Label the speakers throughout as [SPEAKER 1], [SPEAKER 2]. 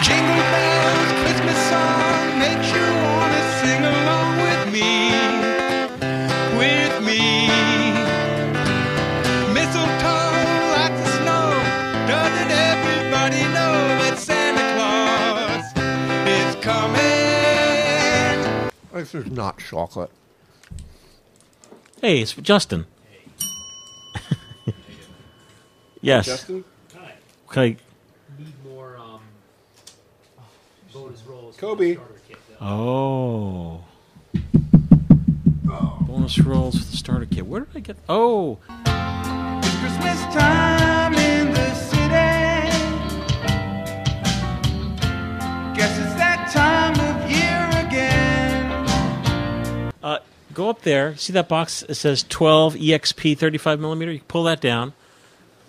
[SPEAKER 1] Jingle bells, Christmas song makes you wanna sing along with me, with me. Mistletoe, lots of snow. Doesn't everybody know that Santa Claus is coming?
[SPEAKER 2] This is not chocolate.
[SPEAKER 3] Hey, it's Justin. yes.
[SPEAKER 2] Justin,
[SPEAKER 3] Can I-
[SPEAKER 4] Need more um, bonus rolls. for
[SPEAKER 2] Kobe.
[SPEAKER 4] the starter kit, though.
[SPEAKER 3] Oh.
[SPEAKER 2] Oh.
[SPEAKER 3] Bonus rolls for the starter kit. Where did I get? Oh,
[SPEAKER 1] It's Christmas time in the city. Guess it's that time of year again.
[SPEAKER 3] uh, go up there. See that box? It says E 12 EXP 35 millimeter. You can pull that down,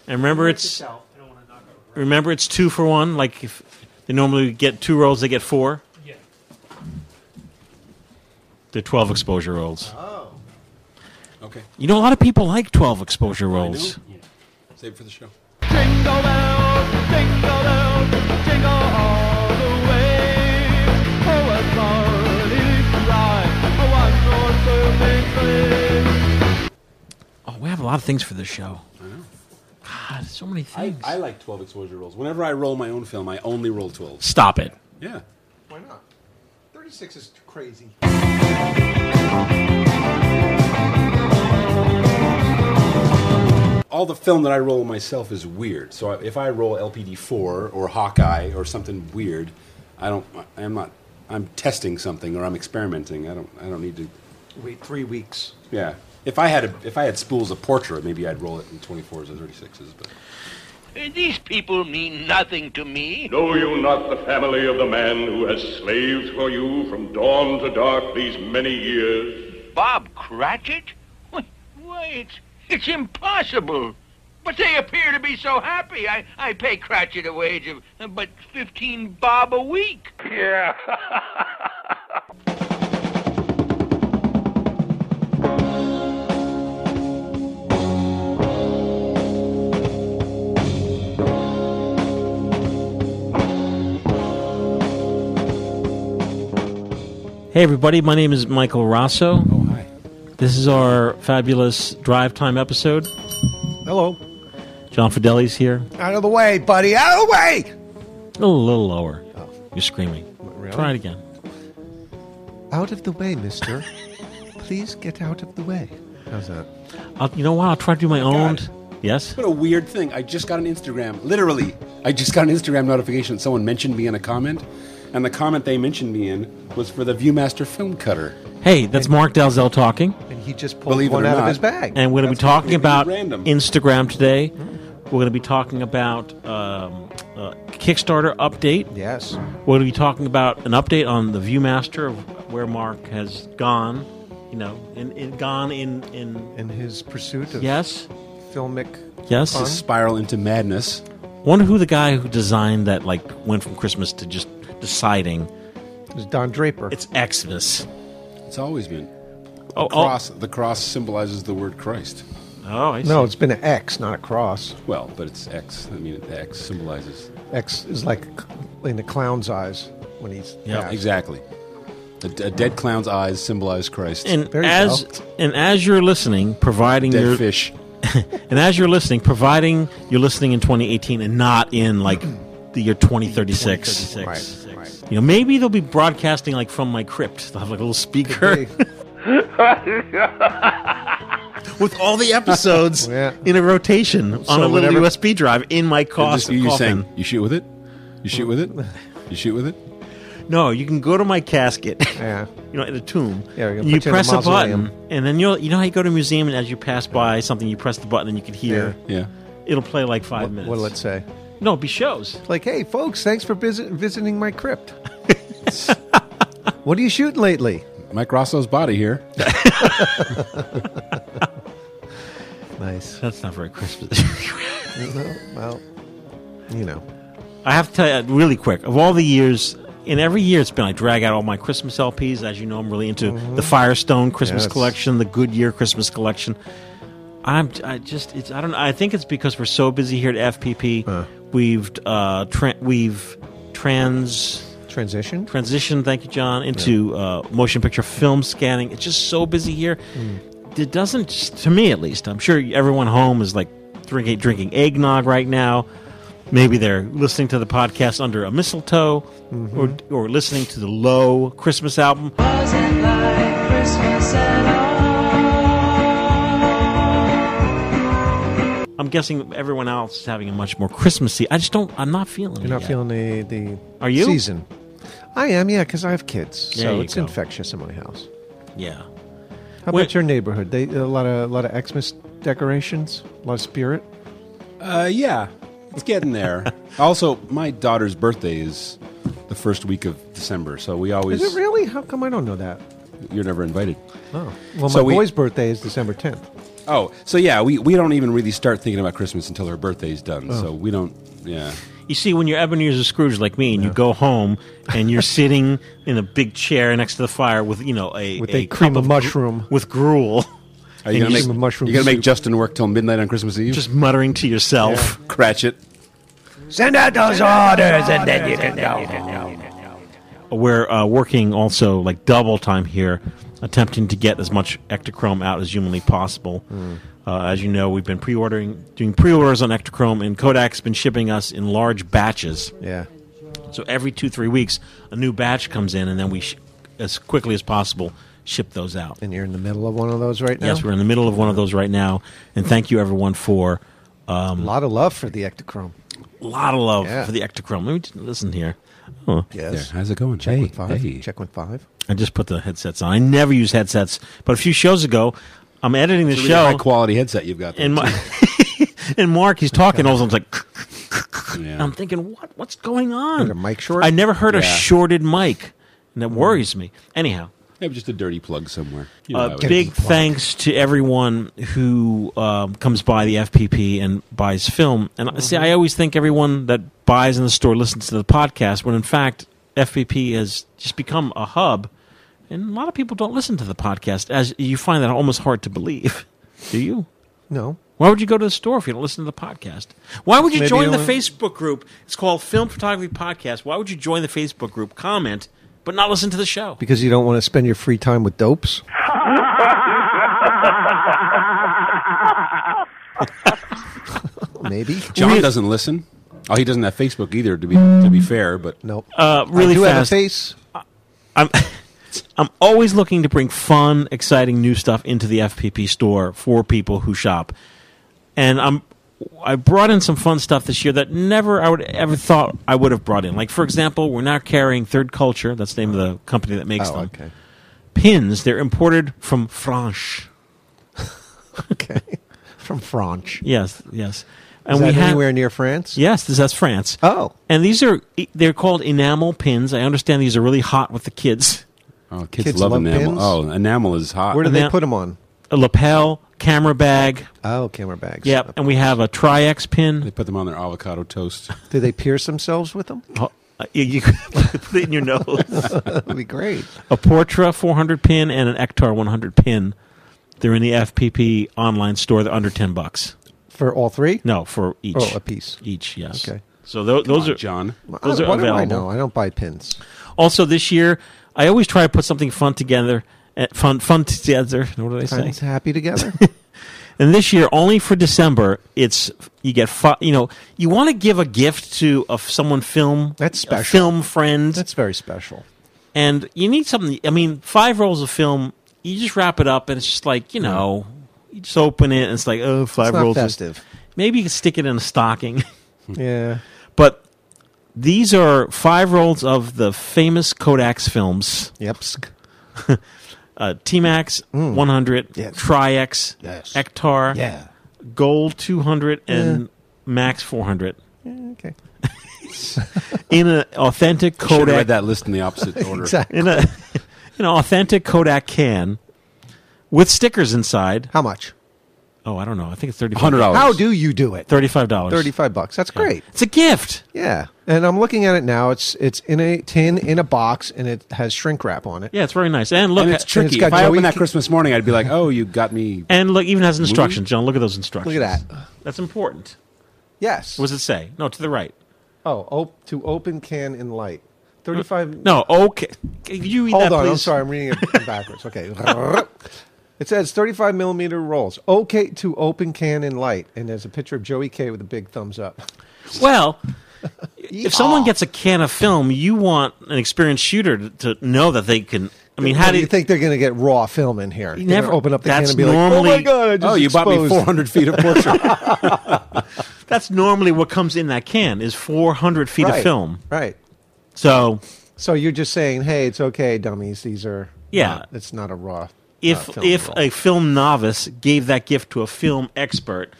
[SPEAKER 3] and remember it's
[SPEAKER 4] Yourself, I don't want to knock over.
[SPEAKER 3] remember it's two for one. Like if they normally get two rolls, they get four.
[SPEAKER 4] Yeah.
[SPEAKER 3] They're 12 exposure rolls.
[SPEAKER 5] Oh.
[SPEAKER 2] Okay,
[SPEAKER 3] You know, a lot of people like 12 exposure rolls.
[SPEAKER 2] save it for the show.
[SPEAKER 1] Jingle bells, jingle bells, jingle all the way. Oh, what fun it is to ride a one-horse open sleigh.
[SPEAKER 3] Oh, we have a lot of things for this show. God, so many things.
[SPEAKER 2] I like 12 exposure rolls. Whenever I roll my own film, I only roll 12.
[SPEAKER 3] Stop it.
[SPEAKER 2] Yeah.
[SPEAKER 5] Why not? 36 is too crazy.
[SPEAKER 2] All the film that I roll myself is weird. So if I roll LPD4 or Hawkeye or something weird, I don't. I'm not. I'm testing something or I'm experimenting. I don't. I don't need to.
[SPEAKER 5] Wait three weeks.
[SPEAKER 2] Yeah. If I had a, if I had spools of portrait, maybe I'd roll it in 24s or 36s. But
[SPEAKER 6] These people mean nothing to me.
[SPEAKER 7] Know you not the family of the man who has slaved for you from dawn to dark these many years?
[SPEAKER 6] Bob Cratchit? Why, why it's, it's impossible. But they appear to be so happy. I, I pay Cratchit a wage of uh, but 15 bob a week.
[SPEAKER 7] Yeah.
[SPEAKER 3] Hey, everybody. My name is Michael Rosso.
[SPEAKER 2] oh hi.
[SPEAKER 3] This is our fabulous drive time episode.
[SPEAKER 5] Hello.
[SPEAKER 3] John Fideli's here.
[SPEAKER 5] Out of the way, buddy. Out of the way.
[SPEAKER 3] A little lower.
[SPEAKER 2] Oh.
[SPEAKER 3] You're screaming.
[SPEAKER 5] really?
[SPEAKER 3] Try it again.
[SPEAKER 5] Out of the way, mister. Please get out of the way. How's that?
[SPEAKER 3] I'll, you know what? I'll try to do my own.
[SPEAKER 2] it.
[SPEAKER 3] Yes?
[SPEAKER 2] What a weird thing. I just got an Instagram, literally. I just got an Instagram notification that someone mentioned me in a comment, and the comment they mentioned me in was for the Viewmaster film cutter.
[SPEAKER 3] Hey, that's Mark Dalzell talking.
[SPEAKER 5] And he just pulled
[SPEAKER 2] Believe it
[SPEAKER 5] one
[SPEAKER 2] or
[SPEAKER 5] out
[SPEAKER 2] not.
[SPEAKER 5] of his bag.
[SPEAKER 3] And we're going to be
[SPEAKER 2] That's
[SPEAKER 3] talking
[SPEAKER 2] completely
[SPEAKER 3] about
[SPEAKER 2] random.
[SPEAKER 3] Instagram today. We're going to be talking about um, uh, Kickstarter update.
[SPEAKER 5] yes.
[SPEAKER 3] We're going to be talking about an update on the Viewmaster of where Mark has gone. You know, in, in gone in in
[SPEAKER 5] In his pursuit of
[SPEAKER 3] yes,
[SPEAKER 5] filmic.
[SPEAKER 3] yes.
[SPEAKER 5] Fun.
[SPEAKER 2] To spiral into madness.
[SPEAKER 3] Wonder who the guy who designed that like went from Christmas to just deciding
[SPEAKER 5] It was Don Draper.
[SPEAKER 3] it's Xmas.
[SPEAKER 2] It's always been.
[SPEAKER 3] Oh, oh,
[SPEAKER 2] Cross. The cross symbolizes the word Christ.
[SPEAKER 3] oh, I see.
[SPEAKER 5] no, it's been an X, not a cross.
[SPEAKER 2] Well, but it's X. I mean, the X symbolizes.
[SPEAKER 5] X is like in the clown's eyes when he's.
[SPEAKER 3] Yeah,
[SPEAKER 5] passed.
[SPEAKER 2] Exactly. A, d- a dead clown's eyes symbolize Christ.
[SPEAKER 3] And
[SPEAKER 5] There you
[SPEAKER 3] as and as you're listening, providing
[SPEAKER 2] dead
[SPEAKER 3] your
[SPEAKER 2] fish.
[SPEAKER 3] and as you're listening, providing you're listening in 2018 and not in like the year 2036.
[SPEAKER 5] Right, right.
[SPEAKER 3] You know, maybe they'll be broadcasting like from my crypt. They'll have like a little speaker
[SPEAKER 5] Hey,
[SPEAKER 3] with all the episodes
[SPEAKER 5] Yeah.
[SPEAKER 3] in a rotation on a little
[SPEAKER 5] whenever-
[SPEAKER 3] USB drive in my
[SPEAKER 2] Just,
[SPEAKER 3] coffin.
[SPEAKER 2] you you
[SPEAKER 3] coffin.
[SPEAKER 2] saying you shoot with it? You shoot with it? You shoot with it?
[SPEAKER 3] No, you can go to my casket.
[SPEAKER 5] yeah.
[SPEAKER 3] you know, in a tomb.
[SPEAKER 5] Yeah, we're gonna
[SPEAKER 3] and you
[SPEAKER 5] put you in a
[SPEAKER 3] press a,
[SPEAKER 5] mausoleum.
[SPEAKER 3] button, and then you'll you know how you go to a museum, and as you pass by something, you press the button, and you can hear.
[SPEAKER 2] Yeah.
[SPEAKER 3] It'll play like five minutes.
[SPEAKER 5] What let's say?
[SPEAKER 3] no, it'll be shows.
[SPEAKER 5] Like, hey, folks, thanks for visit- visiting my crypt. what are you shooting lately?
[SPEAKER 2] Mike Rosso's body here.
[SPEAKER 5] Nice.
[SPEAKER 3] That's not very crisp.
[SPEAKER 5] No, well, you know.
[SPEAKER 3] I have to tell you uh, really quick. Of all the years, in every year, it's been I drag out all my Christmas LPs. As you know, I'm really into the Firestone Christmas
[SPEAKER 5] Yes.
[SPEAKER 3] collection, the Goodyear Christmas collection. I'm I just it's I don't I think it's because we're so busy here at FPP. we've uh, tra- we've trans
[SPEAKER 5] Transition.
[SPEAKER 3] transition. Thank you, John, into uh, motion picture film scanning. It's just so busy here.
[SPEAKER 5] Mm.
[SPEAKER 3] It doesn't, to me at least. I'm sure everyone home is like drinking drinking eggnog right now. Maybe they're listening to the podcast under a mistletoe,
[SPEAKER 5] Mm-hmm.
[SPEAKER 3] or or listening to the Low Christmas album.
[SPEAKER 8] Wasn't like Christmas at all.
[SPEAKER 3] I'm guessing everyone else is having a much more Christmassy. I just don't. I'm not feeling.
[SPEAKER 5] You're
[SPEAKER 3] it
[SPEAKER 5] not
[SPEAKER 3] yet.
[SPEAKER 5] feeling the the
[SPEAKER 3] Are you?
[SPEAKER 5] season. I am, yeah, because I have kids,
[SPEAKER 3] There you
[SPEAKER 5] so it's
[SPEAKER 3] go.
[SPEAKER 5] infectious in my house.
[SPEAKER 3] Yeah.
[SPEAKER 5] How
[SPEAKER 3] Wait-
[SPEAKER 5] about your neighborhood? They a lot of a lot of Xmas decorations, a lot of spirit.
[SPEAKER 2] Uh, yeah, it's getting there. also, my daughter's birthday is the first week of December, so we always
[SPEAKER 5] Is it really? How come I don't know that?
[SPEAKER 2] you're never invited.
[SPEAKER 5] Oh, well,
[SPEAKER 2] So
[SPEAKER 5] my
[SPEAKER 2] we-
[SPEAKER 5] boy's birthday is December 10th.
[SPEAKER 2] Oh, so yeah, we, we don't even really start thinking about Christmas until her birthday's done.
[SPEAKER 5] Oh.
[SPEAKER 2] So we don't. Yeah,
[SPEAKER 3] You see, when you're Ebenezer Scrooge like me, and you go home and you're sitting in a big chair next to the fire with you know a
[SPEAKER 5] With a
[SPEAKER 3] cup
[SPEAKER 5] cream of
[SPEAKER 3] gru-
[SPEAKER 5] mushroom.
[SPEAKER 3] with gruel,
[SPEAKER 2] are
[SPEAKER 3] And
[SPEAKER 2] you gonna
[SPEAKER 3] you
[SPEAKER 2] make
[SPEAKER 5] some mushroom
[SPEAKER 2] You gonna make
[SPEAKER 5] soup.
[SPEAKER 2] Justin work till midnight on Christmas Eve?
[SPEAKER 3] just muttering to yourself.
[SPEAKER 2] Cratchit.
[SPEAKER 8] Send out those orders and then you can go.
[SPEAKER 3] We're uh, working also like double time here, attempting to get as much ectochrome out as humanly possible.
[SPEAKER 5] Mm.
[SPEAKER 3] Uh, as you know, we've been pre-ordering, doing pre-orders on ectochrome, and Kodak's been shipping us in large batches.
[SPEAKER 5] Yeah.
[SPEAKER 3] So every two three weeks, a new batch comes in, and then we, sh- as quickly as possible, ship those out.
[SPEAKER 5] And you're in the middle of one of those right now?
[SPEAKER 3] Yes, we're in the middle of one of those right now, and thank you everyone for
[SPEAKER 5] A lot of love for the ectochrome.
[SPEAKER 3] a lot of love
[SPEAKER 5] Yeah.
[SPEAKER 3] for the ectochrome. Let me just listen here. Oh,
[SPEAKER 2] There,
[SPEAKER 5] Yes.
[SPEAKER 2] how's it going?
[SPEAKER 5] Check
[SPEAKER 2] hey,
[SPEAKER 5] with five.
[SPEAKER 2] hey.
[SPEAKER 5] Check with five.
[SPEAKER 3] I just put the headsets on. I never use headsets, but a few shows ago, I'm editing the
[SPEAKER 2] Really
[SPEAKER 3] show,
[SPEAKER 2] high quality headset you've got. There.
[SPEAKER 3] and my, and Mark he's talking. All of a sudden, it's like
[SPEAKER 2] yeah.
[SPEAKER 3] And I'm thinking, what? What's going on?
[SPEAKER 5] Like a mic short?
[SPEAKER 3] I never heard a
[SPEAKER 2] Yeah.
[SPEAKER 3] shorted mic, and that worries me. Anyhow,
[SPEAKER 2] Maybe just a dirty plug somewhere. You know how
[SPEAKER 3] Uh,
[SPEAKER 2] it
[SPEAKER 3] big
[SPEAKER 2] is.
[SPEAKER 3] thanks to everyone who um, comes by the FPP and buys film. And I
[SPEAKER 5] Mm-hmm.
[SPEAKER 3] see, I always think everyone that buys in the store listens to the podcast, when in fact, FPP has just become a hub. And a lot of people don't listen to the podcast, as you find that almost hard to believe. Do you?
[SPEAKER 5] No.
[SPEAKER 3] Why would you go to the store if you don't listen to the podcast? Why would you
[SPEAKER 5] Maybe
[SPEAKER 3] join the
[SPEAKER 5] only-
[SPEAKER 3] Facebook group? It's called Film Photography Podcast. Why would you join the Facebook group, comment, but not listen to the show?
[SPEAKER 5] Because you don't want to spend your free time with dopes? Maybe.
[SPEAKER 2] John doesn't listen. Oh, he doesn't have Facebook either. To be to be fair, but
[SPEAKER 5] Nope.
[SPEAKER 3] Uh, really
[SPEAKER 5] I do have a
[SPEAKER 3] fast.
[SPEAKER 5] face.
[SPEAKER 3] I'm I'm always looking to bring fun, exciting new stuff into the FPP store for people who shop. And I'm I brought in some fun stuff this year that never I would ever thought I would have brought in. Like for example, we're now carrying Third Culture, that's the name of the company that makes
[SPEAKER 5] Oh,
[SPEAKER 3] them.
[SPEAKER 5] okay.
[SPEAKER 3] Pins, they're imported from France.
[SPEAKER 5] Okay. From France.
[SPEAKER 3] Yes, yes. And
[SPEAKER 5] Is that
[SPEAKER 3] have-
[SPEAKER 5] anywhere near France?
[SPEAKER 3] Yes, this, that's France.
[SPEAKER 5] Oh.
[SPEAKER 3] And these are e, they're called enamel pins. I understand these are really hot with the kids.
[SPEAKER 2] oh, kids,
[SPEAKER 5] Kids
[SPEAKER 2] love,
[SPEAKER 5] love
[SPEAKER 2] enamel.
[SPEAKER 5] pins?
[SPEAKER 2] Oh, enamel is hot.
[SPEAKER 5] Where do they
[SPEAKER 3] Now-
[SPEAKER 5] put them on?
[SPEAKER 3] A lapel, camera bag,
[SPEAKER 5] Oh, camera bags.
[SPEAKER 3] Yep, and we have a Tri-X
[SPEAKER 2] they
[SPEAKER 3] pin.
[SPEAKER 2] put them on their avocado toast?
[SPEAKER 5] Do they pierce themselves with them?
[SPEAKER 3] Oh, uh, you, you put it in your nose.
[SPEAKER 5] That would be great.
[SPEAKER 3] a Portra 400 pin and an Ektar 100 pin. They're in the FPP online store. They're under 10 bucks.
[SPEAKER 5] For all three?
[SPEAKER 3] No, for each.
[SPEAKER 5] Oh, a piece.
[SPEAKER 3] Each, yes.
[SPEAKER 5] Okay.
[SPEAKER 3] So tho- those
[SPEAKER 2] Come
[SPEAKER 3] are
[SPEAKER 2] on, John.
[SPEAKER 3] Those
[SPEAKER 5] I-
[SPEAKER 3] are
[SPEAKER 5] what do I
[SPEAKER 3] available.
[SPEAKER 5] know? I don't buy pins.
[SPEAKER 3] Also this year, I always try to put something fun together. eh, Fun, fun together. What do they say?
[SPEAKER 5] Friends happy together.
[SPEAKER 3] And this year, only for December, it's you get fi- you know you want to give a gift to a, f- someone film
[SPEAKER 5] That's
[SPEAKER 3] a
[SPEAKER 5] special.
[SPEAKER 3] film friend.
[SPEAKER 5] That's very special.
[SPEAKER 3] and you need something. I mean, five rolls of film, you just wrap it up, and it's just like you know, you just open it, and it's like oh, five
[SPEAKER 5] It's not
[SPEAKER 3] rolls. is-
[SPEAKER 5] festive.
[SPEAKER 3] Maybe you can stick it in a stocking,
[SPEAKER 5] Yeah.
[SPEAKER 3] but these are five rolls of the famous Kodak's films:
[SPEAKER 5] Yep.
[SPEAKER 3] uh, T Max 100,
[SPEAKER 5] Hmm. Yes.
[SPEAKER 3] Tri X,
[SPEAKER 5] Yes.
[SPEAKER 3] Ektar,
[SPEAKER 5] Yeah.
[SPEAKER 3] Gold 200, and Max 400
[SPEAKER 5] Okay.
[SPEAKER 3] in an authentic
[SPEAKER 2] Should have
[SPEAKER 3] Kodak.
[SPEAKER 2] read that list in the opposite order.
[SPEAKER 5] Exactly.
[SPEAKER 3] In a in an authentic Kodak can with stickers inside.
[SPEAKER 5] How much?
[SPEAKER 3] Oh, I don't know. I think Oh, it's thirty
[SPEAKER 2] Hundred dollars.
[SPEAKER 5] How do you do it?
[SPEAKER 3] Thirty-five dollars.
[SPEAKER 5] Thirty-five bucks. That's great.
[SPEAKER 3] It's a gift.
[SPEAKER 5] Yeah. And I'm looking at it now. It's it's in a tin in a box, and it has shrink wrap on it.
[SPEAKER 3] Yeah, it's very nice. And look,
[SPEAKER 2] And
[SPEAKER 3] and,
[SPEAKER 2] it's tricky.
[SPEAKER 5] got
[SPEAKER 2] if I
[SPEAKER 5] Joey
[SPEAKER 2] opened that
[SPEAKER 5] Ki-
[SPEAKER 2] Christmas morning, I'd be like, "Oh, you got me."
[SPEAKER 3] look, even has instructions. John, look at those instructions.
[SPEAKER 5] Look at that.
[SPEAKER 3] That's important.
[SPEAKER 5] Yes.
[SPEAKER 3] What does it say? No, to the right.
[SPEAKER 5] oh, op- to open can in light. 35.
[SPEAKER 3] No, okay. Can you read
[SPEAKER 5] Hold
[SPEAKER 3] that,
[SPEAKER 5] on. I'm
[SPEAKER 3] please?
[SPEAKER 5] sorry. I'm reading it backwards. Okay. it says 35 millimeter rolls. Okay to open can in light. And there's a picture of Joey K with a big thumbs up.
[SPEAKER 3] Well, if someone gets a can of film, you want an experienced shooter to, to know that they can. I mean, how
[SPEAKER 5] Well,
[SPEAKER 3] do
[SPEAKER 5] you think they're going to get raw film in here? They're gonna
[SPEAKER 3] never-
[SPEAKER 5] open up the
[SPEAKER 3] that's
[SPEAKER 5] can and be like, "Oh my
[SPEAKER 3] normally-
[SPEAKER 5] god! I just
[SPEAKER 2] Oh, you bought me
[SPEAKER 5] exposed-
[SPEAKER 2] 400 feet of portrait.
[SPEAKER 3] That's normally what comes in that can is 400 feet
[SPEAKER 5] Right,
[SPEAKER 3] of film.
[SPEAKER 5] Right.
[SPEAKER 3] So
[SPEAKER 5] So you're just saying, hey, it's okay, dummies. These are
[SPEAKER 3] Yeah.
[SPEAKER 5] not- it's not a raw.
[SPEAKER 3] if
[SPEAKER 5] uh, film
[SPEAKER 3] if
[SPEAKER 5] roll.
[SPEAKER 3] a film novice gave that gift to a film expert,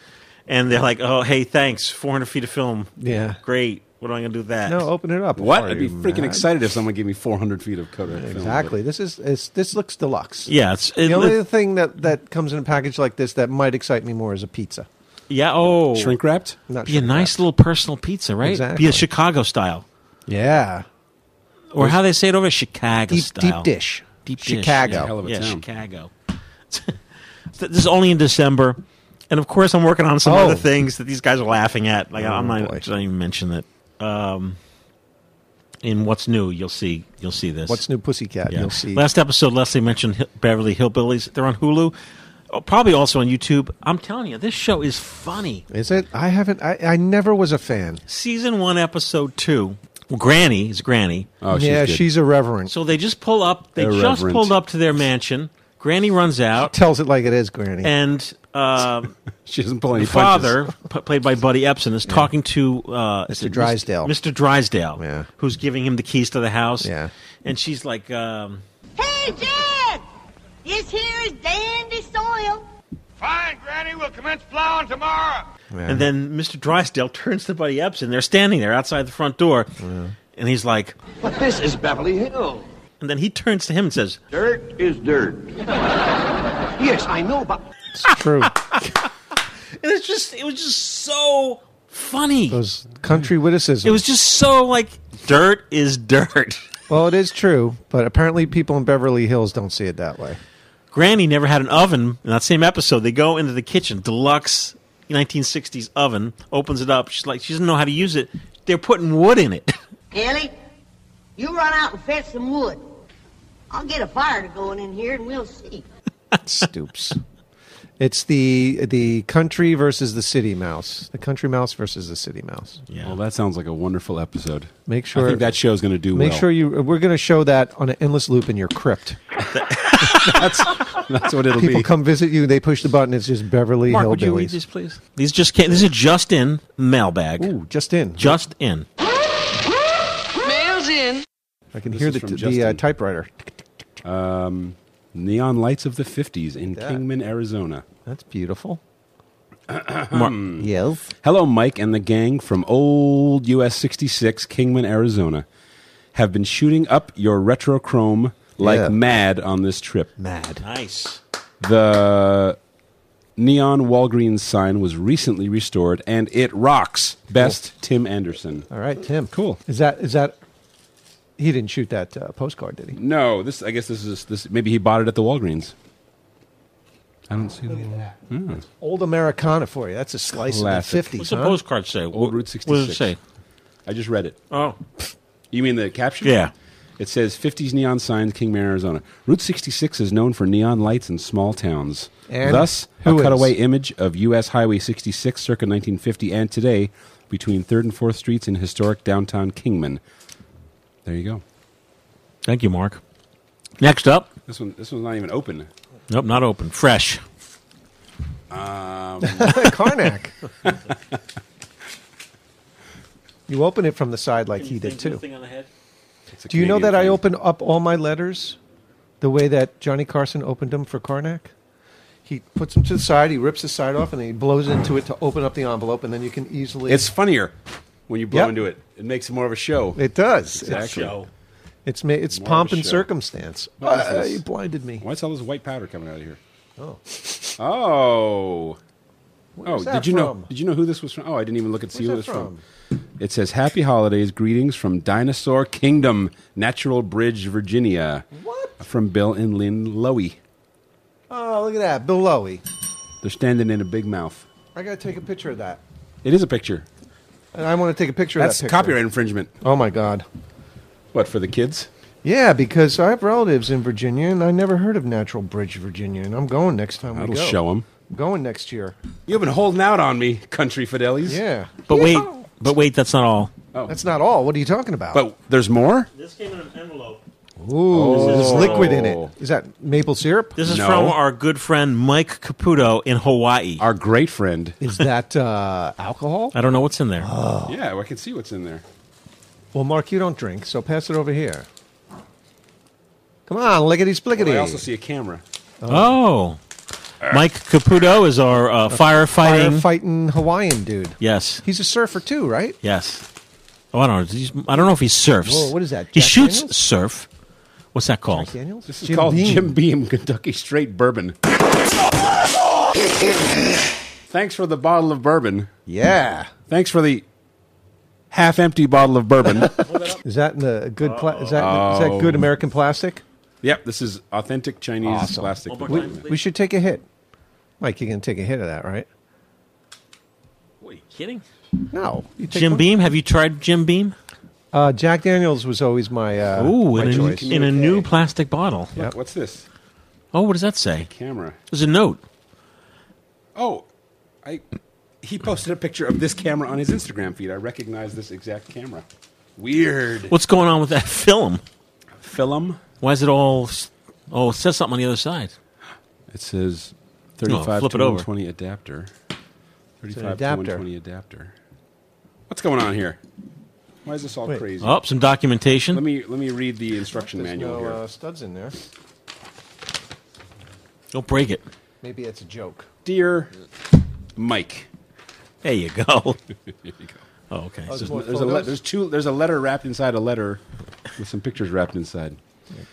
[SPEAKER 3] and they're like, "Oh, hey, thanks, 400 feet of film,
[SPEAKER 5] yeah,
[SPEAKER 3] great. What am I going to do with that?"
[SPEAKER 5] no, oh. open it up.
[SPEAKER 2] what?
[SPEAKER 5] Are
[SPEAKER 2] I'd be
[SPEAKER 5] you
[SPEAKER 2] freaking
[SPEAKER 5] mad?
[SPEAKER 2] excited if someone gave me 400 feet of Kodak film.
[SPEAKER 5] Exactly. This is it's, this looks deluxe.
[SPEAKER 3] Yeah, it's it,
[SPEAKER 5] The only thing that that comes in a package like this that might excite me more is a pizza.
[SPEAKER 3] yeah. Oh,
[SPEAKER 2] But Shrink wrapped?
[SPEAKER 5] Not
[SPEAKER 3] be a
[SPEAKER 5] sure.
[SPEAKER 3] nice little personal pizza, right? Be
[SPEAKER 5] Exactly.
[SPEAKER 3] a Chicago style,
[SPEAKER 5] yeah,
[SPEAKER 3] or how they say it over Chicago
[SPEAKER 5] deep
[SPEAKER 3] style.
[SPEAKER 5] deep dish,
[SPEAKER 3] Deep dish,
[SPEAKER 5] Chicago.
[SPEAKER 3] yeah.
[SPEAKER 2] Hell of a
[SPEAKER 3] yeah,
[SPEAKER 2] town.
[SPEAKER 3] Chicago. this is only in December, and of course, I'm working on some
[SPEAKER 5] Oh.
[SPEAKER 3] other things that these guys are laughing at. Like I'm not,
[SPEAKER 5] boy.
[SPEAKER 3] don't even mention it. Um, in what's new, you'll see. You'll see this.
[SPEAKER 5] What's new, Pussycat?
[SPEAKER 3] Yeah.
[SPEAKER 5] You'll see.
[SPEAKER 3] Last episode, Leslie mentioned Hi- Beverly Hillbillies. They're on Hulu, Oh, probably also on YouTube. I'm telling you, this show is funny.
[SPEAKER 5] is it? I haven't. I, I never was a fan.
[SPEAKER 3] Season one, episode two. Well, Granny is Granny.
[SPEAKER 2] Oh, she's
[SPEAKER 5] yeah,
[SPEAKER 2] good.
[SPEAKER 5] she's irreverent.
[SPEAKER 3] So they just pull up. They just
[SPEAKER 2] Irreverent.
[SPEAKER 3] pulled up to their mansion. Granny runs out,
[SPEAKER 5] Tells it like it is, Granny.
[SPEAKER 3] and uh,
[SPEAKER 2] She doesn't pull any
[SPEAKER 3] the father, p- played by Buddy Epson, is talking to uh, is it Mr.
[SPEAKER 5] Drysdale.
[SPEAKER 3] Mr. Drysdale,
[SPEAKER 5] Yeah.
[SPEAKER 3] who's giving him the keys to the house.
[SPEAKER 5] Yeah.
[SPEAKER 3] And she's like, um,
[SPEAKER 9] Hey, Jack! This here is dandy soil.
[SPEAKER 6] Fine, Granny, we'll commence plowing tomorrow.
[SPEAKER 3] and then Mr. Drysdale turns to Buddy Epson. They're standing there outside the front door, and he's like,
[SPEAKER 6] But this is Beverly Hill.
[SPEAKER 3] and then he turns to him and says,
[SPEAKER 6] Dirt is dirt. yes, I know, but
[SPEAKER 5] it's true.
[SPEAKER 3] and it's just, it was just so funny.
[SPEAKER 5] Those country witticisms.
[SPEAKER 3] It was just so like dirt is dirt.
[SPEAKER 5] Well, it is true, but apparently people in Beverly Hills don't see it that way.
[SPEAKER 3] Granny never had an oven. In that same episode, they go into the kitchen, deluxe 1960s oven, opens it up. She's like, she doesn't know how to use it. They're putting wood in it.
[SPEAKER 9] Ellie, you run out and fetch some wood. I'll get a fire to going in here and we'll see.
[SPEAKER 5] Stoops. It's the the country versus the city mouse. The country mouse versus the city mouse.
[SPEAKER 3] Yeah.
[SPEAKER 2] Well, that sounds like a wonderful episode.
[SPEAKER 5] Make sure
[SPEAKER 2] I think that show's going to do
[SPEAKER 5] Make
[SPEAKER 2] well.
[SPEAKER 5] sure you. We're going to show that on an endless loop in your crypt.
[SPEAKER 2] that's, that's what it'll
[SPEAKER 5] People
[SPEAKER 2] be.
[SPEAKER 5] come visit you. They push the button. It's just Beverly
[SPEAKER 3] Mark,
[SPEAKER 5] Hillbillies.
[SPEAKER 3] would you read these, please? These just came. These are just in mailbag.
[SPEAKER 5] Ooh, just in.
[SPEAKER 3] Just in.
[SPEAKER 10] Mail's in.
[SPEAKER 5] I can
[SPEAKER 2] This
[SPEAKER 5] hear
[SPEAKER 2] is
[SPEAKER 5] the,
[SPEAKER 2] from
[SPEAKER 5] the uh,
[SPEAKER 2] Justin.
[SPEAKER 5] typewriter.
[SPEAKER 2] Neon lights of the 50s in Kingman, Arizona.
[SPEAKER 5] That's beautiful.
[SPEAKER 3] Mark,
[SPEAKER 5] Yes.
[SPEAKER 2] Hello, Mike and the gang from old US 66, Kingman, Arizona. Have been shooting up your retrochrome like
[SPEAKER 5] Yeah.
[SPEAKER 2] mad on this trip.
[SPEAKER 5] Mad.
[SPEAKER 3] nice.
[SPEAKER 2] The neon Walgreens sign was recently restored and it rocks. Best Tim Anderson.
[SPEAKER 5] All right, Tim.
[SPEAKER 2] Cool.
[SPEAKER 5] Is that is that? He didn't shoot that uh, postcard, did he?
[SPEAKER 2] No, this I guess this is this maybe he bought it at the Walgreens. I don't see that.
[SPEAKER 5] Old Americana for you. That's a slice
[SPEAKER 2] Classic.
[SPEAKER 5] of the 50s,
[SPEAKER 3] What's
[SPEAKER 5] huh?
[SPEAKER 3] the postcard say?
[SPEAKER 2] Old Route
[SPEAKER 3] What does it
[SPEAKER 2] 66.
[SPEAKER 3] say?
[SPEAKER 2] I just read it.
[SPEAKER 3] Oh,
[SPEAKER 2] You mean the caption?
[SPEAKER 3] Yeah.
[SPEAKER 2] It says 50s neon signs, Kingman, Arizona. Route 66 is known for neon lights in small towns.
[SPEAKER 5] And
[SPEAKER 2] Thus, a
[SPEAKER 5] who is?
[SPEAKER 2] cutaway image of U.S. Highway 66 circa 1950 and today between 3rd and 4th Streets in historic downtown Kingman. There you go.
[SPEAKER 3] thank you, Mark. Next up.
[SPEAKER 2] This one, this one's not even open.
[SPEAKER 3] Nope, not open. Fresh.
[SPEAKER 5] Karnak. you open it from the side like he did too.
[SPEAKER 2] It's a
[SPEAKER 5] Do you know
[SPEAKER 2] Canadian
[SPEAKER 5] that I
[SPEAKER 2] thing.
[SPEAKER 5] opened up all my letters the way that Johnny Carson opened them for Karnak? He puts them to the side, he rips the side off, and then he blows into it to open up the envelope, and then you can easily.
[SPEAKER 2] It's funnier when you blow
[SPEAKER 5] Yep.
[SPEAKER 2] into it. It makes it more of a show.
[SPEAKER 5] it does.
[SPEAKER 2] Exactly.
[SPEAKER 5] It's ma- it's
[SPEAKER 2] More of
[SPEAKER 5] pomp
[SPEAKER 2] a
[SPEAKER 5] and
[SPEAKER 2] show.
[SPEAKER 5] circumstance.
[SPEAKER 2] What is
[SPEAKER 5] Ah,
[SPEAKER 2] this?
[SPEAKER 5] you blinded me.
[SPEAKER 2] Why is all this white powder coming out of here?
[SPEAKER 5] Oh.
[SPEAKER 2] Oh.
[SPEAKER 5] Where's
[SPEAKER 2] Oh,
[SPEAKER 5] that
[SPEAKER 2] did you know?
[SPEAKER 5] from?
[SPEAKER 2] Did you know who this was from? Oh, I didn't even look and see
[SPEAKER 5] Where's
[SPEAKER 2] who
[SPEAKER 5] that
[SPEAKER 2] this from. It says, "Happy holidays, greetings from Dinosaur Kingdom, Natural Bridge, Virginia."
[SPEAKER 5] What?
[SPEAKER 2] From Bill and Lynn Lowy.
[SPEAKER 5] Oh, look at that, Bill Lowy.
[SPEAKER 2] They're standing in a big mouth.
[SPEAKER 5] I gotta take a picture of that.
[SPEAKER 2] It is a picture.
[SPEAKER 5] And I want to take a picture
[SPEAKER 2] That's
[SPEAKER 5] of that picture.
[SPEAKER 2] copyright infringement.
[SPEAKER 5] Oh my god.
[SPEAKER 2] What for the kids?
[SPEAKER 5] Yeah, because I have relatives in Virginia, and I never heard of Natural Bridge, Virginia, and I'm going next time
[SPEAKER 2] That'll
[SPEAKER 5] we go.
[SPEAKER 2] show them.
[SPEAKER 5] I'm going next year.
[SPEAKER 2] You've been holding out on me, country fidelis.
[SPEAKER 5] Yeah.
[SPEAKER 3] But wait, but wait, that's not all.
[SPEAKER 2] Oh.
[SPEAKER 5] That's not all. What are you talking about?
[SPEAKER 2] But there's more.
[SPEAKER 3] This came in an envelope.
[SPEAKER 5] Ooh,
[SPEAKER 2] This
[SPEAKER 5] there's
[SPEAKER 2] is-
[SPEAKER 5] liquid in
[SPEAKER 2] Oh.
[SPEAKER 5] it. Is that maple syrup?
[SPEAKER 3] This is
[SPEAKER 2] No.
[SPEAKER 3] from our good friend Mike Caputo in Hawaii.
[SPEAKER 2] Our great friend.
[SPEAKER 5] Is that uh, alcohol?
[SPEAKER 3] I don't know what's in
[SPEAKER 2] Oh.
[SPEAKER 3] there.
[SPEAKER 5] Oh.
[SPEAKER 2] Yeah, well, I can see what's in there.
[SPEAKER 5] Well, Mark, you don't drink, so pass it over here. Come on, lickety splickety.
[SPEAKER 2] Well, I also see a camera.
[SPEAKER 3] oh. Mike Caputo is our uh, firefighting.
[SPEAKER 5] Firefighting Hawaiian dude.
[SPEAKER 3] Yes.
[SPEAKER 5] He's a surfer too, right?
[SPEAKER 3] Yes. Oh, I don't know. He's, I don't know if he surfs.
[SPEAKER 5] Whoa, what is that,
[SPEAKER 3] He
[SPEAKER 5] Jack
[SPEAKER 3] shoots
[SPEAKER 5] Daniels?
[SPEAKER 3] surf. What's that called?
[SPEAKER 5] Daniels.
[SPEAKER 2] This is called
[SPEAKER 5] Beam.
[SPEAKER 2] Jim Beam Kentucky Straight Bourbon. Thanks for the bottle of bourbon.
[SPEAKER 5] Yeah.
[SPEAKER 2] Thanks for the half-empty bottle of bourbon.
[SPEAKER 5] Is that in the good? Pla- is that is
[SPEAKER 2] Oh.
[SPEAKER 5] that good American plastic?
[SPEAKER 2] yep, this is authentic Chinese
[SPEAKER 5] Awesome.
[SPEAKER 2] plastic.
[SPEAKER 3] One more
[SPEAKER 2] bourbon.
[SPEAKER 3] time, please.
[SPEAKER 5] We should take a hit. Mike, you can take a hit of that, right?
[SPEAKER 3] What, are you kidding?
[SPEAKER 5] No. You take
[SPEAKER 3] Jim
[SPEAKER 5] one.
[SPEAKER 3] Beam? Have you tried Jim Beam?
[SPEAKER 5] Uh, Jack Daniels was always my uh,
[SPEAKER 3] Ooh,
[SPEAKER 5] my
[SPEAKER 3] in a,
[SPEAKER 5] choice.
[SPEAKER 3] in a new plastic bottle.
[SPEAKER 5] Yep.
[SPEAKER 2] What's this?
[SPEAKER 3] Oh, what does that say?
[SPEAKER 2] Camera.
[SPEAKER 3] There's a note.
[SPEAKER 2] Oh, I. He posted a picture of this camera on his Instagram feed. I recognize this exact camera. Weird.
[SPEAKER 3] What's going on with that film?
[SPEAKER 2] Film.
[SPEAKER 3] Why is it all? s- Oh, it says something on the other side.
[SPEAKER 2] It says
[SPEAKER 3] No,
[SPEAKER 2] 35
[SPEAKER 3] flip
[SPEAKER 2] to
[SPEAKER 3] it over.
[SPEAKER 2] 120 adapter. 35
[SPEAKER 5] adapter.
[SPEAKER 2] to 120 adapter. What's going on here? Why is this all
[SPEAKER 5] Wait.
[SPEAKER 2] crazy?
[SPEAKER 3] Oh, some documentation.
[SPEAKER 2] Let me let me read the instruction
[SPEAKER 5] There's
[SPEAKER 2] manual
[SPEAKER 5] no
[SPEAKER 2] here.
[SPEAKER 5] uh, studs in there.
[SPEAKER 3] Don't break it.
[SPEAKER 5] Maybe it's a joke.
[SPEAKER 2] Dear Mike,
[SPEAKER 3] There you go. Oh, okay.
[SPEAKER 5] Oh,
[SPEAKER 3] So-
[SPEAKER 5] there's more
[SPEAKER 2] there's a le-
[SPEAKER 5] photos?
[SPEAKER 2] there's two there's a letter wrapped inside a letter with some pictures wrapped inside.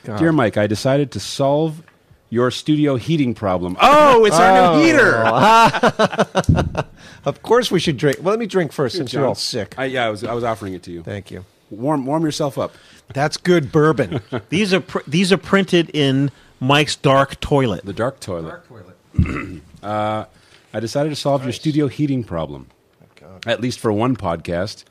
[SPEAKER 5] God.
[SPEAKER 2] Dear Mike, I decided to solve your studio heating problem. Oh, it's our new heater.
[SPEAKER 5] Of course, we should drink. Well, let me drink first since
[SPEAKER 2] John.
[SPEAKER 5] you're all sick.
[SPEAKER 2] I, yeah, I was I was offering it to you.
[SPEAKER 5] Thank you.
[SPEAKER 2] Warm warm yourself up.
[SPEAKER 5] That's good bourbon.
[SPEAKER 3] these are pr- these are printed in Mike's dark toilet.
[SPEAKER 2] The dark toilet. Uh,
[SPEAKER 5] toilet.
[SPEAKER 2] I decided to solve your studio heating problem. At least for one podcast.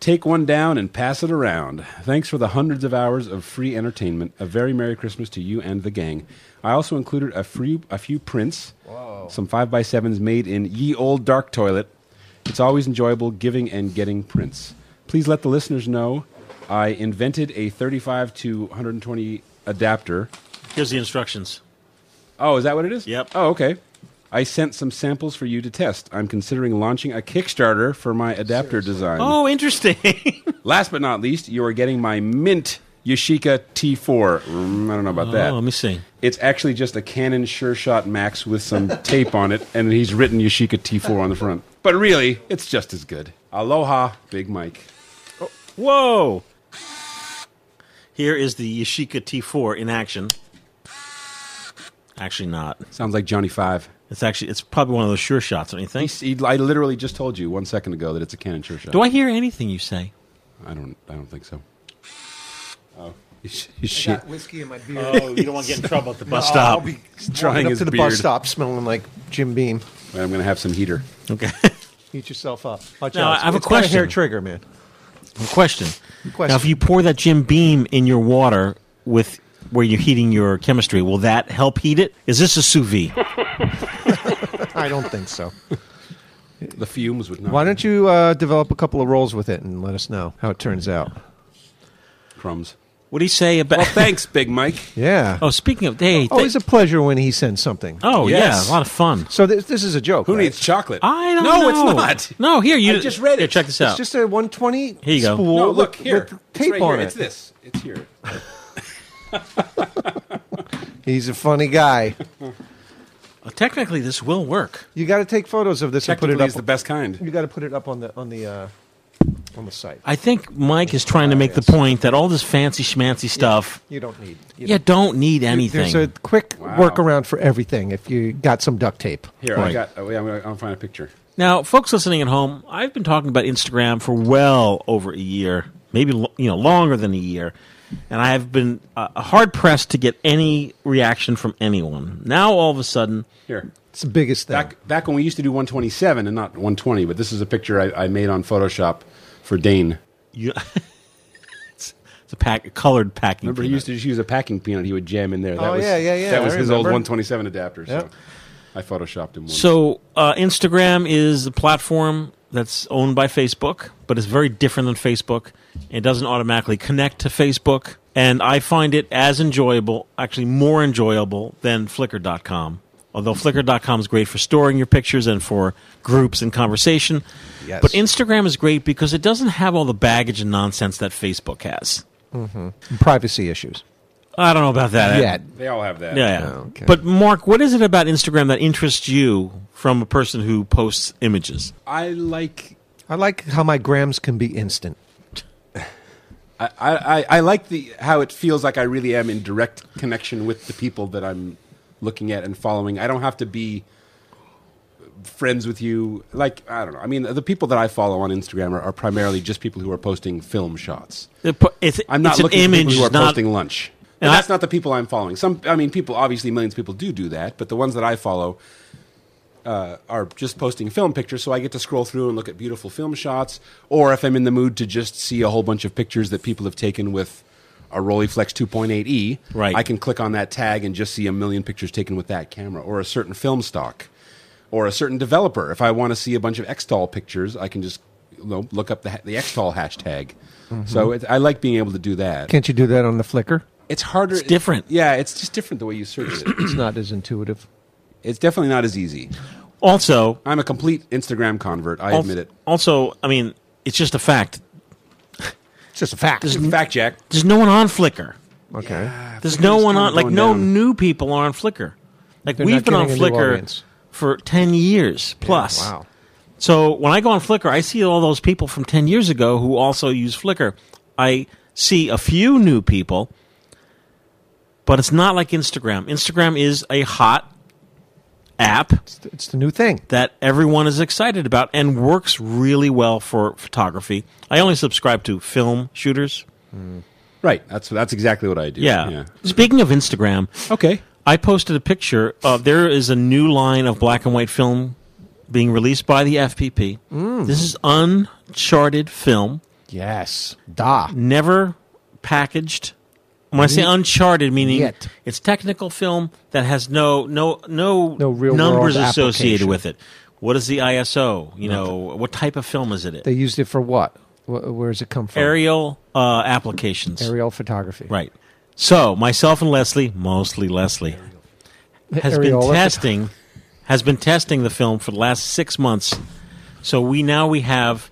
[SPEAKER 2] Take one down and pass it around. Thanks for the hundreds of hours of free entertainment. A very Merry Christmas to you and the gang. I also included a, free, a few prints, some 5x7s made in Ye Old Dark Toilet. It's always enjoyable giving and getting prints. Please let the listeners know I invented a 35 to 120 adapter.
[SPEAKER 3] Here's the instructions.
[SPEAKER 2] Oh, is that what it is?
[SPEAKER 3] Yep.
[SPEAKER 2] Oh, okay. I sent some samples for you to test. I'm considering launching a Kickstarter for my adapter design.
[SPEAKER 3] Oh, interesting.
[SPEAKER 2] Last but not least, you are getting my mint Yashica T4. Mm, I don't know about that.
[SPEAKER 3] Oh, let me see.
[SPEAKER 2] It's actually just a Canon Sure Shot Max with some tape on it, and he's written Yashica T4 on the front. But really, it's just as good. Aloha, Big Mike.
[SPEAKER 3] Whoa. Here is the Yashica T4 in action. Actually, not.
[SPEAKER 2] Sounds like Johnny Five.
[SPEAKER 3] It's actually it's probably one of those sure shots. Don't you think?
[SPEAKER 2] He's- he- I literally just told you one second ago that it's a Canon Sure Shot.
[SPEAKER 3] Do I hear anything you say?
[SPEAKER 2] I don't. I don't think so. Oh, he's,
[SPEAKER 5] whiskey in my beer.
[SPEAKER 3] you don't want to get in trouble at the bus stop.
[SPEAKER 2] trying
[SPEAKER 5] up
[SPEAKER 2] his
[SPEAKER 5] to the
[SPEAKER 2] beard.
[SPEAKER 5] bus stop, smelling like Jim Beam.
[SPEAKER 2] I'm going to have some heater.
[SPEAKER 3] Okay.
[SPEAKER 5] Heat yourself up. Watch
[SPEAKER 3] Now,
[SPEAKER 5] out.
[SPEAKER 3] I have a
[SPEAKER 5] It's got
[SPEAKER 3] question.
[SPEAKER 5] hair trigger, man.
[SPEAKER 3] Question.
[SPEAKER 5] Question.
[SPEAKER 3] Now, if you pour that Jim Beam in your water with where you're heating your chemistry, will that help heat it? Is this a sous vide?
[SPEAKER 5] I don't think so.
[SPEAKER 2] The fumes would not.
[SPEAKER 5] Why don't you uh, develop a couple of rolls with it and let us know how it turns out?
[SPEAKER 2] crumbs?
[SPEAKER 3] What do you say about?
[SPEAKER 2] Well, thanks, Big Mike.
[SPEAKER 5] Yeah.
[SPEAKER 3] oh, speaking of, hey, th-
[SPEAKER 5] Always a pleasure when he sends something.
[SPEAKER 3] oh
[SPEAKER 2] Yes.
[SPEAKER 3] yeah, a lot of fun.
[SPEAKER 5] So this, this is a joke.
[SPEAKER 2] Who
[SPEAKER 5] right?
[SPEAKER 2] needs chocolate?
[SPEAKER 3] I don't
[SPEAKER 2] no,
[SPEAKER 3] know.
[SPEAKER 2] it's not.
[SPEAKER 3] No, here you
[SPEAKER 2] I just read
[SPEAKER 3] Here,
[SPEAKER 2] it.
[SPEAKER 3] check this
[SPEAKER 5] It's
[SPEAKER 3] out.
[SPEAKER 5] just a 120
[SPEAKER 3] Here you go.
[SPEAKER 5] spool
[SPEAKER 2] No, look
[SPEAKER 5] with-
[SPEAKER 2] here.
[SPEAKER 5] with
[SPEAKER 2] It's
[SPEAKER 5] tape
[SPEAKER 2] right
[SPEAKER 5] on
[SPEAKER 2] here.
[SPEAKER 5] it.
[SPEAKER 2] It's this. It's here.
[SPEAKER 5] He's a funny guy.
[SPEAKER 3] Uh, Technically, this will work.
[SPEAKER 5] You got to take photos of this and put
[SPEAKER 2] Technically,
[SPEAKER 5] it up.
[SPEAKER 2] it's the best kind.
[SPEAKER 5] You got to put it up on the on the uh, on the site.
[SPEAKER 3] I think Mike is trying to make the point that all this fancy schmancy stuff,
[SPEAKER 5] You don't need. You
[SPEAKER 3] you don't need
[SPEAKER 5] don't-
[SPEAKER 3] anything.
[SPEAKER 5] There's a quick
[SPEAKER 2] Wow.
[SPEAKER 5] workaround for everything if you got some duct tape.
[SPEAKER 2] Here,
[SPEAKER 3] Right.
[SPEAKER 2] I got. Oh, yeah, I'm gonna, I'll find a picture.
[SPEAKER 3] Now, folks listening at home, I've been talking about Instagram for well over a year, maybe lo- you know longer than a year, and I have been uh, hard pressed to get any reaction from anyone. Now, all of a sudden,
[SPEAKER 2] Here.
[SPEAKER 5] It's the biggest thing.
[SPEAKER 2] Back, back when we used to do 127 and not 120, but this is a picture I, I made on Photoshop for Dane.
[SPEAKER 3] You, it's, it's a pack, a colored packing.
[SPEAKER 2] Remember, he
[SPEAKER 3] peanut.
[SPEAKER 2] used to just use a packing peanut he would jam in there. That
[SPEAKER 5] Oh,
[SPEAKER 2] was,
[SPEAKER 5] yeah, yeah, yeah,
[SPEAKER 2] That was
[SPEAKER 5] I
[SPEAKER 2] his old
[SPEAKER 5] remember.
[SPEAKER 2] 127 adapter. So
[SPEAKER 5] Yep.
[SPEAKER 2] I Photoshopped him one.
[SPEAKER 3] So uh, Instagram is a platform that's owned by Facebook, but it's very different than Facebook. It doesn't automatically connect to Facebook, and I find it as enjoyable, actually more enjoyable than Flickr.com. Although Flickr.com is great for storing your pictures and for groups and conversation,
[SPEAKER 5] Yes.
[SPEAKER 3] but Instagram is great because it doesn't have all the baggage and nonsense that Facebook has.
[SPEAKER 5] Privacy issues.
[SPEAKER 3] I don't know about that.
[SPEAKER 5] Yet.
[SPEAKER 2] they all have that.
[SPEAKER 3] Yeah. yeah.
[SPEAKER 5] Oh, Okay.
[SPEAKER 3] But Mark, what is it about Instagram that interests you from a person who posts images?
[SPEAKER 2] I like
[SPEAKER 5] I like how my grams can be instant.
[SPEAKER 2] I, I, I like the how it feels like I really am in direct connection with the people that I'm looking at and following. I don't have to be friends with you. Like I don't know. I mean, the people that I follow on Instagram are, are primarily just people who are posting film shots.
[SPEAKER 3] It pu- It's,
[SPEAKER 2] I'm not
[SPEAKER 3] it's
[SPEAKER 2] looking
[SPEAKER 3] an
[SPEAKER 2] for
[SPEAKER 3] image,
[SPEAKER 2] people who are
[SPEAKER 3] not,
[SPEAKER 2] posting lunch.
[SPEAKER 3] And
[SPEAKER 2] And
[SPEAKER 3] I-
[SPEAKER 2] that's not the people I'm following. Some, I mean, people obviously millions of people do do that, but the ones that I follow uh, are just posting film pictures. So I get to scroll through and look at beautiful film shots, or if I'm in the mood to just see a whole bunch of pictures that people have taken with a Rolleiflex 2.8e,
[SPEAKER 3] Right.
[SPEAKER 2] E, I can click on that tag and just see a million pictures taken with that camera, or a certain film stock, or a certain developer. If I want to see a bunch of Xtol pictures, I can just you know, look up the ha- the Xtol hashtag. So it, I like being able to do that.
[SPEAKER 5] Can't you do that on the Flickr?
[SPEAKER 2] It's harder. It's
[SPEAKER 3] different.
[SPEAKER 2] yeah, it's just different the way you search it.
[SPEAKER 5] It's not as intuitive.
[SPEAKER 2] it's definitely not as easy.
[SPEAKER 3] Also,
[SPEAKER 2] I'm a complete Instagram convert. I admit it.
[SPEAKER 3] Also, I mean, it's just a fact.
[SPEAKER 5] It's just a fact.
[SPEAKER 2] Just fact check.
[SPEAKER 3] There's no one on Flickr.
[SPEAKER 5] Okay.
[SPEAKER 3] There's no one
[SPEAKER 2] kinda
[SPEAKER 3] on. Like
[SPEAKER 2] going
[SPEAKER 3] no
[SPEAKER 2] down.
[SPEAKER 3] new people are on Flickr. Like
[SPEAKER 5] They're
[SPEAKER 3] we've
[SPEAKER 5] not
[SPEAKER 3] been on
[SPEAKER 5] getting a new
[SPEAKER 3] Flickr
[SPEAKER 5] audience.
[SPEAKER 3] for ten years plus.
[SPEAKER 5] wow.
[SPEAKER 3] So when I go on Flickr, I see all those people from 10 years ago who also use Flickr. I see a few new people, but it's not like Instagram. Instagram is a hot app
[SPEAKER 5] It's the, it's the new thing.
[SPEAKER 3] that everyone is excited about and works really well for photography. I only subscribe to film shooters.
[SPEAKER 2] Right. That's that's exactly what I do.
[SPEAKER 3] Yeah. Speaking of Instagram,
[SPEAKER 2] Okay.
[SPEAKER 3] I posted a picture of there is a new line of black and white film being released by the FPP.
[SPEAKER 5] Mm.
[SPEAKER 3] This is uncharted film.
[SPEAKER 5] Yes. Da.
[SPEAKER 3] never packaged. When I say uncharted, meaning
[SPEAKER 5] Mm-hmm. Yet.
[SPEAKER 3] it's technical film that has no no no,
[SPEAKER 5] No real
[SPEAKER 3] numbers
[SPEAKER 5] world application.
[SPEAKER 3] associated with it. What is the ISO? You know, what type of film is it?
[SPEAKER 5] They used it for what? Wh- Where does it come from?
[SPEAKER 3] Aerial uh, applications,
[SPEAKER 5] Oh. Aerial photography.
[SPEAKER 3] right? So myself and Leslie, mostly Leslie, has
[SPEAKER 5] Areola
[SPEAKER 3] been
[SPEAKER 5] photo-
[SPEAKER 3] testing has been testing the film for the last six months. So we now we have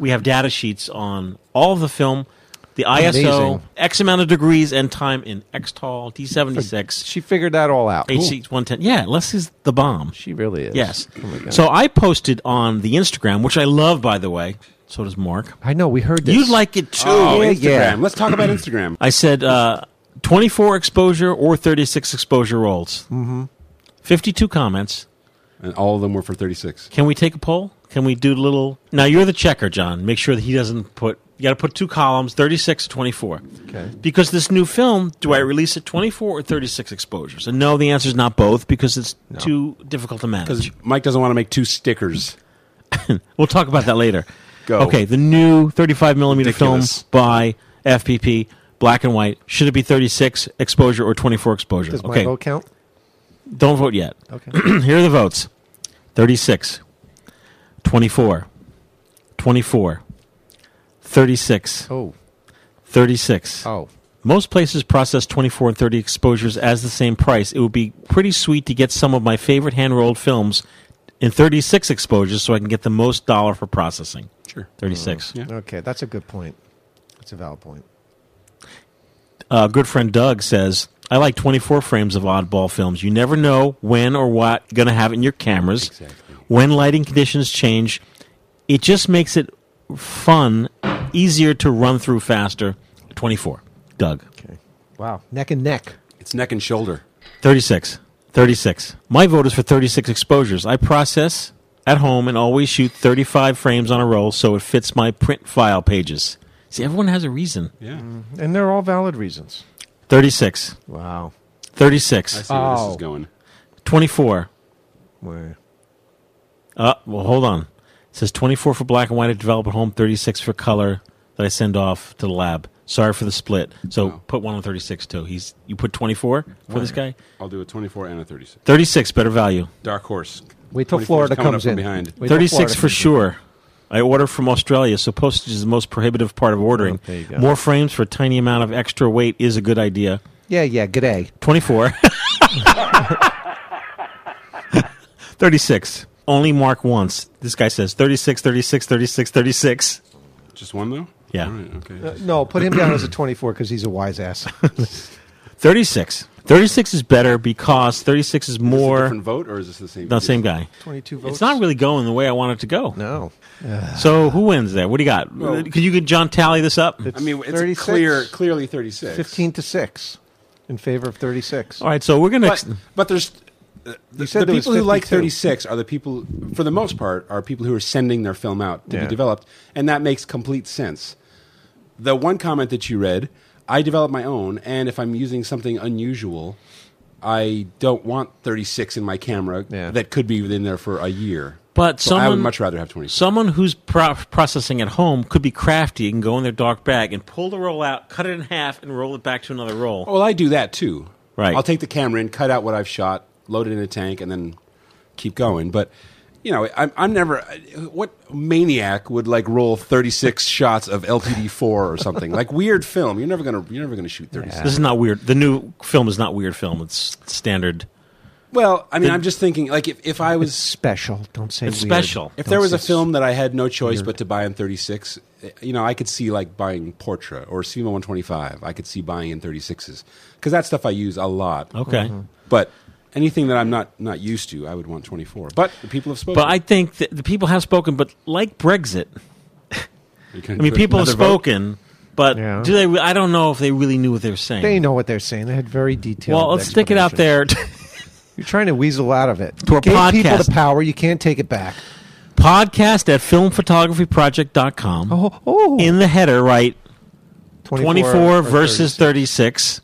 [SPEAKER 3] we have data sheets on all of the film, the ISO,
[SPEAKER 5] Amazing.
[SPEAKER 3] X amount of degrees and time in XTOL, D seventy six,
[SPEAKER 5] She figured that all out.
[SPEAKER 3] HC one ten. Yeah, Leslie's the bomb.
[SPEAKER 5] She really is.
[SPEAKER 3] Yes.
[SPEAKER 5] Oh my God.
[SPEAKER 3] so I posted on the Instagram, which I love by the way. So does Mark.
[SPEAKER 5] I know we heard this.
[SPEAKER 3] You'd like it too.
[SPEAKER 2] Oh,
[SPEAKER 5] Yeah,
[SPEAKER 2] Instagram.
[SPEAKER 5] yeah.
[SPEAKER 2] Let's talk about Instagram.
[SPEAKER 3] I said uh, 24 exposure or 36 exposure rolls. Mm-hmm. 52 comments.
[SPEAKER 2] And all of them were for 36.
[SPEAKER 3] Can we take a poll? Can we do a little? Now you're the checker, John. Make sure that he doesn't put. You got to put two columns, 36, 24. Okay. Because this new film, do I release at 24 or 36 exposures? And no, the answer is not both because it's too difficult to
[SPEAKER 2] Because
[SPEAKER 3] manage.
[SPEAKER 2] Mike doesn't want to make two stickers.
[SPEAKER 3] We'll talk about that later.
[SPEAKER 2] Go.
[SPEAKER 3] Okay, the new 35 millimeter film
[SPEAKER 2] Ridiculous.
[SPEAKER 3] by FPP, black and white. Should it be 36 exposure or 24 exposure?
[SPEAKER 5] Does my
[SPEAKER 3] okay,
[SPEAKER 5] vote count?
[SPEAKER 3] don't vote yet.
[SPEAKER 5] Okay.
[SPEAKER 3] Here are the votes 36, 24, 24, 36,
[SPEAKER 5] oh.
[SPEAKER 3] 36.
[SPEAKER 5] Oh.
[SPEAKER 3] Most places process 24 and 30 exposures as the same price. It would be pretty sweet to get some of my favorite hand rolled films in 36 exposures so I can get the most dollar for processing.
[SPEAKER 2] Sure.
[SPEAKER 3] 36.
[SPEAKER 2] Yeah.
[SPEAKER 5] Okay, that's a good point. That's a valid point.
[SPEAKER 3] uh, good friend Doug says, I like 24 frames of oddball films. You never know when or what you're going to have in your cameras, when lighting conditions change. It just makes it fun, easier to run through faster. 24. Doug.
[SPEAKER 5] Okay. Wow. Neck and neck.
[SPEAKER 2] It's neck and shoulder.
[SPEAKER 3] 36. 36. My vote is for 36 exposures. I process at home and always shoot 35 frames on a roll so it fits my print file pages. See, everyone has a reason.
[SPEAKER 2] Yeah.
[SPEAKER 5] And they're all valid reasons.
[SPEAKER 3] 36.
[SPEAKER 5] Wow.
[SPEAKER 3] 36.
[SPEAKER 2] I see where this
[SPEAKER 5] Oh.
[SPEAKER 2] is going.
[SPEAKER 3] 24,
[SPEAKER 5] Where?
[SPEAKER 3] Uh, well, hold on. It says 24 for black and white I develop at home, 36 for color that I send off to the lab. Sorry for the split. So put one on 36 too. He's you put 24 for this guy.
[SPEAKER 2] I'll do a 24 and a 36.
[SPEAKER 3] 36 better value.
[SPEAKER 2] Dark horse.
[SPEAKER 5] Wait till
[SPEAKER 2] 24's
[SPEAKER 5] Florida
[SPEAKER 2] coming
[SPEAKER 5] comes
[SPEAKER 2] up
[SPEAKER 5] in.
[SPEAKER 2] from behind.
[SPEAKER 5] Wait till
[SPEAKER 3] 36
[SPEAKER 5] Florida
[SPEAKER 3] for
[SPEAKER 5] comes in.
[SPEAKER 3] sure. I order from Australia, so postage is the most prohibitive part of ordering.
[SPEAKER 5] Oh, there you go.
[SPEAKER 3] More frames for a tiny amount of extra weight is a good idea.
[SPEAKER 5] Yeah, yeah. G'day.
[SPEAKER 3] 24. 36. Only mark once. This guy says 36, 36, 36, 36.
[SPEAKER 2] Just one though.
[SPEAKER 3] Yeah.
[SPEAKER 2] All right, okay.
[SPEAKER 5] Uh, no, put him down as a 24 because he's a wise ass.
[SPEAKER 3] 36. 36 is better because 36 is
[SPEAKER 2] Is this a
[SPEAKER 3] more.
[SPEAKER 2] different vote or is this the same?
[SPEAKER 3] No, same guy.
[SPEAKER 5] 22 votes.
[SPEAKER 3] It's not really going the way I want it to go.
[SPEAKER 5] No.
[SPEAKER 3] So who wins there? What do you got?
[SPEAKER 2] Well-
[SPEAKER 3] Could you get John tally this up?
[SPEAKER 2] I mean, it's
[SPEAKER 5] 36?
[SPEAKER 2] clear, clearly 36.
[SPEAKER 5] 15 to 6 in favor of 36.
[SPEAKER 3] All right, so we're gonna.
[SPEAKER 2] But, but there's uh, the,
[SPEAKER 5] said
[SPEAKER 2] the
[SPEAKER 5] there was
[SPEAKER 2] people who like
[SPEAKER 5] 52.
[SPEAKER 2] 36 are the people, for the most part, are people who are sending their film out to
[SPEAKER 5] Yeah.
[SPEAKER 2] be developed, and that makes complete sense. The one comment that you read, I develop my own, and if I'm using something unusual, I don't want 36 in my camera
[SPEAKER 5] Yeah.
[SPEAKER 2] that could be in there for a year.
[SPEAKER 3] But
[SPEAKER 2] so I would
[SPEAKER 3] someone-
[SPEAKER 2] much rather have 26.
[SPEAKER 3] Someone who's pro- processing at home could be crafty and go in their dark bag and pull the roll out, cut it in half, and roll it back to another roll.
[SPEAKER 2] Well, I do that too.
[SPEAKER 3] Right.
[SPEAKER 2] I'll take the camera and cut out what I've shot, load it in a tank, and then keep going. But you know, I'm, I'm never. What maniac would like roll 36 shots of LTD four or something like weird film? You're never gonna. You're never gonna shoot 36.
[SPEAKER 3] This is not weird. The new film is not weird film. It's standard.
[SPEAKER 2] Well, I mean, I'm just thinking like if, if I
[SPEAKER 5] It's
[SPEAKER 2] was
[SPEAKER 5] special. Don't say
[SPEAKER 3] It's
[SPEAKER 5] weird.
[SPEAKER 3] special.
[SPEAKER 2] if
[SPEAKER 5] Don't
[SPEAKER 2] there was a
[SPEAKER 5] say-
[SPEAKER 2] film that I had no choice but to buy in 36, eh, you know, I could see like buying Portra or SEMA 125. I could see buying in 36s because that stuff I use a lot.
[SPEAKER 3] Okay.
[SPEAKER 2] But anything that I'm not not used to, I would want 24. But the people have spoken.
[SPEAKER 3] But I think that the people have spoken, but like Brexit,
[SPEAKER 2] You can
[SPEAKER 3] I mean,
[SPEAKER 2] put
[SPEAKER 3] people have
[SPEAKER 2] another vote.
[SPEAKER 3] spoken, but
[SPEAKER 5] Yeah.
[SPEAKER 3] do they? re- I don't know if they really knew what they were saying.
[SPEAKER 5] They know what they're saying. They had very detailed.
[SPEAKER 3] well, let's stick it out
[SPEAKER 5] explanations.
[SPEAKER 3] there.
[SPEAKER 5] You're trying to weasel out of it.
[SPEAKER 3] To a
[SPEAKER 5] Give people
[SPEAKER 3] podcast.
[SPEAKER 5] the power. You can't take it back.
[SPEAKER 3] Podcast at filmphotographyproject.com.
[SPEAKER 5] Oh, oh.
[SPEAKER 3] In the header, write 24,
[SPEAKER 5] or
[SPEAKER 3] versus
[SPEAKER 5] 30.
[SPEAKER 3] 36.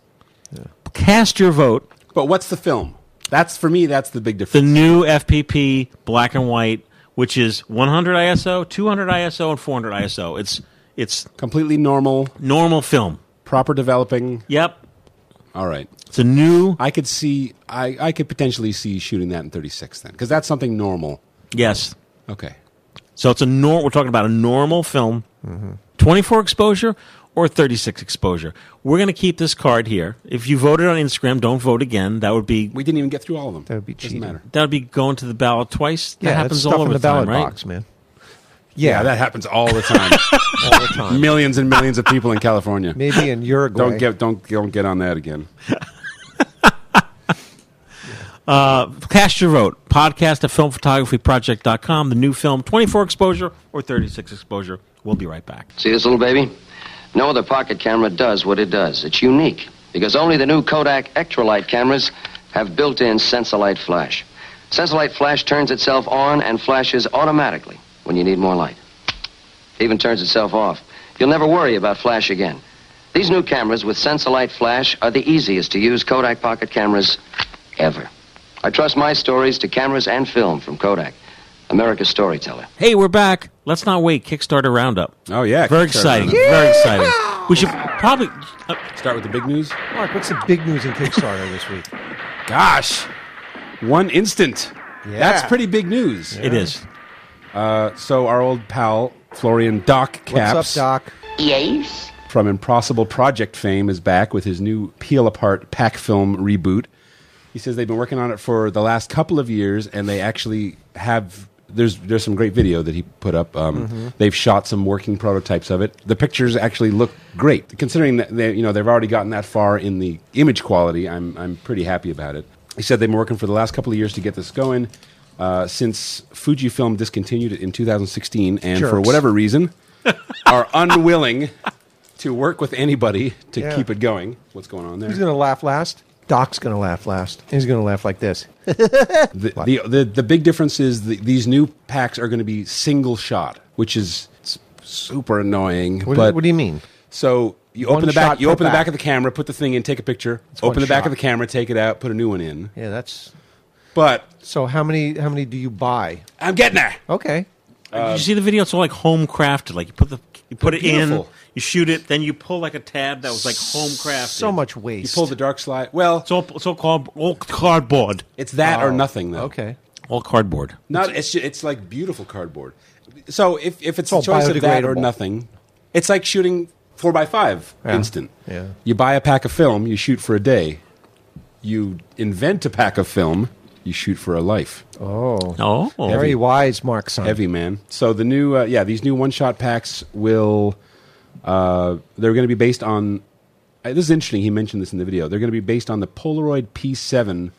[SPEAKER 3] Cast your vote.
[SPEAKER 2] But what's the film? That's for me. That's the big
[SPEAKER 3] The
[SPEAKER 2] difference.
[SPEAKER 3] new FPP black and white, which is 100 ISO, 200 ISO, and 400 ISO. It's it's
[SPEAKER 2] Completely normal,
[SPEAKER 3] normal film.
[SPEAKER 2] proper developing.
[SPEAKER 3] Yep,
[SPEAKER 2] All right.
[SPEAKER 3] it's a new
[SPEAKER 2] I could see. I I could potentially see shooting that in 36 then, because that's something normal.
[SPEAKER 3] yes.
[SPEAKER 2] Okay.
[SPEAKER 3] So it's a nor- We're talking about a normal film,
[SPEAKER 5] Mm-hmm.
[SPEAKER 3] 24 exposure or 36 exposure. We're going to keep this card here. If you voted on Instagram, don't vote again. That would be
[SPEAKER 2] We didn't even get through all of them.
[SPEAKER 5] That would be
[SPEAKER 2] Doesn't
[SPEAKER 5] cheating.
[SPEAKER 2] matter.
[SPEAKER 3] that would be going to the ballot twice. That
[SPEAKER 5] Yeah,
[SPEAKER 3] happens
[SPEAKER 5] that's
[SPEAKER 3] all
[SPEAKER 5] stuff
[SPEAKER 3] over
[SPEAKER 5] in the
[SPEAKER 3] time,
[SPEAKER 5] ballot
[SPEAKER 3] right?
[SPEAKER 5] box, man.
[SPEAKER 2] Yeah,
[SPEAKER 5] Yeah,
[SPEAKER 2] that happens all the time.
[SPEAKER 5] all the time.
[SPEAKER 2] millions and millions of people in California.
[SPEAKER 5] Maybe in Uruguay.
[SPEAKER 2] Don't get don't don't get on that again.
[SPEAKER 3] Cast your vote. Podcast at filmphotographyproject.com. The new film, 24 exposure or 36 exposure. We'll be right back.
[SPEAKER 11] See this little baby? No other pocket camera does what it does. It's unique because only the new Kodak Ectrolite cameras have built-in Sensolite flash. Sensolite flash turns itself on and flashes automatically when you need more light. It even turns itself off. You'll never worry about flash again. These new cameras with Sensolite flash are the easiest to use Kodak pocket cameras ever. I trust my stories to cameras and film from Kodak, America's storyteller.
[SPEAKER 3] Hey, we're back. Let's not wait. Kickstarter Roundup.
[SPEAKER 2] Oh yeah,
[SPEAKER 3] Very
[SPEAKER 2] Kickstarter.
[SPEAKER 3] exciting. Very exciting. We should probably. Uh,
[SPEAKER 2] Start with the big news.
[SPEAKER 5] Mark, what's the big news in Kickstarter this week?
[SPEAKER 2] Gosh, one instant.
[SPEAKER 5] Yeah.
[SPEAKER 2] That's pretty big news.
[SPEAKER 3] It is.
[SPEAKER 2] So our old pal Florian Doc Caps
[SPEAKER 5] What's up, Doc?
[SPEAKER 9] Yes.
[SPEAKER 2] from Impossible Project fame is back with his new Peel Apart Pack Film reboot. He says they've been working on it for the last couple of years, and they actually have. There's there's some great video that he put up. Um, They've shot some working prototypes of it. The pictures actually look great, considering that they you know they've already gotten that far in the image quality. I'm I'm pretty happy about it. He said they've been working for the last couple of years to get this going. Uh, since Fujifilm discontinued it in 2016, and for
[SPEAKER 5] Jerks.
[SPEAKER 2] whatever reason, are unwilling to work with anybody to
[SPEAKER 5] Yeah.
[SPEAKER 2] keep it going. What's going on there?
[SPEAKER 5] Who's going to laugh last? Doc's going to laugh last. He's going to laugh like this.
[SPEAKER 2] the, the, the, the big difference is the, these new packs are going to be single shot, which is s- super annoying.
[SPEAKER 5] What,
[SPEAKER 2] but
[SPEAKER 5] do, what do you mean?
[SPEAKER 2] So you
[SPEAKER 5] One
[SPEAKER 2] open the back,
[SPEAKER 5] shot
[SPEAKER 2] you
[SPEAKER 5] per
[SPEAKER 2] open the back
[SPEAKER 5] pack.
[SPEAKER 2] of the camera, put the thing in, take a picture.
[SPEAKER 5] one
[SPEAKER 2] open the back
[SPEAKER 5] shot.
[SPEAKER 2] of the camera, take it out, put a new one in.
[SPEAKER 5] Yeah, that's
[SPEAKER 2] But
[SPEAKER 5] so how many how many do you buy?
[SPEAKER 2] I'm getting there.
[SPEAKER 5] Okay.
[SPEAKER 3] Did you see the video? It's all like home crafted. Like you put the you put
[SPEAKER 5] They're
[SPEAKER 3] it in,
[SPEAKER 5] beautiful.
[SPEAKER 3] you shoot it, then you pull like a tab that was like home crafted.
[SPEAKER 5] So much waste.
[SPEAKER 2] You pull the dark slide. Well,
[SPEAKER 3] it's all, it's all, card, all cardboard.
[SPEAKER 2] It's that or
[SPEAKER 3] Oh,
[SPEAKER 2] nothing, though.
[SPEAKER 5] Okay.
[SPEAKER 3] All cardboard.
[SPEAKER 2] Not it's ju- it's like beautiful cardboard. So if if it's,
[SPEAKER 5] all
[SPEAKER 2] a choice of that or
[SPEAKER 5] biodegradable.
[SPEAKER 2] nothing, it's like shooting four by five
[SPEAKER 5] Yeah.
[SPEAKER 2] instant.
[SPEAKER 5] Yeah.
[SPEAKER 2] You buy a pack of film, you shoot for a day. You invent a pack of film, you shoot for a life.
[SPEAKER 5] Oh.
[SPEAKER 3] Oh.
[SPEAKER 5] Very wise, Mark Son.
[SPEAKER 2] Heavy man. So the new uh, yeah, these new one shot packs will uh, they're going to be based on. Uh, this is interesting. He mentioned this in the video. They're going to be based on the Polaroid P7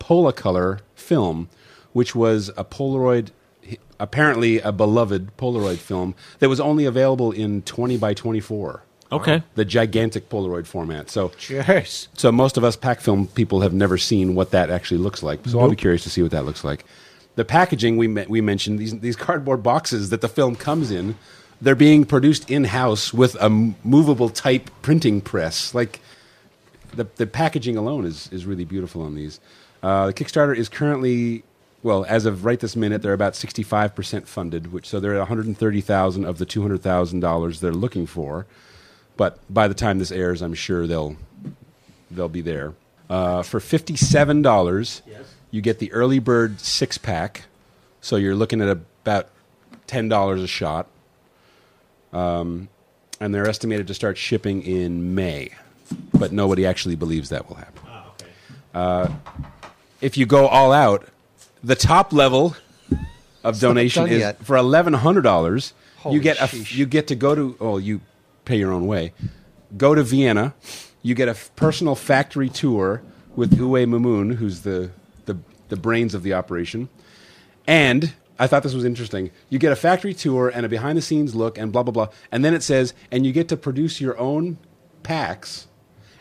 [SPEAKER 2] Polacolor film, which was a Polaroid, apparently a beloved Polaroid film that was only available in 20 by 24.
[SPEAKER 3] Okay.
[SPEAKER 2] The gigantic Polaroid format. So,
[SPEAKER 5] Cheers.
[SPEAKER 2] so most of us pack film people have never seen what that actually looks like. So I'll be
[SPEAKER 5] Nope.
[SPEAKER 2] curious to see what that looks like. The packaging we me- we mentioned these these cardboard boxes that the film comes in, they're being produced in house with a m- movable type printing press. Like the the packaging alone is is really beautiful on these. Uh, the Kickstarter is currently well, as of right this minute, they're about sixty five percent funded, which so they're at one hundred thirty thousand of the two hundred thousand dollars they're looking for. But by the time this airs, I'm sure they'll they'll be there. Uh, for fifty-seven dollars, you get the early bird six-pack, so you're looking at about ten dollars a shot. Um, and they're estimated to start shipping in May, but nobody actually believes that will happen. Uh, if you go all out, the top level of
[SPEAKER 5] not
[SPEAKER 2] donation
[SPEAKER 5] done
[SPEAKER 2] is
[SPEAKER 5] yet.
[SPEAKER 2] for eleven hundred dollars. You
[SPEAKER 5] Holy
[SPEAKER 2] get a f-
[SPEAKER 5] sheesh.
[SPEAKER 2] you get to go to oh you pay your own way, go to Vienna, you get a f- personal factory tour with Uwe Mamoun, who's the, the the brains of the operation, and I thought this was interesting. You get a factory tour and a behind the scenes look and blah blah blah, and then it says and you get to produce your own packs.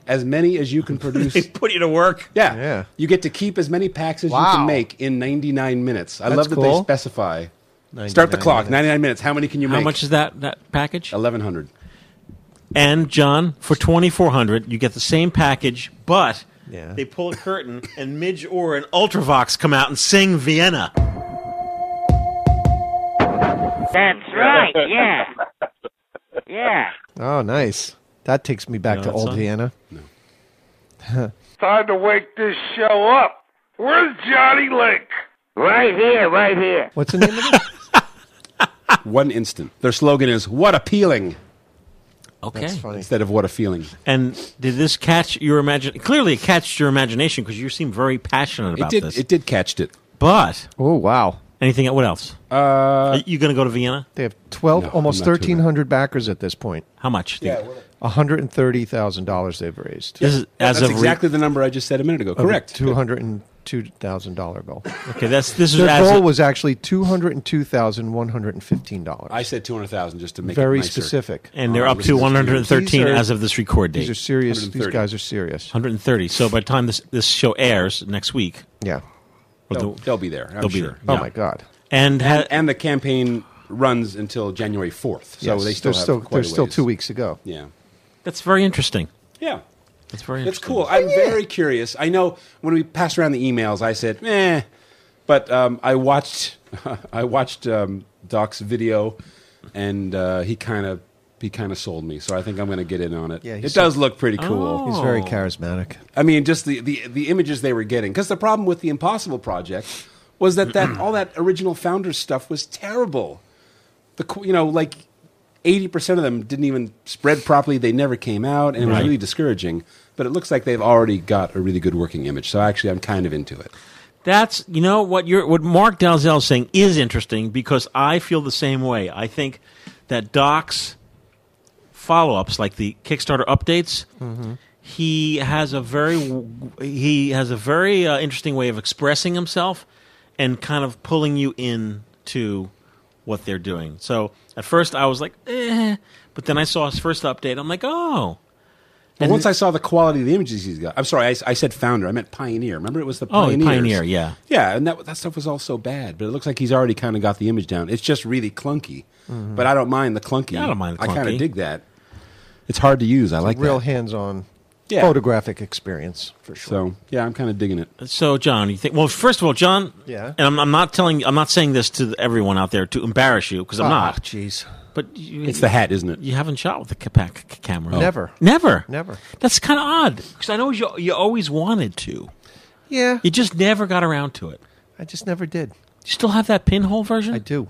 [SPEAKER 2] As many as you can produce.
[SPEAKER 3] They put you to work.
[SPEAKER 2] Yeah. You get to keep as many packs as you
[SPEAKER 3] Wow.
[SPEAKER 2] can make in 99 minutes. I
[SPEAKER 3] That's
[SPEAKER 2] love that they
[SPEAKER 3] cool.
[SPEAKER 2] specify. Start the
[SPEAKER 3] 99
[SPEAKER 2] clock,
[SPEAKER 3] minutes.
[SPEAKER 2] 99 minutes. How many can you
[SPEAKER 3] How
[SPEAKER 2] make?
[SPEAKER 3] much is that that package?
[SPEAKER 5] Oh.
[SPEAKER 2] 1100.
[SPEAKER 3] And John, for 2400, you get the same package, but
[SPEAKER 5] Yeah.
[SPEAKER 3] they pull a curtain and Midge Orr and Ultravox come out and sing Vienna.
[SPEAKER 12] That's right. Yeah. Yeah.
[SPEAKER 5] Oh, nice. That takes me back
[SPEAKER 12] No,
[SPEAKER 5] to
[SPEAKER 12] that's
[SPEAKER 5] old
[SPEAKER 12] not-
[SPEAKER 5] Vienna.
[SPEAKER 12] Time to wake this show up. Where's Johnny Link? Right here, right here.
[SPEAKER 5] What's the name of it?
[SPEAKER 2] One instant. Their slogan is "What appealing."
[SPEAKER 3] Okay. That's funny.
[SPEAKER 2] Instead of "What a feeling."
[SPEAKER 3] And did this catch your imagine? Clearly, it catched your imagination because you seem very passionate
[SPEAKER 2] It
[SPEAKER 3] about
[SPEAKER 2] did-
[SPEAKER 3] this.
[SPEAKER 2] It did catched it.
[SPEAKER 3] But
[SPEAKER 5] oh wow!
[SPEAKER 3] Anything? What else?
[SPEAKER 2] Uh,
[SPEAKER 3] you going to go to Vienna?
[SPEAKER 5] They have twelve,
[SPEAKER 3] No,
[SPEAKER 5] almost
[SPEAKER 3] I'm not doing
[SPEAKER 5] thirteen hundred backers at this point.
[SPEAKER 3] How much? do you- Yeah,
[SPEAKER 5] one hundred and thirty thousand dollars they've raised.
[SPEAKER 3] This is
[SPEAKER 2] Yeah,
[SPEAKER 3] as of
[SPEAKER 2] that's
[SPEAKER 3] re-
[SPEAKER 2] exactly the number I just said a minute ago. Correct.
[SPEAKER 5] Two hundred and two thousand dollar goal.
[SPEAKER 3] Okay, that's this is
[SPEAKER 5] Their
[SPEAKER 3] as
[SPEAKER 5] goal
[SPEAKER 3] of-
[SPEAKER 5] was actually two hundred and two thousand one hundred and fifteen dollars.
[SPEAKER 2] I said 200,000 just to make
[SPEAKER 5] Very
[SPEAKER 2] it nicer.
[SPEAKER 5] specific.
[SPEAKER 3] and
[SPEAKER 2] Oh,
[SPEAKER 3] they're up to
[SPEAKER 5] These are-
[SPEAKER 3] 113
[SPEAKER 5] these are-
[SPEAKER 3] as of this record date.
[SPEAKER 5] These are serious. These
[SPEAKER 2] 130.
[SPEAKER 5] guys are serious.
[SPEAKER 3] 130. So by the time this this show airs next week,
[SPEAKER 5] yeah,
[SPEAKER 2] They'll, they'll be there. I'm
[SPEAKER 3] they'll be
[SPEAKER 2] sure.
[SPEAKER 3] there.
[SPEAKER 5] Oh
[SPEAKER 3] yeah.
[SPEAKER 5] my god.
[SPEAKER 3] And, ha-
[SPEAKER 2] and the campaign runs until January 4th. So
[SPEAKER 5] Yes,
[SPEAKER 2] they still
[SPEAKER 5] there's
[SPEAKER 2] have
[SPEAKER 5] still,
[SPEAKER 2] quite a
[SPEAKER 5] there's still
[SPEAKER 2] ways.
[SPEAKER 5] two weeks to go.
[SPEAKER 2] Yeah.
[SPEAKER 3] that's very interesting.
[SPEAKER 2] Yeah.
[SPEAKER 3] That's very
[SPEAKER 2] It's
[SPEAKER 3] interesting.
[SPEAKER 2] cool. I'm very curious. I know when we passed around the emails, I said, "Eh," but um, I watched I watched um, Doc's video, and uh, he kind of he kind of sold me. So I think I'm going to get in on it.
[SPEAKER 5] Yeah, Oh.
[SPEAKER 2] it
[SPEAKER 5] he's-
[SPEAKER 2] does look pretty cool.
[SPEAKER 5] He's very charismatic.
[SPEAKER 2] I mean, just the, the, the images they were getting. Because the problem with the Impossible Project was that, that all that original Founders stuff was terrible. The qu- you know like eighty percent of them didn't even spread properly. They never came out, and it was
[SPEAKER 3] Right.
[SPEAKER 2] really discouraging. But it looks like they've already got a really good working image. So actually, I'm kind of into it.
[SPEAKER 3] That's you know what you're what Mark Dalzell is saying is interesting because I feel the same way. I think that Doc's follow-ups like the Kickstarter updates, he has a very he has a very uh, interesting way of expressing himself and kind of pulling you in to what they're doing. So at first I was like, eh, but then I saw his first update. I'm like, oh,
[SPEAKER 2] But
[SPEAKER 3] And-
[SPEAKER 2] once I saw the quality of the images he's got, I'm sorry, I, s- I said founder, I meant pioneer. Remember, it was the
[SPEAKER 3] Oh, the
[SPEAKER 2] pioneers.
[SPEAKER 3] Pioneer, yeah.
[SPEAKER 2] yeah, and that that stuff was all so bad. But it looks like he's already kind of got the image down. It's just really clunky,
[SPEAKER 5] Mhm.
[SPEAKER 2] but I don't mind the clunky.
[SPEAKER 3] Yeah, I don't mind the
[SPEAKER 2] I kind
[SPEAKER 3] clunky.
[SPEAKER 2] of dig that. It's hard to use. I like
[SPEAKER 5] real
[SPEAKER 2] that.
[SPEAKER 5] hands-on.
[SPEAKER 2] Yeah.
[SPEAKER 5] photographic experience for
[SPEAKER 2] sure. So yeah, I'm kind of digging it.
[SPEAKER 3] So, John, you think? Well, first of all, John.
[SPEAKER 5] Yeah.
[SPEAKER 3] And I'm, I'm not telling. I'm not saying this to everyone out there to embarrass you because I'm
[SPEAKER 5] Ah,
[SPEAKER 3] not.
[SPEAKER 5] Jeez.
[SPEAKER 3] But you,
[SPEAKER 2] It's the hat, isn't it?
[SPEAKER 3] You haven't shot with the Capac c- camera.
[SPEAKER 5] Oh. Never.
[SPEAKER 3] Never.
[SPEAKER 5] Never.
[SPEAKER 3] That's kind of odd because I know you you always wanted to.
[SPEAKER 5] Yeah.
[SPEAKER 3] You just never got around to it.
[SPEAKER 5] I just never did.
[SPEAKER 3] You still have that pinhole version?
[SPEAKER 5] I do.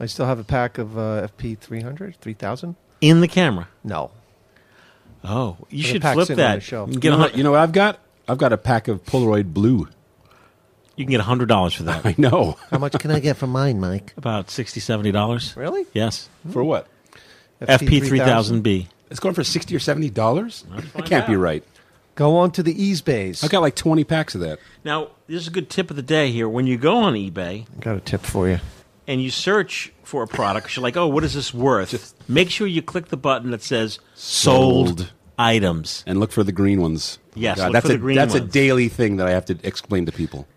[SPEAKER 5] I still have a pack of uh, FP 300, 3000.
[SPEAKER 3] In the camera.
[SPEAKER 5] No.
[SPEAKER 3] Oh, you
[SPEAKER 5] The
[SPEAKER 3] should
[SPEAKER 5] pack's
[SPEAKER 3] flip
[SPEAKER 5] sitting on
[SPEAKER 3] that.
[SPEAKER 5] the shelf.
[SPEAKER 3] You
[SPEAKER 2] You
[SPEAKER 3] can
[SPEAKER 2] know,
[SPEAKER 3] get
[SPEAKER 2] what, you know what I've got? I've got a pack of Polaroid blue.
[SPEAKER 3] You can get hundred dollars for that.
[SPEAKER 2] I know.
[SPEAKER 5] How much can I get for mine, Mike?
[SPEAKER 3] About sixty, seventy dollars.
[SPEAKER 5] Really?
[SPEAKER 3] Yes.
[SPEAKER 2] For what?
[SPEAKER 3] FP three thousand B.
[SPEAKER 2] It's going for sixty or seventy dollars. That can't be right.
[SPEAKER 5] Go on to the Ease Bays.
[SPEAKER 2] I've got like twenty packs of that.
[SPEAKER 3] Now, this is a good tip of the day here. When you go on eBay
[SPEAKER 5] Got a tip for you.
[SPEAKER 3] and you search for a product, 'cause you're like, "Oh, what is this worth?" Make sure you click the button that says "Sold." items
[SPEAKER 2] and look for the green ones.
[SPEAKER 3] Yes, look
[SPEAKER 2] that's
[SPEAKER 3] for
[SPEAKER 2] a
[SPEAKER 3] the green
[SPEAKER 2] that's a
[SPEAKER 3] ones.
[SPEAKER 2] daily thing that I have to explain to people.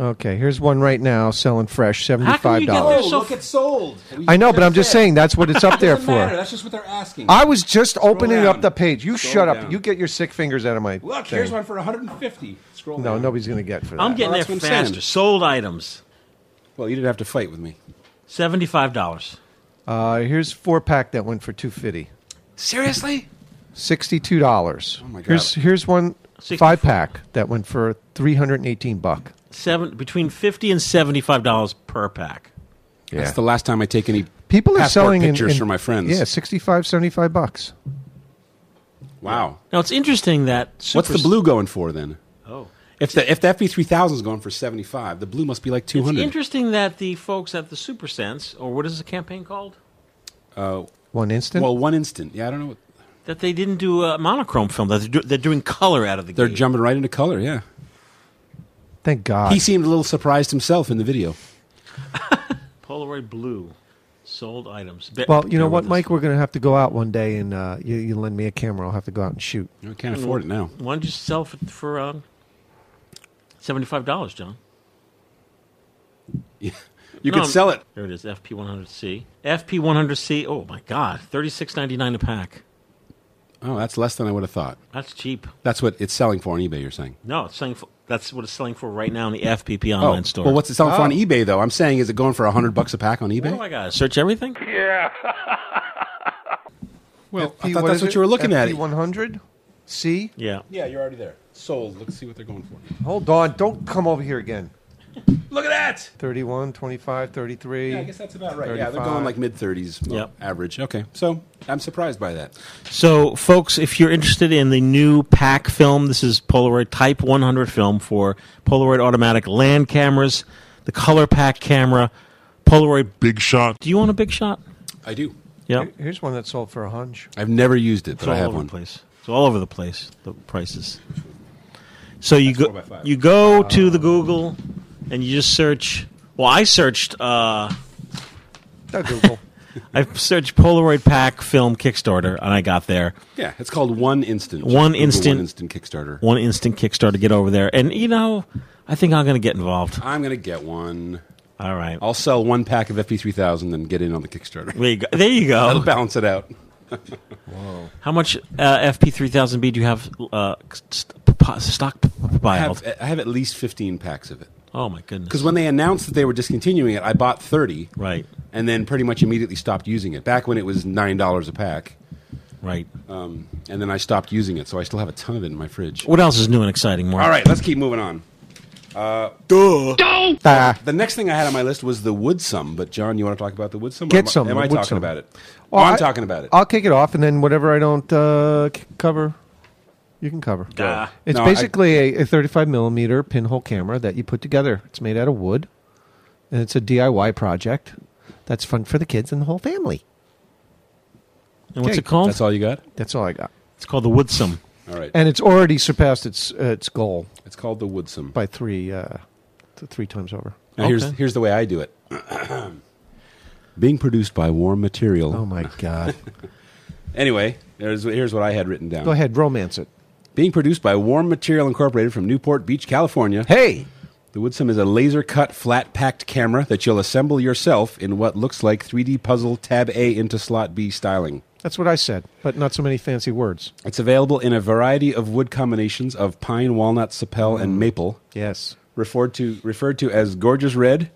[SPEAKER 5] Okay, here's one right now selling fresh,
[SPEAKER 2] How come
[SPEAKER 5] seventy-five
[SPEAKER 2] you get
[SPEAKER 5] dollars.
[SPEAKER 2] those so- Oh, Look, it's sold.
[SPEAKER 5] I know, but I'm just saying that's what it's up there for.
[SPEAKER 2] That's just what they're asking.
[SPEAKER 5] I was just opening up
[SPEAKER 2] down.
[SPEAKER 5] the page. You
[SPEAKER 2] Scroll
[SPEAKER 5] shut up.
[SPEAKER 2] down.
[SPEAKER 5] You get your sick fingers out of my.
[SPEAKER 2] Look,
[SPEAKER 5] thing.
[SPEAKER 2] here's one for 150. Scroll
[SPEAKER 5] No,
[SPEAKER 2] down.
[SPEAKER 5] nobody's going to get for that.
[SPEAKER 3] I'm getting
[SPEAKER 2] Well, that's
[SPEAKER 3] there
[SPEAKER 2] what I'm saying.
[SPEAKER 3] faster. Sold items.
[SPEAKER 2] Well, you didn't have to fight with me.
[SPEAKER 3] Seventy-five dollars.
[SPEAKER 5] Uh, here's four pack that went for two fifty.
[SPEAKER 2] Seriously?
[SPEAKER 5] Sixty-two dollars. Oh
[SPEAKER 2] my God.
[SPEAKER 5] Here's here's one five pack that went for three hundred and eighteen buck.
[SPEAKER 3] Seven between fifty and seventy-five dollars per pack.
[SPEAKER 2] That's the last time I take any
[SPEAKER 5] People are
[SPEAKER 2] passport
[SPEAKER 5] selling in-
[SPEAKER 2] pictures
[SPEAKER 5] in-
[SPEAKER 2] for my friends.
[SPEAKER 5] Yeah, 65, 75 bucks.
[SPEAKER 2] Wow.
[SPEAKER 3] Now it's interesting that
[SPEAKER 2] What's the
[SPEAKER 3] Super-
[SPEAKER 2] blue going for then?
[SPEAKER 3] Oh.
[SPEAKER 2] If the if the FB three thousand is going for seventy five, the blue must be like two
[SPEAKER 3] It's
[SPEAKER 2] hundred.
[SPEAKER 3] interesting that the folks at the Super Sense, or what is the campaign called,
[SPEAKER 2] uh,
[SPEAKER 5] One instant.
[SPEAKER 2] well, one instant. Yeah, I don't know. What,
[SPEAKER 3] that they didn't do a monochrome film. That they're, do- they're doing color out of the
[SPEAKER 2] they're
[SPEAKER 3] gate.
[SPEAKER 2] jumping right into color. Yeah,
[SPEAKER 5] Thank God.
[SPEAKER 2] he seemed a little surprised himself in the video.
[SPEAKER 3] Polaroid blue, sold items. Be-
[SPEAKER 5] well, you know
[SPEAKER 3] bear
[SPEAKER 5] what,
[SPEAKER 3] with
[SPEAKER 5] Mike? We're going to have to go out one day, and uh, you, you lend me a camera. I'll have to go out and shoot.
[SPEAKER 2] I can't
[SPEAKER 3] us.
[SPEAKER 2] afford it now.
[SPEAKER 3] Why don't you sell for, for uh, seventy-five dollars, John?
[SPEAKER 2] You could
[SPEAKER 3] I'm-
[SPEAKER 2] sell it.
[SPEAKER 3] There it is. FP one hundred C. FP one hundred C. Oh my God, thirty-six ninety-nine a pack.
[SPEAKER 2] Oh, that's less than I would have thought.
[SPEAKER 3] That's cheap.
[SPEAKER 2] That's what it's selling for on eBay. You're saying.
[SPEAKER 3] No, it's selling for. That's what it's selling for right now in the FPP online
[SPEAKER 2] oh,
[SPEAKER 3] store.
[SPEAKER 2] Well, what's it selling for on
[SPEAKER 3] Oh.
[SPEAKER 2] eBay though? I'm saying, is it going for hundred bucks a pack on
[SPEAKER 3] What
[SPEAKER 2] eBay?
[SPEAKER 3] do I got? Search everything.
[SPEAKER 12] Yeah.
[SPEAKER 2] Well, I thought that's what you were looking at.
[SPEAKER 5] One hundred. See?
[SPEAKER 3] Yeah.
[SPEAKER 2] Yeah, you're already there. Sold. Let's see what they're going for.
[SPEAKER 5] Hold on. Don't come over here again.
[SPEAKER 2] Look at that.
[SPEAKER 5] 31, 25, 33.
[SPEAKER 2] Yeah, I guess that's about right. Yeah, they're going like mid 30s
[SPEAKER 3] Yep.
[SPEAKER 2] average. Okay, so I'm surprised by that.
[SPEAKER 3] So, folks, if you're interested in the new pack film, this is Polaroid Type 100 film for Polaroid automatic land cameras, the color pack camera, Polaroid Big Shot. Do you want a Big Shot?
[SPEAKER 2] I do.
[SPEAKER 3] Yeah,
[SPEAKER 5] Here's one that sold for a hunch.
[SPEAKER 2] I've never used it,
[SPEAKER 3] it's
[SPEAKER 2] but
[SPEAKER 3] all
[SPEAKER 2] I have
[SPEAKER 3] over
[SPEAKER 2] one.
[SPEAKER 3] the place. It's all over the place. The prices. So you
[SPEAKER 2] four by
[SPEAKER 3] go
[SPEAKER 2] five.
[SPEAKER 3] you go to the Google and you just search. Well, I searched. Uh,
[SPEAKER 5] The Google.
[SPEAKER 3] I searched Polaroid pack film Kickstarter and I got there.
[SPEAKER 2] Yeah, it's called One Instant. Just
[SPEAKER 3] One
[SPEAKER 2] Google
[SPEAKER 3] Instant.
[SPEAKER 2] One Instant Kickstarter.
[SPEAKER 3] One instant Kickstarter. Get over there, and you know, I think I'm going to get involved.
[SPEAKER 2] I'm going to get one.
[SPEAKER 3] All right.
[SPEAKER 2] I'll sell one pack of FP3000 and get in on the Kickstarter.
[SPEAKER 3] There you go. There you
[SPEAKER 2] That'll
[SPEAKER 3] go.
[SPEAKER 2] balance it out.
[SPEAKER 3] How much uh, FP3000B do you have uh, st- p- p- stock p- p-
[SPEAKER 2] I
[SPEAKER 3] piled?
[SPEAKER 2] have, I have at least 15 packs of it.
[SPEAKER 3] oh my goodness!
[SPEAKER 2] Because when they announced that they were discontinuing it, I bought 30
[SPEAKER 3] right,
[SPEAKER 2] and then pretty much immediately stopped using it. Back when it was $9 a pack.
[SPEAKER 3] right.
[SPEAKER 2] Um, and then I stopped using it, so I still have a ton of it in my fridge.
[SPEAKER 3] What else is new and exciting, Mark?
[SPEAKER 2] All right, let's keep moving on. Uh,
[SPEAKER 5] Ah.
[SPEAKER 2] The next thing I had on my list was the Woodsum, but John, you want to talk about the Woodsum?
[SPEAKER 5] Get
[SPEAKER 2] am I-
[SPEAKER 5] some,
[SPEAKER 2] Am
[SPEAKER 5] the
[SPEAKER 2] I
[SPEAKER 5] Woodsum.
[SPEAKER 2] talking about it?
[SPEAKER 5] Well,
[SPEAKER 2] I'm
[SPEAKER 5] I-
[SPEAKER 2] talking about it.
[SPEAKER 5] I'll kick it off, and then whatever I don't uh, c- cover, you can cover.
[SPEAKER 3] Ah.
[SPEAKER 5] It's
[SPEAKER 2] No, I-
[SPEAKER 5] basically a, a 35 millimeter pinhole camera that you put together. It's made out of wood, and it's a DIY project that's fun for the kids and the whole family.
[SPEAKER 3] And what's
[SPEAKER 5] Okay.
[SPEAKER 3] it called?
[SPEAKER 2] That's all you got.
[SPEAKER 5] That's all I got.
[SPEAKER 3] it's called the Woodsum.
[SPEAKER 2] All right.
[SPEAKER 5] And it's already surpassed its uh, its goal
[SPEAKER 2] it's called the Woodsum.
[SPEAKER 5] by three uh, th- three times over.
[SPEAKER 2] Now here's
[SPEAKER 3] Okay.
[SPEAKER 2] here's the way I do it. Being produced by warm material.
[SPEAKER 5] Oh my god!
[SPEAKER 2] Anyway, there's, here's what I had written down.
[SPEAKER 5] Go ahead, romance it.
[SPEAKER 2] Being produced by Warm Material Incorporated from Newport Beach, California.
[SPEAKER 5] Hey,
[SPEAKER 2] The Woodsum is a laser cut, flat packed camera that you'll assemble yourself in what looks like 3D puzzle tab A into slot B styling.
[SPEAKER 5] That's what I said, but not so many fancy words.
[SPEAKER 2] It's available in a variety of wood combinations of pine, walnut, sapel,
[SPEAKER 5] Mm.
[SPEAKER 2] and maple.
[SPEAKER 5] Yes.
[SPEAKER 2] Referred to, referred to as gorgeous red,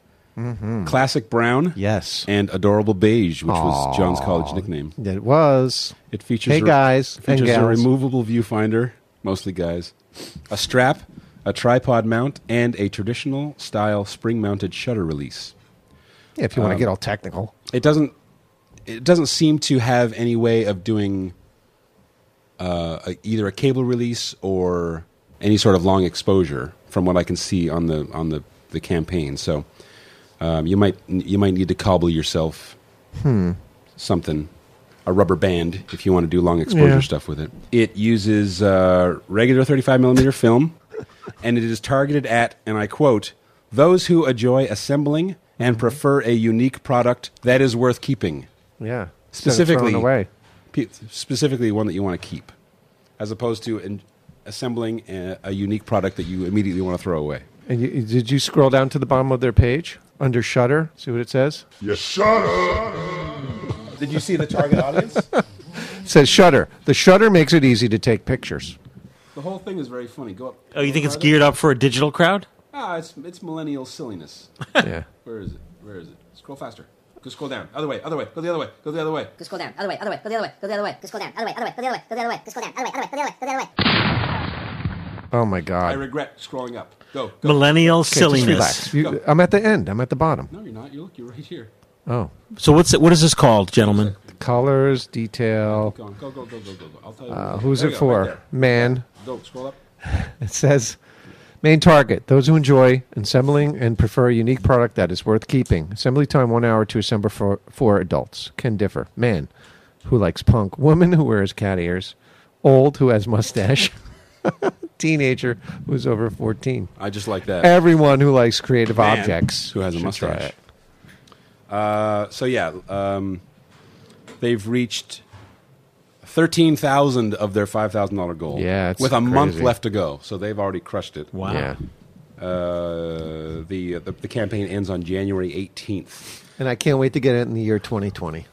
[SPEAKER 2] classic brown,
[SPEAKER 5] Mm-hmm. yes,
[SPEAKER 2] and adorable beige, which
[SPEAKER 5] Aw.
[SPEAKER 2] was John's college nickname.
[SPEAKER 5] It was.
[SPEAKER 2] It features
[SPEAKER 5] Hey,
[SPEAKER 2] a-
[SPEAKER 5] guys and
[SPEAKER 2] features a
[SPEAKER 5] gals.
[SPEAKER 2] removable viewfinder, mostly guys, a strap, a tripod mount, and a traditional style spring-mounted shutter release.
[SPEAKER 5] Yeah, if you want
[SPEAKER 2] Um,
[SPEAKER 5] to get all technical.
[SPEAKER 2] It doesn't. It doesn't seem to have any way of doing uh, a, either a cable release or any sort of long exposure, from what I can see on the on the, the campaign. So um, you might you might need to cobble yourself
[SPEAKER 5] Hmm.
[SPEAKER 2] something, a rubber band, if you want to do long exposure
[SPEAKER 5] Yeah.
[SPEAKER 2] stuff with it. It uses uh, regular 35 millimeter film, and it is targeted at, and I quote, those who enjoy assembling
[SPEAKER 5] Mm-hmm.
[SPEAKER 2] and prefer a unique product that is worth keeping.
[SPEAKER 5] Yeah. Instead of
[SPEAKER 2] Specifically,
[SPEAKER 5] throwing away.
[SPEAKER 2] pe- specifically one that you want to keep, as opposed to in, assembling a, a unique product that you immediately want to throw away.
[SPEAKER 5] And you, did you scroll down to the bottom of their page under Shutter? See what it says?
[SPEAKER 2] Yes, shut
[SPEAKER 13] Did you see the target audience?
[SPEAKER 5] It says Shutter. The Shutter makes it easy to take pictures.
[SPEAKER 2] The whole thing is very funny. Go up.
[SPEAKER 3] Oh, you think it's geared up for a digital crowd?
[SPEAKER 2] Ah, it's it's millennial silliness.
[SPEAKER 5] Yeah.
[SPEAKER 2] Where is it? Where is it? Scroll faster. Go scroll down. Other way. Other way. Go the other way. Go the other way.
[SPEAKER 14] Go scroll down, other way, other way, go the other way, go the other way, go scroll down, other way, other way, go the other way, go the other way, go scroll down, other way, other way, go the other way, go the other way.
[SPEAKER 5] Oh my
[SPEAKER 2] I
[SPEAKER 5] God.
[SPEAKER 2] regret scrolling up. Go. go.
[SPEAKER 3] Millennial
[SPEAKER 5] Okay, just
[SPEAKER 3] silliness.
[SPEAKER 5] relax. You- I'm at the end. I'm at the bottom.
[SPEAKER 2] No, you're not. You look. You're right here.
[SPEAKER 5] Oh.
[SPEAKER 3] So what's it, what is this called, gentlemen?
[SPEAKER 5] Colors, detail.
[SPEAKER 2] Go on. Go. Go. Go. Go. Go. go. I'll tell you.
[SPEAKER 5] Oh. Uh,
[SPEAKER 2] what-
[SPEAKER 5] who's
[SPEAKER 2] there
[SPEAKER 5] it
[SPEAKER 2] you go,
[SPEAKER 5] for?
[SPEAKER 2] right there.
[SPEAKER 5] Man.
[SPEAKER 2] Go. Scroll up.
[SPEAKER 5] It says main target those who enjoy assembling and prefer a unique product that is worth keeping. Assembly time one hour to assemble for, for adults can differ. Man who likes punk, woman who wears cat ears, old who has mustache, teenager who's over 14.
[SPEAKER 2] I just like that.
[SPEAKER 5] Everyone who likes creative
[SPEAKER 2] Man
[SPEAKER 5] objects
[SPEAKER 2] who has a
[SPEAKER 5] should try
[SPEAKER 2] mustache.
[SPEAKER 5] it.
[SPEAKER 2] Uh, so yeah, um, they've reached thirteen thousand of their five thousand dollar goal.
[SPEAKER 5] Yeah, it's
[SPEAKER 2] with a month
[SPEAKER 5] crazy.
[SPEAKER 2] left to go, so they've already crushed it.
[SPEAKER 5] Wow. Yeah.
[SPEAKER 2] Uh, the, the the campaign ends on January eighteenth.
[SPEAKER 5] And I can't wait to get it in the year 2020.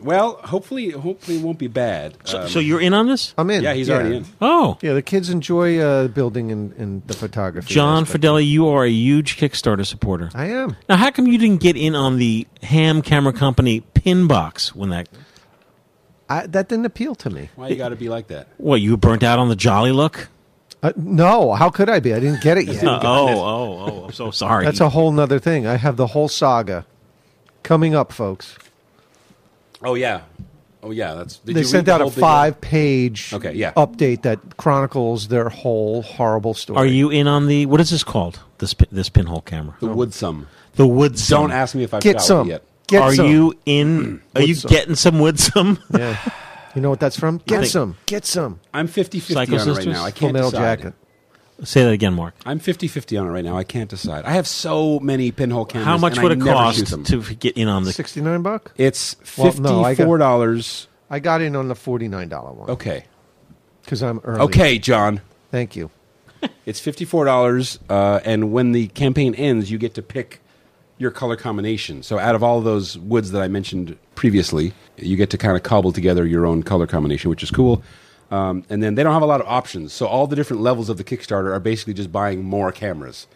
[SPEAKER 2] Well, hopefully, hopefully it won't be bad. Uh,
[SPEAKER 5] So-
[SPEAKER 3] so you're in on this?
[SPEAKER 5] I'm in.
[SPEAKER 2] Yeah, he's already in.
[SPEAKER 3] Oh.
[SPEAKER 5] Yeah, the kids enjoy uh, building and, and the photography.
[SPEAKER 3] John
[SPEAKER 5] aspect.
[SPEAKER 3] Fideli, you are a huge Kickstarter supporter.
[SPEAKER 5] I am.
[SPEAKER 3] Now, how come you didn't get in on the Ham Camera Company pin box when that?
[SPEAKER 5] I, that didn't appeal to me.
[SPEAKER 2] Why you got to be like that?
[SPEAKER 3] What you burnt out on the Jolly look?
[SPEAKER 5] Uh, no, how could I be? I didn't get it yet.
[SPEAKER 3] Uh, oh, oh, oh! I'm so sorry.
[SPEAKER 5] That's a whole nother thing. I have the whole saga coming up, folks.
[SPEAKER 2] Oh yeah, oh yeah. That's did
[SPEAKER 5] they
[SPEAKER 2] you read
[SPEAKER 5] sent
[SPEAKER 2] the
[SPEAKER 5] out a
[SPEAKER 2] whole big one?
[SPEAKER 5] five-page
[SPEAKER 2] Okay, yeah.
[SPEAKER 5] update that chronicles their whole horrible story.
[SPEAKER 3] Are you in on the? What is this called? This pin- this pinhole camera.
[SPEAKER 2] The Woodsum.
[SPEAKER 3] The Woodsum.
[SPEAKER 2] Don't ask me if I've
[SPEAKER 5] Oh. Get
[SPEAKER 2] got
[SPEAKER 5] some.
[SPEAKER 2] it yet.
[SPEAKER 5] Get
[SPEAKER 3] are
[SPEAKER 5] some.
[SPEAKER 3] you in? Are you
[SPEAKER 5] Woodsum.
[SPEAKER 3] getting some Woodsum?
[SPEAKER 5] Yeah. You know what that's from? Get
[SPEAKER 3] think-
[SPEAKER 5] some. Get some.
[SPEAKER 2] I'm 50-50
[SPEAKER 3] Psycho
[SPEAKER 2] on it right
[SPEAKER 3] Sisters?
[SPEAKER 2] now. I can't
[SPEAKER 5] Full metal
[SPEAKER 2] decide.
[SPEAKER 5] jacket.
[SPEAKER 3] Say that again, Mark.
[SPEAKER 2] I'm 50-50 on it right now. I can't decide. I have so many pinhole cameras.
[SPEAKER 3] How much
[SPEAKER 2] and
[SPEAKER 3] would
[SPEAKER 2] I
[SPEAKER 3] it
[SPEAKER 2] never shoot them.
[SPEAKER 3] cost to get in on the?
[SPEAKER 5] Sixty-nine buck.
[SPEAKER 2] It's
[SPEAKER 5] Well,
[SPEAKER 2] fifty-four
[SPEAKER 5] no, I got-
[SPEAKER 2] dollars.
[SPEAKER 5] I got in on the forty-nine dollar one
[SPEAKER 2] Okay,
[SPEAKER 5] because I'm early.
[SPEAKER 2] okay, John.
[SPEAKER 5] Thank you.
[SPEAKER 2] It's fifty-four dollars, uh, and when the campaign ends, you get to pick your color combination. So, out of all those woods that I mentioned previously, you get to kind of cobble together your own color combination, which is cool. Um, and then they don't have a lot of options, so all the different levels of the Kickstarter are basically just buying more cameras.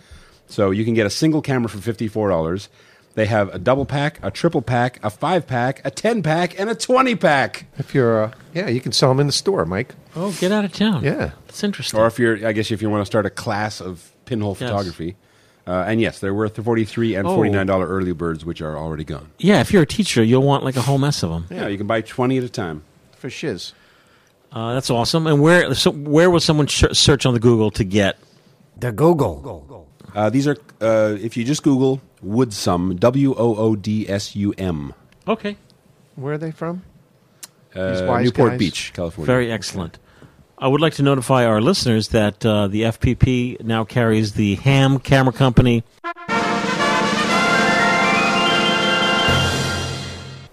[SPEAKER 2] So you can get a single camera for fifty-four dollars. They have a double pack, a triple pack, a five pack, a ten pack, and a twenty pack.
[SPEAKER 5] If you're, uh, yeah, you can sell them in the store, Mike.
[SPEAKER 3] Oh, get out of town.
[SPEAKER 5] Yeah.
[SPEAKER 3] that's interesting.
[SPEAKER 2] or if you're, I guess, if you want to start a class of pinhole
[SPEAKER 3] Yes.
[SPEAKER 2] photography. Uh, and yes, they're worth the forty-three and
[SPEAKER 3] Oh.
[SPEAKER 2] forty-nine dollar early birds, which are already gone.
[SPEAKER 3] yeah, if you're a teacher, you'll want like a whole mess of them.
[SPEAKER 2] Yeah, you can buy twenty at a time.
[SPEAKER 5] For shiz.
[SPEAKER 3] Uh, that's awesome. And where so where will someone sh- search on the Google to get
[SPEAKER 5] the Google?
[SPEAKER 2] Uh, these are, uh, if you just Google Woodsum, W O O D S U M,
[SPEAKER 3] Okay,
[SPEAKER 5] Where are they from? These
[SPEAKER 2] uh,
[SPEAKER 5] wise
[SPEAKER 2] Newport
[SPEAKER 5] guys.
[SPEAKER 2] Beach, California.
[SPEAKER 3] very excellent. I would like to notify our listeners that uh, the FPP now carries the Ham Camera Company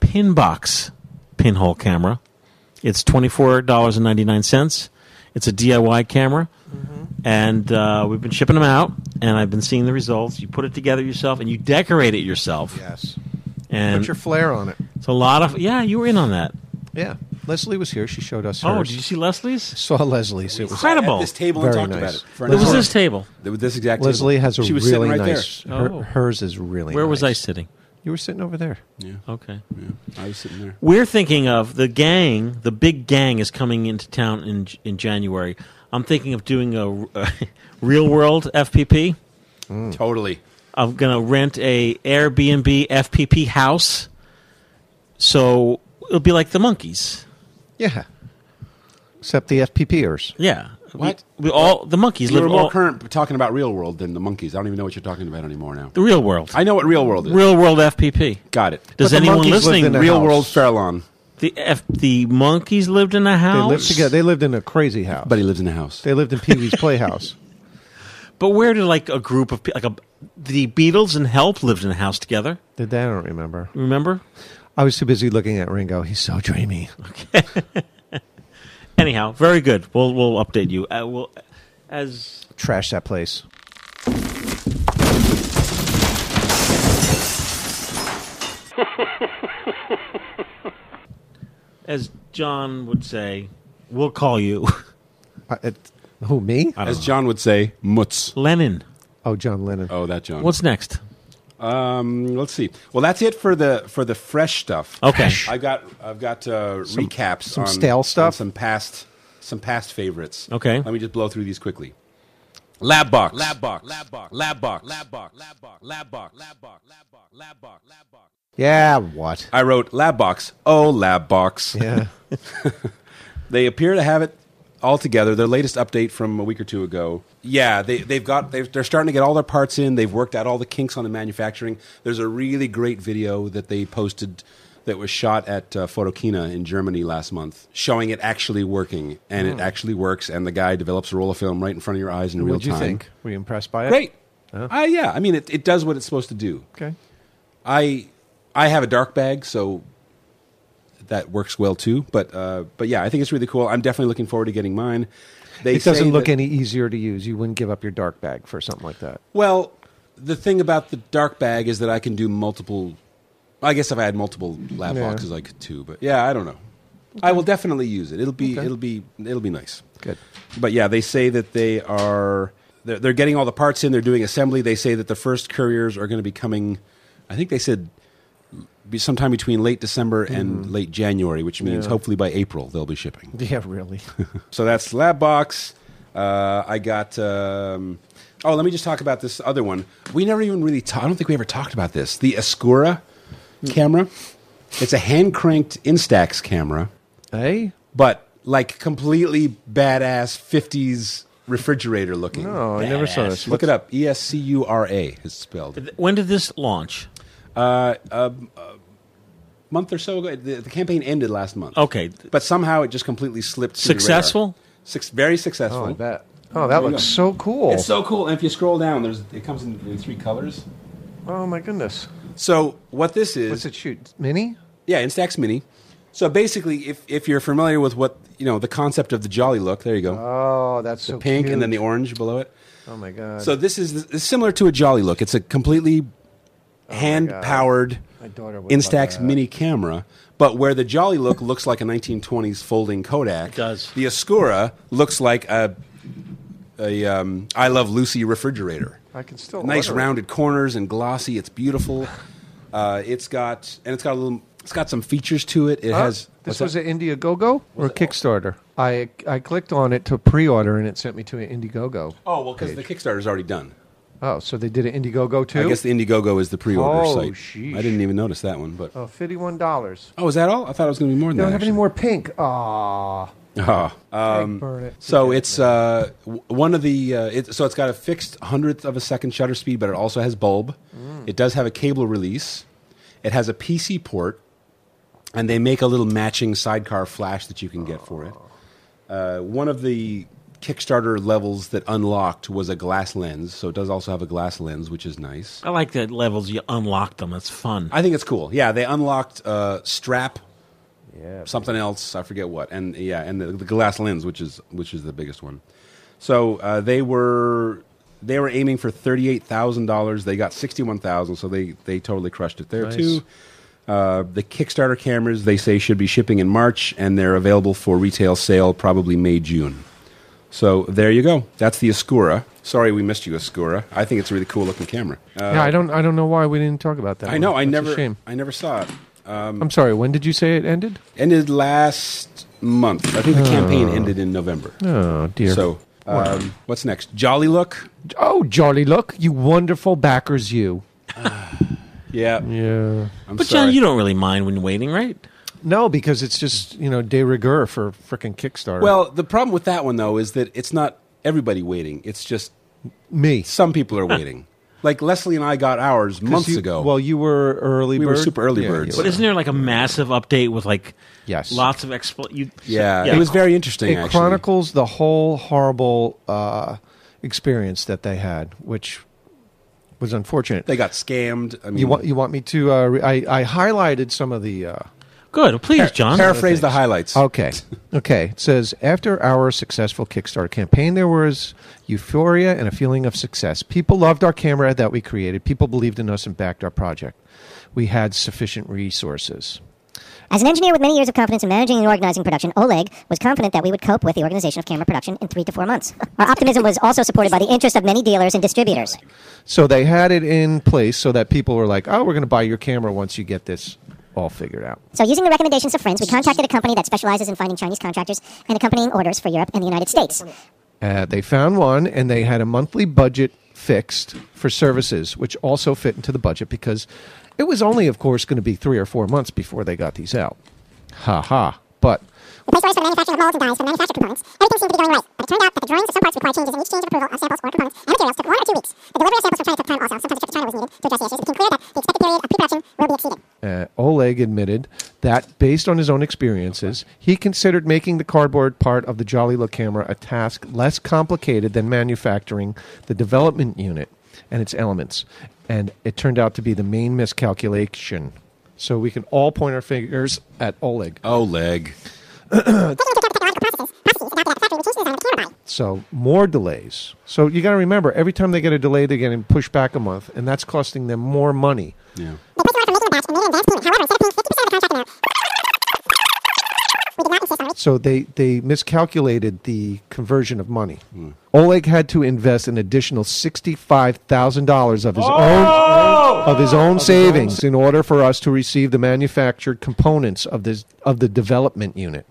[SPEAKER 3] Pinbox pinhole camera. It's twenty four dollars and ninety nine cents. It's a DIY camera, Mm-hmm. and uh, we've been shipping them out. And I've been seeing the results. You put it together yourself, and you decorate it yourself.
[SPEAKER 5] Yes.
[SPEAKER 3] And
[SPEAKER 5] Put your flair on it.
[SPEAKER 3] It's a lot of yeah. You were in on that.
[SPEAKER 5] Yeah. Leslie was here. She showed us.
[SPEAKER 3] Oh,
[SPEAKER 5] hers.
[SPEAKER 3] did you see Leslie's?
[SPEAKER 5] Saw Leslie's. It was
[SPEAKER 3] Incredible.
[SPEAKER 5] Very
[SPEAKER 3] At this table and talked about
[SPEAKER 5] nice.
[SPEAKER 3] it for an It was hour. this table.
[SPEAKER 2] Th- this exact table.
[SPEAKER 5] Leslie has a
[SPEAKER 2] She was sitting
[SPEAKER 5] really
[SPEAKER 2] right there.
[SPEAKER 5] nice. her-
[SPEAKER 3] Oh.
[SPEAKER 5] hers is really.
[SPEAKER 3] Where was
[SPEAKER 5] nice.
[SPEAKER 3] I sitting?
[SPEAKER 5] You were sitting over there.
[SPEAKER 2] Yeah.
[SPEAKER 3] Okay.
[SPEAKER 2] I was sitting there.
[SPEAKER 3] We're thinking of the gang. The big gang is coming into town in in January. I'm thinking of doing a, real world FPP.
[SPEAKER 5] Hmm.
[SPEAKER 2] Totally.
[SPEAKER 3] I'm gonna rent a Airbnb FPP house. So it'll be like the monkeys.
[SPEAKER 5] Yeah. Except the FPPers.
[SPEAKER 3] Yeah. What? We, we all the monkeys
[SPEAKER 2] You
[SPEAKER 3] live
[SPEAKER 2] were more
[SPEAKER 3] all,
[SPEAKER 2] current talking about real world than the monkeys. I don't even know what you're talking about anymore now.
[SPEAKER 3] the real world.
[SPEAKER 2] I know what real world is.
[SPEAKER 3] Real world FPP.
[SPEAKER 2] Got it.
[SPEAKER 3] Does
[SPEAKER 2] But the
[SPEAKER 3] anyone
[SPEAKER 2] monkeys lived
[SPEAKER 3] listening
[SPEAKER 2] in a Real house. world Fairlawn?
[SPEAKER 3] The F, the monkeys lived in a
[SPEAKER 5] They
[SPEAKER 3] house.
[SPEAKER 5] lived together. They lived in a crazy house. But
[SPEAKER 2] he lives in a house.
[SPEAKER 5] They lived in Pee Wee's Playhouse.
[SPEAKER 3] But where did like a group of pe- like a the Beatles and Help lived in a house together?
[SPEAKER 5] Did they? I don't remember.
[SPEAKER 3] Remember?
[SPEAKER 5] I was too busy looking at Ringo. He's so dreamy.
[SPEAKER 3] Anyhow, very good. We'll we'll update you. Uh, we'll as
[SPEAKER 5] Trash that place.
[SPEAKER 3] as John would say, we'll call you.
[SPEAKER 5] I, it, who me?
[SPEAKER 3] I don't
[SPEAKER 2] As
[SPEAKER 3] know.
[SPEAKER 2] John would say, Mutz.
[SPEAKER 3] Lennon.
[SPEAKER 5] Oh, John Lennon.
[SPEAKER 2] Oh, that John.
[SPEAKER 3] What's next?
[SPEAKER 2] Um, let's see. Well, that's it for the for the fresh stuff.
[SPEAKER 3] Okay. Fresh.
[SPEAKER 2] I've got I've got uh,
[SPEAKER 5] Some-
[SPEAKER 2] recaps,
[SPEAKER 5] some
[SPEAKER 2] on,
[SPEAKER 5] stale
[SPEAKER 2] on
[SPEAKER 5] stuff?
[SPEAKER 2] some past some past favorites.
[SPEAKER 3] Okay.
[SPEAKER 2] Let me just blow through these quickly. Lab box.
[SPEAKER 1] Lab
[SPEAKER 2] box. Lab box. Lab box. Lab box. Lab box. Lab box. Lab box.
[SPEAKER 5] Yeah, what?
[SPEAKER 2] I wrote lab box. Oh, lab box.
[SPEAKER 5] Yeah.
[SPEAKER 2] they appear to have it all together. Their latest update from a week or two ago. Yeah, they, they've got they've, they're starting to get all their parts in. They've worked out all the kinks on the manufacturing. There's a really great video that they posted that was shot at uh, Photokina in Germany last month, showing it actually working, and
[SPEAKER 5] Hmm.
[SPEAKER 2] it actually works. And the guy develops a roll of film right in front of your eyes in real
[SPEAKER 5] What'd you
[SPEAKER 2] time.
[SPEAKER 5] think? Were you impressed by it?
[SPEAKER 2] Great.
[SPEAKER 5] Huh?
[SPEAKER 2] Uh, yeah, I mean, it, it does what it's supposed to do.
[SPEAKER 5] Okay.
[SPEAKER 2] I I have a dark bag, so that works well too. But uh, but yeah, I think it's really cool. I'm definitely looking forward to getting mine. They
[SPEAKER 5] it doesn't
[SPEAKER 2] say
[SPEAKER 5] look
[SPEAKER 2] that-
[SPEAKER 5] any easier to use. You wouldn't give up your dark bag for something like that.
[SPEAKER 2] Well, the thing about the dark bag is that I can do multiple. I guess if I had multiple lab
[SPEAKER 5] Yeah.
[SPEAKER 2] boxes, I could too. But yeah, I don't know. I will definitely use it. It'll be
[SPEAKER 5] Okay.
[SPEAKER 2] it'll be it'll be nice.
[SPEAKER 5] Good.
[SPEAKER 2] But yeah, they say that they are they're, they're getting all the parts in. They're doing assembly. They say that the first couriers are going to be coming. I think they said be sometime between late December and late January, which means
[SPEAKER 5] Yeah.
[SPEAKER 2] hopefully by April they'll be shipping.
[SPEAKER 5] Yeah, really.
[SPEAKER 2] So that's lab box. Uh, I got. Um, oh, let me just talk about this other one. We never even really. Ta- I don't think we ever talked about this. The Escura camera. It's a hand cranked Instax camera.
[SPEAKER 5] Hey.
[SPEAKER 2] But like completely badass fifties refrigerator looking.
[SPEAKER 5] No, Oh, I never saw this.
[SPEAKER 2] Look it up. E S C U R A is spelled.
[SPEAKER 3] When did this launch?
[SPEAKER 2] Uh, a, a month or so ago. The, the campaign ended last month.
[SPEAKER 3] Okay.
[SPEAKER 2] But somehow it just completely slipped. through the radar.
[SPEAKER 3] Successful?
[SPEAKER 2] Six, very successful.
[SPEAKER 5] Oh, I bet. Oh, that
[SPEAKER 2] There you
[SPEAKER 5] looks
[SPEAKER 2] go.
[SPEAKER 5] so cool.
[SPEAKER 2] It's so cool. And if you scroll down, there's it comes in, in three colors.
[SPEAKER 5] oh my goodness.
[SPEAKER 2] So what this is?
[SPEAKER 5] What's it shoot? Mini?
[SPEAKER 2] Yeah, Instax Mini. So basically, if if you're familiar with what you know, the concept of the Jolly look. There you go.
[SPEAKER 5] Oh, that's
[SPEAKER 2] the
[SPEAKER 5] so
[SPEAKER 2] pink and then the
[SPEAKER 5] cute.
[SPEAKER 2] orange below it.
[SPEAKER 5] Oh my god.
[SPEAKER 2] So this is is similar to a Jolly look. It's a completely hand powered
[SPEAKER 5] Oh My daughter would love
[SPEAKER 2] Instax
[SPEAKER 5] that.
[SPEAKER 2] mini camera, but where the Jolly look looks like a 1920s folding Kodak,
[SPEAKER 3] does.
[SPEAKER 2] the Escura looks like a a um, I Love Lucy refrigerator.
[SPEAKER 5] I can still
[SPEAKER 2] nice
[SPEAKER 5] order it.
[SPEAKER 2] rounded corners and glossy. It's beautiful. Uh, it's got and it's got a little. It's got some features to it. It
[SPEAKER 5] Huh?
[SPEAKER 2] has.
[SPEAKER 5] This
[SPEAKER 2] what's that?
[SPEAKER 5] was an Indiegogo or a Kickstarter. I I clicked on it to pre-order and it sent me to an Indiegogo.
[SPEAKER 2] Oh well, because the Kickstarter's already done.
[SPEAKER 5] Oh, so they did an Indiegogo too.
[SPEAKER 2] I guess the Indiegogo is the pre-order
[SPEAKER 5] Oh,
[SPEAKER 2] site.
[SPEAKER 5] sheesh.
[SPEAKER 2] I didn't even notice that one, but
[SPEAKER 5] oh, fifty-one dollars.
[SPEAKER 2] oh, is that all? I thought it was going to be more than
[SPEAKER 5] They don't
[SPEAKER 2] that.
[SPEAKER 5] have any more pink. Ah.
[SPEAKER 2] Ah,
[SPEAKER 5] Like, burn it.
[SPEAKER 2] so it's uh, w- one of the uh, it, so it's got a fixed hundredth of a second shutter speed, but it also has bulb.
[SPEAKER 5] Mm.
[SPEAKER 2] It does have a cable release. It has a PC port, and they make a little matching sidecar flash that you can get for it.
[SPEAKER 5] Oh.
[SPEAKER 2] Uh, one of the Kickstarter levels that unlocked was a glass lens, so it does also have a glass lens, which is nice.
[SPEAKER 3] I like that levels you unlock them. That's fun.
[SPEAKER 2] I think it's cool. Yeah, they unlocked uh, strap, yeah, something else. I forget what, and yeah, and the, the glass lens, which is which is the biggest one. So uh, they were they were aiming for thirty eight thousand dollars. They got sixty one thousand, so they they totally crushed it there
[SPEAKER 5] Nice.
[SPEAKER 2] too. Uh, the Kickstarter cameras they say should be shipping in March, and they're available for retail sale probably May June. So there you go. That's the Escura. Sorry, we missed you, Escura. I think it's a really cool looking camera. Uh,
[SPEAKER 5] yeah, I don't. I don't know why we didn't talk about that.
[SPEAKER 2] I
[SPEAKER 5] one.
[SPEAKER 2] know. I
[SPEAKER 5] That's a
[SPEAKER 2] never.
[SPEAKER 5] shame.
[SPEAKER 2] I never saw it. Um,
[SPEAKER 5] I'm sorry. When did you say it ended?
[SPEAKER 2] Ended last month. I think the campaign
[SPEAKER 5] Oh.
[SPEAKER 2] ended in November.
[SPEAKER 5] Oh dear.
[SPEAKER 2] So
[SPEAKER 5] Wow.
[SPEAKER 2] um, what's next? Jolly Look.
[SPEAKER 5] oh, Jolly, look, you wonderful backers, you.
[SPEAKER 2] Yeah.
[SPEAKER 5] Yeah.
[SPEAKER 2] I'm
[SPEAKER 3] but
[SPEAKER 2] sorry.
[SPEAKER 3] John, you don't really mind when waiting, right?
[SPEAKER 5] No, because it's just you know de rigueur for freaking Kickstarter.
[SPEAKER 2] Well, the problem with that one though is that it's not everybody waiting. It's just
[SPEAKER 5] me.
[SPEAKER 2] Some people are waiting. like Leslie and I got ours
[SPEAKER 5] 'Cause
[SPEAKER 2] months
[SPEAKER 5] you-
[SPEAKER 2] ago.
[SPEAKER 5] Well, you were early.
[SPEAKER 2] We were
[SPEAKER 5] bird?
[SPEAKER 2] super early
[SPEAKER 5] Yeah,
[SPEAKER 2] birds.
[SPEAKER 5] you
[SPEAKER 3] But
[SPEAKER 5] were.
[SPEAKER 3] isn't there like a massive update with like
[SPEAKER 5] Yes.
[SPEAKER 3] lots of expl? You,
[SPEAKER 2] Yeah, it was very interesting,
[SPEAKER 5] It
[SPEAKER 2] actually.
[SPEAKER 5] chronicles the whole horrible uh, experience that they had, which was unfortunate.
[SPEAKER 2] they got scammed. I mean,
[SPEAKER 5] you want you want me to? Uh, re- I I highlighted some of the. Uh,
[SPEAKER 3] Good, please, Par- John.
[SPEAKER 2] paraphrase the
[SPEAKER 5] Things.
[SPEAKER 2] highlights.
[SPEAKER 5] Okay, okay. It says after our successful Kickstarter campaign, there was euphoria and a feeling of success. People loved our camera that we created. People believed in us and backed our project. We had sufficient resources.
[SPEAKER 15] As an engineer with many years of confidence in managing and organizing production, Oleg was confident that we would cope with the organization of camera production in three to four months. Our optimism was also supported by the interest of many dealers and distributors.
[SPEAKER 5] So they had it in place so that people were like, "Oh, we're going to buy your camera once you get this all figured out."
[SPEAKER 15] So, using the recommendations of friends, we contacted a company that specializes in finding Chinese contractors and accompanying orders for Europe and the United States.
[SPEAKER 5] Uh, they found one, and they had a monthly budget fixed for services, which also fit into the budget because it was only, of course, going to be three or four months before they got these out. Ha ha! But
[SPEAKER 15] We placed orders for the manufacturing of molds and dies for the manufactured components. Everything seemed to be going right, but it turned out that the drawings of some parts required changes in each change of approval of samples or components and materials took one or two weeks. The delivery of samples from China took time also. Sometimes a trip to China was needed to address the issues. It became clear that the expected period of pre-production will be exceeded.
[SPEAKER 5] Uh, Oleg admitted that, based on his own experiences, he considered making the cardboard part of the Jolly Look camera a task less complicated than manufacturing the development unit and its elements. And it turned out to be the main miscalculation. So we can all point our fingers at Oleg.
[SPEAKER 2] Oh, Oleg.
[SPEAKER 5] So more delays. So you got to remember, every time they get a delay, they're getting pushed back a month, and that's costing them more money.
[SPEAKER 2] Yeah.
[SPEAKER 5] So they, they miscalculated the conversion of money. Oleg had to invest an additional sixty five thousand dollars of his own Oh! of his own savings in order for us to receive the manufactured components of this of the development unit.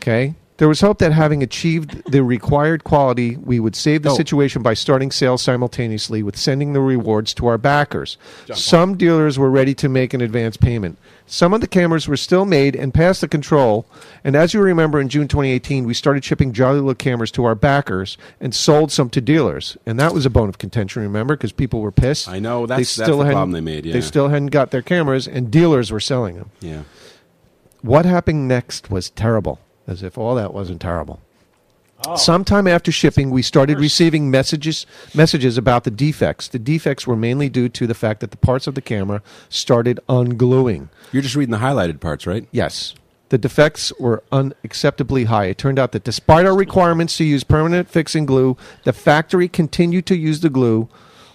[SPEAKER 5] Okay. There was hope that having achieved the required quality, we would save the
[SPEAKER 2] Oh.
[SPEAKER 16] No.
[SPEAKER 5] situation by starting sales simultaneously with sending the rewards to our backers. Some dealers were ready to make an advance payment. Some of the cameras were still made and past the control. And as you remember, in June 2018, we started shipping Jolly Look cameras to our backers and sold some to dealers. And that was a bone of contention, remember, because people were pissed.
[SPEAKER 2] I know. That's- that's the
[SPEAKER 5] hadn't-
[SPEAKER 2] problem they made, yeah.
[SPEAKER 5] They still hadn't got their cameras, and dealers were selling them.
[SPEAKER 2] Yeah.
[SPEAKER 5] What happened next was terrible, as if all that wasn't terrible.
[SPEAKER 2] Oh.
[SPEAKER 5] Sometime after shipping, we started receiving messages messages about the defects. The defects were mainly due to the fact that the parts of the camera started ungluing.
[SPEAKER 2] You're just reading the highlighted parts, right?
[SPEAKER 5] Yes. The defects were unacceptably high. It turned out that despite our requirements to use permanent fixing glue, the factory continued to use the glue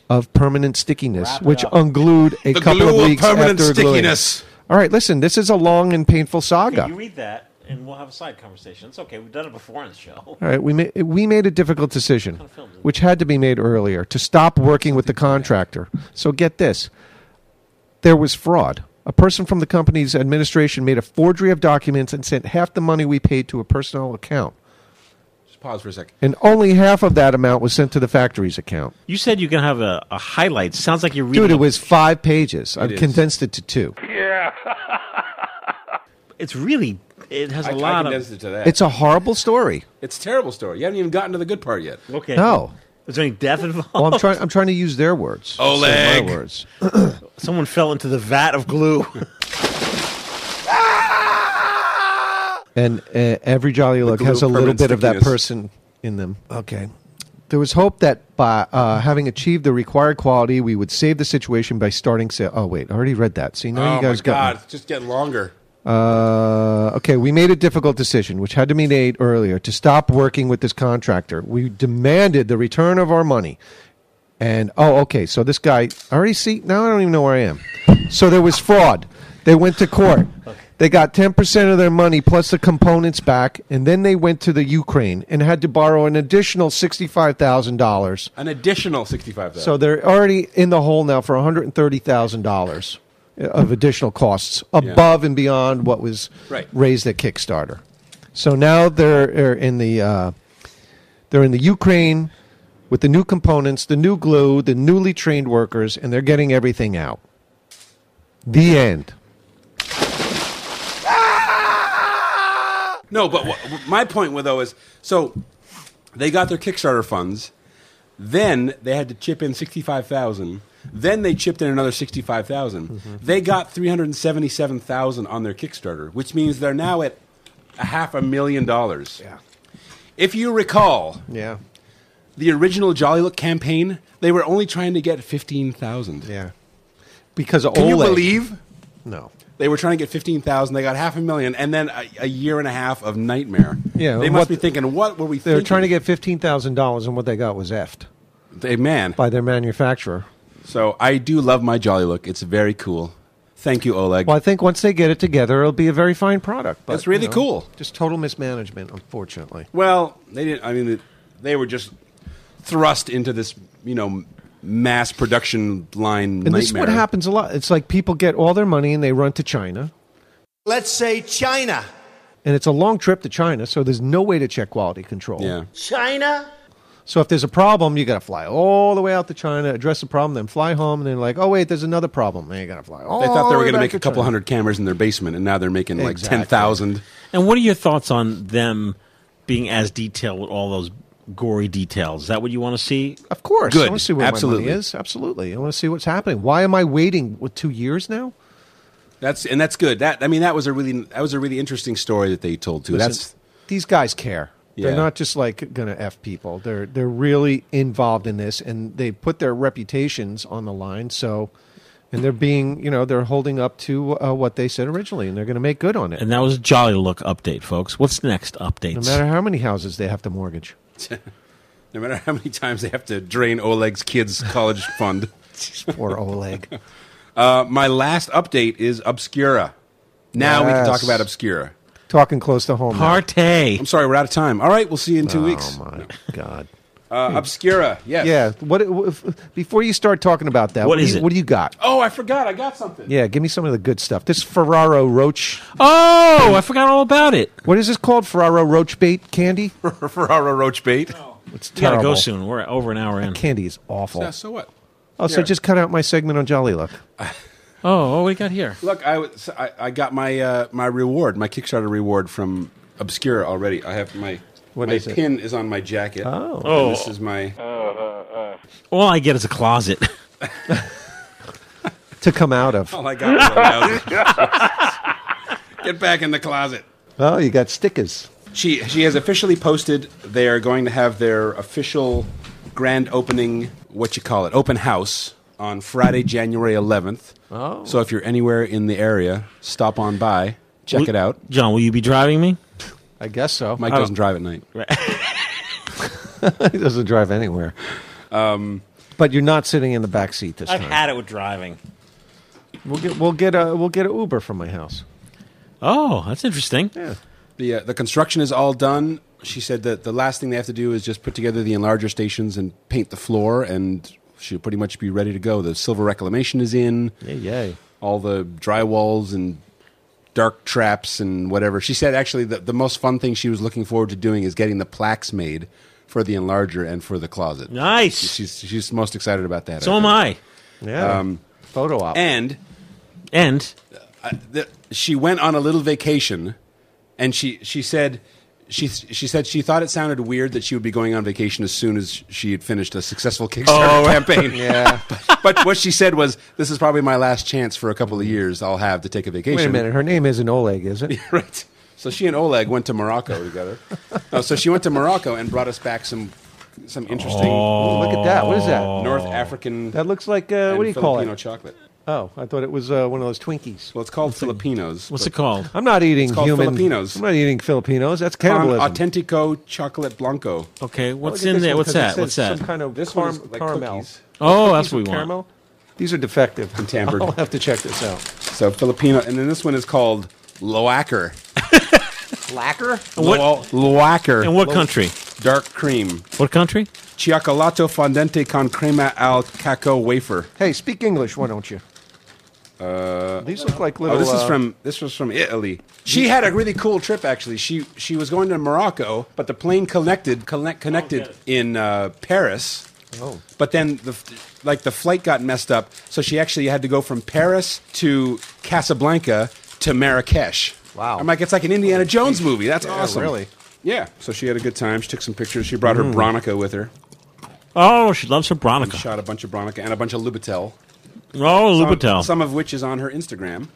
[SPEAKER 5] of permanent stickiness, which unglued a
[SPEAKER 2] The
[SPEAKER 5] couple
[SPEAKER 2] glue
[SPEAKER 5] of
[SPEAKER 2] of
[SPEAKER 5] weeks
[SPEAKER 2] permanent
[SPEAKER 5] after gluing.
[SPEAKER 2] stickiness.
[SPEAKER 5] All right, listen, this is a long and painful saga.
[SPEAKER 3] you read that, and we'll have a side conversation. It's okay. We've done it before on the show.
[SPEAKER 5] All right, we made we made a difficult decision, which had to be made earlier, to stop working with the contractor. So get this: there was fraud. A person from the company's administration made a forgery of documents and sent half the money we paid to a personal account,
[SPEAKER 2] Just pause for a second.
[SPEAKER 5] and only half of that amount was sent to the factory's account.
[SPEAKER 3] You said you can have a, a highlight. Sounds like you're reading.
[SPEAKER 5] Dude,
[SPEAKER 3] a-
[SPEAKER 5] it was five pages. I've
[SPEAKER 3] is.
[SPEAKER 5] condensed it to two.
[SPEAKER 3] Yeah. it's really. It has a
[SPEAKER 2] I- I
[SPEAKER 3] lot
[SPEAKER 2] condensed
[SPEAKER 3] of.
[SPEAKER 2] it to that.
[SPEAKER 5] It's a horrible story.
[SPEAKER 2] It's a terrible story. You haven't even gotten to the good part yet.
[SPEAKER 3] Okay.
[SPEAKER 5] No.
[SPEAKER 3] Is there any death involved?
[SPEAKER 5] Well, I'm trying. I'm trying to use their words. instead of
[SPEAKER 3] Oleg.
[SPEAKER 5] my words.
[SPEAKER 3] Someone fell into the vat of glue.
[SPEAKER 5] And uh, every Jolly Look
[SPEAKER 3] glue
[SPEAKER 5] has a
[SPEAKER 3] of
[SPEAKER 5] little
[SPEAKER 3] permanent
[SPEAKER 5] bit of that
[SPEAKER 3] stickiness.
[SPEAKER 5] person in them. Okay. There was hope that by uh, having achieved the required quality, we would save the situation by starting sale. Oh, wait. I already read that. See, now
[SPEAKER 2] oh
[SPEAKER 5] you guys
[SPEAKER 2] my
[SPEAKER 5] got me.
[SPEAKER 2] God! It's just getting longer.
[SPEAKER 5] Uh, okay, we made a difficult decision, which had to be made earlier, to stop working with this contractor. We demanded the return of our money. And oh, okay, so this guy I already see now I don't even know where I am. So there was fraud. They went to court. They got 10% of their money plus the components back, and then they went to the Ukraine and had to borrow an additional $65,000.
[SPEAKER 2] An additional sixty-five thousand.
[SPEAKER 5] So they're already in the hole now for $130,000 of additional costs above and beyond what was
[SPEAKER 2] Right.
[SPEAKER 5] raised at Kickstarter. So now they're, are in the uh, they're in the Ukraine with the new components, the new glue, the newly trained workers, and they're getting everything out. The end.
[SPEAKER 2] No, but wh- my point with though is so they got their Kickstarter funds, then they had to chip in sixty five thousand. Then they chipped in another sixty five
[SPEAKER 5] Mm-hmm.
[SPEAKER 2] They got three hundred seventy seven thousand on their Kickstarter, which means they're now at a half a million dollars. Yeah. If you recall,
[SPEAKER 5] yeah,
[SPEAKER 2] the original Jolly Look campaign, they were only trying to get fifteen thousand.
[SPEAKER 5] Yeah. Because of
[SPEAKER 2] Can you
[SPEAKER 5] Oleg.
[SPEAKER 2] believe?
[SPEAKER 5] No.
[SPEAKER 2] They were trying to get fifteen thousand. They got half a million, and then a, a year and a half of nightmare.
[SPEAKER 5] Yeah,
[SPEAKER 2] they
[SPEAKER 5] and
[SPEAKER 2] must
[SPEAKER 5] what-
[SPEAKER 2] be thinking, what were we?
[SPEAKER 5] They were
[SPEAKER 2] thinking?
[SPEAKER 5] trying to get fifteen thousand dollars, and what they got was effed.
[SPEAKER 2] They man
[SPEAKER 5] by their manufacturer.
[SPEAKER 2] So I do love my Jolly Look. It's very cool. Thank you, Oleg.
[SPEAKER 5] Well, I think once they get it together, it'll be a very fine product. But,
[SPEAKER 2] That's really
[SPEAKER 5] you know,
[SPEAKER 2] cool.
[SPEAKER 5] Just total mismanagement, unfortunately.
[SPEAKER 2] Well, they didn't. I mean, they were just thrust into this, you know, mass production line
[SPEAKER 5] And
[SPEAKER 2] nightmare.
[SPEAKER 5] this is what happens a lot. It's like people get all their money and they run to China,
[SPEAKER 16] Let's say China.
[SPEAKER 5] and it's a long trip to China, so there's no way to check quality control.
[SPEAKER 2] Yeah.
[SPEAKER 16] China?
[SPEAKER 5] So if there's a problem, you got to fly all the way out to China, address the problem, then fly home, and then like, oh wait, there's another problem. Then you got to fly. All
[SPEAKER 2] They thought they were
[SPEAKER 5] going to
[SPEAKER 2] make a couple hundred cameras in their basement, and now they're making like
[SPEAKER 5] Exactly.
[SPEAKER 2] ten thousand.
[SPEAKER 3] And what are your thoughts on them being as detailed with all those gory details? Is that what you want to see?
[SPEAKER 5] Of course, I
[SPEAKER 3] Good.
[SPEAKER 5] want to see where
[SPEAKER 3] Absolutely.
[SPEAKER 5] my money is. Absolutely, I want to see what's happening. Why am I waiting? What two years now?
[SPEAKER 2] That's and that's good. That I mean, that was a really that was a really interesting story that they told too.
[SPEAKER 5] Listen,
[SPEAKER 2] that's
[SPEAKER 5] these guys care.
[SPEAKER 2] Yeah.
[SPEAKER 5] They're not just like gonna f people. They're they're really involved in this, and they put their reputations on the line. So, and they're being you know they're holding up to uh, what they said originally, and they're gonna make good on it.
[SPEAKER 3] And that was a Jolly Look update, folks. What's the next update?
[SPEAKER 5] No matter how many houses they have to mortgage.
[SPEAKER 2] no matter how many times they have to drain Oleg's kids' college fund.
[SPEAKER 5] Poor Oleg.
[SPEAKER 2] Uh, my last update is Obscura. Now we can talk
[SPEAKER 5] Yes.
[SPEAKER 2] about Obscura.
[SPEAKER 5] Talking close to home. now.
[SPEAKER 2] I'm sorry, we're out of time. All right, we'll see you in two weeks.
[SPEAKER 5] Oh my god.
[SPEAKER 2] Uh, Obscura, yes.
[SPEAKER 5] Yeah. What, what- Before you start talking about that,
[SPEAKER 2] What
[SPEAKER 5] what,
[SPEAKER 2] is
[SPEAKER 5] do you,
[SPEAKER 2] it?
[SPEAKER 5] What do you got?
[SPEAKER 2] Oh, I forgot. I got something.
[SPEAKER 5] Yeah, give me some of the good stuff. This Ferraro Roach.
[SPEAKER 3] Oh, I forgot all about it.
[SPEAKER 5] What is this called? Ferraro Roach bait candy?
[SPEAKER 2] Ferraro Roach bait.
[SPEAKER 5] It's
[SPEAKER 3] You gotta
[SPEAKER 5] terrible.
[SPEAKER 3] go soon. We're over an hour in.
[SPEAKER 5] Candy is awful.
[SPEAKER 2] Yeah, so what?
[SPEAKER 5] Oh, so
[SPEAKER 2] Here.
[SPEAKER 5] just cut out my segment on Jolly Luck.
[SPEAKER 3] Oh, what we got here?
[SPEAKER 2] Look, I, was, I, I got my uh, my reward, my Kickstarter reward from Obscura already. I have my
[SPEAKER 5] What
[SPEAKER 2] my
[SPEAKER 5] is it?
[SPEAKER 2] pin is on my jacket.
[SPEAKER 5] Oh.
[SPEAKER 2] And
[SPEAKER 3] Oh.
[SPEAKER 2] this is my.
[SPEAKER 3] All I get is a closet.
[SPEAKER 5] to come out of.
[SPEAKER 2] All I got. was a- Get back in the closet.
[SPEAKER 5] Oh, you got stickers.
[SPEAKER 2] She she has officially posted they are going to have their official grand opening what you call it open house on Friday January 11th.
[SPEAKER 3] Oh.
[SPEAKER 2] So if you're anywhere in the area, stop on by, check
[SPEAKER 3] Will-
[SPEAKER 2] it out.
[SPEAKER 3] John, will you be driving me?
[SPEAKER 5] I guess so.
[SPEAKER 2] Mike
[SPEAKER 3] I don't-
[SPEAKER 2] doesn't drive at night.
[SPEAKER 5] he doesn't drive anywhere.
[SPEAKER 2] Um,
[SPEAKER 5] But you're not sitting in the back seat this time.
[SPEAKER 3] it with driving.
[SPEAKER 5] We'll get we'll get a we'll get an Uber from my house.
[SPEAKER 3] Oh, that's interesting.
[SPEAKER 5] Yeah.
[SPEAKER 2] the uh, the construction is all done. She said that the last thing they have to do is just put together the enlarger stations and paint the floor and she'll pretty much be ready to go. The silver reclamation is in.
[SPEAKER 5] Yay, yay.
[SPEAKER 2] all the drywalls and dark traps and whatever. She said actually the, the most fun thing she was looking forward to doing is getting the plaques made for the enlarger and for the closet.
[SPEAKER 3] Nice.
[SPEAKER 2] She's she's most excited about that.
[SPEAKER 3] So am
[SPEAKER 2] think.
[SPEAKER 3] I.
[SPEAKER 5] Yeah. Um, Photo op.
[SPEAKER 2] And
[SPEAKER 3] and
[SPEAKER 2] uh, the, she went on a little vacation, and she she said. She, she said she thought it sounded weird that she would be going on vacation as soon as she had finished a successful Kickstarter
[SPEAKER 5] Oh, right.
[SPEAKER 2] campaign.
[SPEAKER 5] Yeah.
[SPEAKER 2] but, but what she said was, "This is probably my last chance for a couple of years. I'll have to take a vacation."
[SPEAKER 5] Wait a minute. Her name isn't Oleg, is it?
[SPEAKER 2] right. So she and Oleg went to Morocco together. No, so she went to Morocco and brought us back some some interesting.
[SPEAKER 5] Oh, look at that. What is that?
[SPEAKER 2] North African.
[SPEAKER 5] That looks like uh,
[SPEAKER 2] and
[SPEAKER 5] what do you
[SPEAKER 2] Filipino
[SPEAKER 5] call it?
[SPEAKER 2] chocolate.
[SPEAKER 5] Oh, I thought it was uh, one of those Twinkies.
[SPEAKER 2] Well, it's called Filipinos.
[SPEAKER 3] What's
[SPEAKER 2] but-
[SPEAKER 3] it called?
[SPEAKER 5] I'm not eating
[SPEAKER 2] It's called
[SPEAKER 5] human
[SPEAKER 2] Filipinos.
[SPEAKER 5] I'm not eating Filipinos. That's
[SPEAKER 2] Pan
[SPEAKER 5] cannibalism.
[SPEAKER 2] Authentico Chocolate Blanco.
[SPEAKER 3] Okay,
[SPEAKER 5] what's in there? What's that? What's that? kind of
[SPEAKER 2] This
[SPEAKER 5] car-
[SPEAKER 2] one is like
[SPEAKER 5] caramel.
[SPEAKER 2] cookies.
[SPEAKER 5] Cookies
[SPEAKER 3] Oh, that's what
[SPEAKER 5] with
[SPEAKER 3] we want.
[SPEAKER 5] These are defective
[SPEAKER 2] and tampered.
[SPEAKER 5] I'll have to check this out.
[SPEAKER 2] So Filipino, and then this one is called Loacker.
[SPEAKER 13] Lacquer?
[SPEAKER 2] Lo- Loacker.
[SPEAKER 3] in what country?
[SPEAKER 2] Dark cream.
[SPEAKER 3] What country?
[SPEAKER 2] Chiacolato fondente con crema al cacao wafer.
[SPEAKER 5] Hey, speak English, why don't you?
[SPEAKER 2] Uh,
[SPEAKER 5] These look like
[SPEAKER 2] oh,
[SPEAKER 5] little,
[SPEAKER 2] this is
[SPEAKER 5] uh,
[SPEAKER 2] from this was from Italy. She had a really cool trip actually. She she was going to Morocco, but the plane connected connect, connected in uh, Paris.
[SPEAKER 5] Oh.
[SPEAKER 2] But then the f- like the flight got messed up, so she actually had to go from Paris to Casablanca to Marrakesh. Wow. I'm like it's like an Indiana Jones movie. That's
[SPEAKER 5] Yeah,
[SPEAKER 2] awesome.
[SPEAKER 5] really.
[SPEAKER 2] Yeah. So she had a good time. She took some pictures. She brought her
[SPEAKER 3] Mm.
[SPEAKER 2] Bronica with her.
[SPEAKER 3] Oh, she loves her Bronica.
[SPEAKER 2] Shot a bunch of Bronica and a bunch of Lubitel.
[SPEAKER 3] Oh,
[SPEAKER 2] Some-
[SPEAKER 3] Lubitel.
[SPEAKER 2] Some of which is on her Instagram.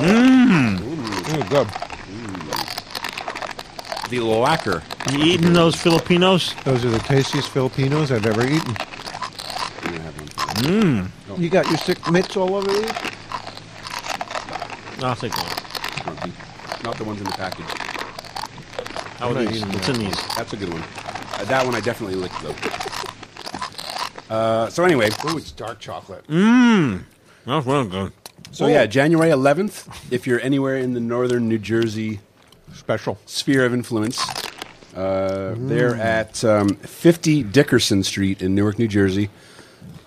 [SPEAKER 3] Mmm.
[SPEAKER 2] good. The Loacker.
[SPEAKER 3] You eating those Filipinos?
[SPEAKER 5] Those are the tastiest Filipinos I've ever eaten.
[SPEAKER 3] Mmm.
[SPEAKER 5] You got your sick mitts all over you?
[SPEAKER 3] I'll take one.
[SPEAKER 2] Not the ones in the package.
[SPEAKER 3] How are these? What's in these?
[SPEAKER 2] That's a good one. Uh, that one I definitely licked though. Uh, so anyway,
[SPEAKER 13] Ooh, it's dark chocolate.
[SPEAKER 3] Mmm. That's real good.
[SPEAKER 2] so yeah, January 11th. If you're anywhere in the northern New Jersey
[SPEAKER 5] special
[SPEAKER 2] sphere of influence, uh, they're
[SPEAKER 13] Mm.
[SPEAKER 5] Hmm.
[SPEAKER 2] at um, 50 Dickerson Street in Newark, New Jersey.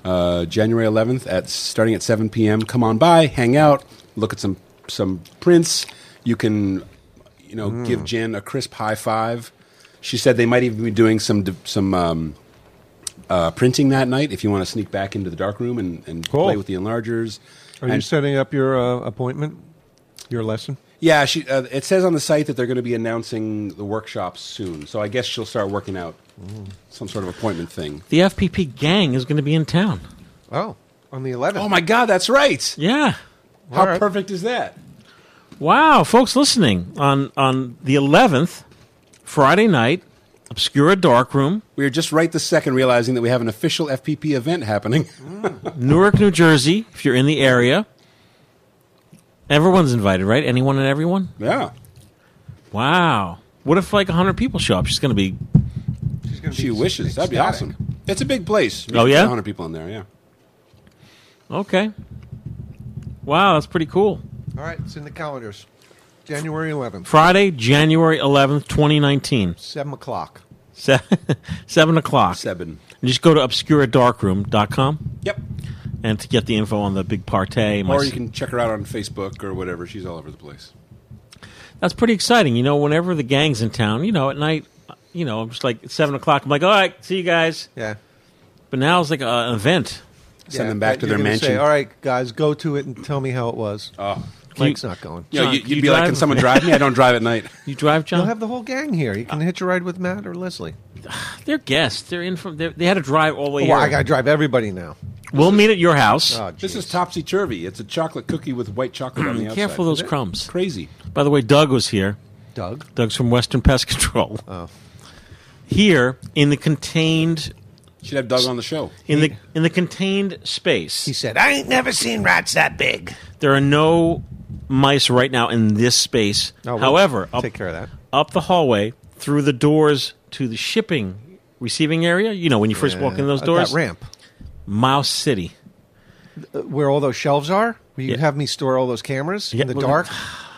[SPEAKER 2] Uh, January 11th at starting at 7 p.m. Come on by, hang out, look at some some prints. You can you know,
[SPEAKER 13] Mm.
[SPEAKER 5] Hmm.
[SPEAKER 2] give Jen a crisp high five. She said they might even be doing some d- some um, uh, printing that night if you want to sneak back into the dark room and, and play with the enlargers.
[SPEAKER 5] Are you
[SPEAKER 2] And-
[SPEAKER 5] setting up your uh, appointment? Your lesson?
[SPEAKER 2] yeah, she, uh, it says on the site that they're going to be announcing the workshops soon. So I guess she'll start working out some sort of appointment thing.
[SPEAKER 3] The FPP gang is going to be in town.
[SPEAKER 5] Oh, on the 11th.
[SPEAKER 2] Oh my God, that's right.
[SPEAKER 3] Yeah.
[SPEAKER 2] How perfect is that?
[SPEAKER 3] Wow, folks listening on on the 11th, Friday night, Obscura Dark Room,
[SPEAKER 2] We were just right this second realizing that we have an official FPP event happening.
[SPEAKER 3] Newark, New Jersey. If you're in the area, everyone's invited, right? Anyone and everyone.
[SPEAKER 2] Yeah.
[SPEAKER 3] Wow. What if like 100 people show up? She's going to be.
[SPEAKER 2] she wishes. That'd be
[SPEAKER 3] ecstatic.
[SPEAKER 2] awesome. It's a big place. We
[SPEAKER 3] Oh,
[SPEAKER 2] can fit
[SPEAKER 3] yeah?
[SPEAKER 2] 100 people in there, yeah.
[SPEAKER 3] Okay. Wow, that's pretty cool.
[SPEAKER 5] All right, it's in the calendars. January 11th.
[SPEAKER 3] Friday, January 11th, 2019.
[SPEAKER 5] 7 o'clock.
[SPEAKER 3] Se- 7 o'clock.
[SPEAKER 2] 7.
[SPEAKER 3] Just go to obscuradarkroom.com.
[SPEAKER 2] Yep.
[SPEAKER 3] And to get the info on the big party.
[SPEAKER 2] or you can check her out on Facebook or whatever. She's all over the place.
[SPEAKER 3] That's pretty exciting. You know, whenever the gang's in town, you know, at night, you know, I'm just like, at 7 o'clock, I'm like, all right, see you guys.
[SPEAKER 5] Yeah.
[SPEAKER 3] But now it's like a- an event.
[SPEAKER 5] Yeah, but you're gonna Say, All right, guys, go to it and tell me how it was.
[SPEAKER 2] Oh,
[SPEAKER 5] Mike's not going.
[SPEAKER 2] You know, you- you'd be like, can someone drive me? I don't drive at night.
[SPEAKER 3] You drive, John?
[SPEAKER 5] You'll have the whole gang here. You can hitch a ride with Matt or Leslie.
[SPEAKER 3] They're guests. They're in from, they're, they had to drive all the way
[SPEAKER 5] Well, I Oh.
[SPEAKER 3] here.
[SPEAKER 5] got to drive everybody now.
[SPEAKER 3] We'll meet at your house.
[SPEAKER 2] this is topsy turvy. It's a chocolate cookie with white chocolate on the outside.
[SPEAKER 3] Careful of those
[SPEAKER 2] Isn't it?
[SPEAKER 3] crumbs.
[SPEAKER 2] Crazy.
[SPEAKER 3] By the way, Doug was here.
[SPEAKER 5] Doug?
[SPEAKER 3] Doug's from Western Pest Control.
[SPEAKER 5] Oh.
[SPEAKER 3] Here in the contained
[SPEAKER 2] Should have Doug on the show.
[SPEAKER 3] in the in the contained space. He
[SPEAKER 5] said,
[SPEAKER 8] I ain't never seen rats that big.
[SPEAKER 3] There are no mice right now in this space.
[SPEAKER 5] No, Oh, we'll
[SPEAKER 3] However, up,
[SPEAKER 5] take care of that.
[SPEAKER 3] Up the hallway, through the doors to the shipping receiving area. You know when you first walk
[SPEAKER 5] Yeah,
[SPEAKER 3] in those
[SPEAKER 5] Uh, that
[SPEAKER 3] doors.
[SPEAKER 5] ramp.
[SPEAKER 3] Mouse City.
[SPEAKER 5] Uh, Where all those shelves are? Where you
[SPEAKER 3] Yeah.
[SPEAKER 5] have me store all those cameras in the
[SPEAKER 3] well,
[SPEAKER 5] dark?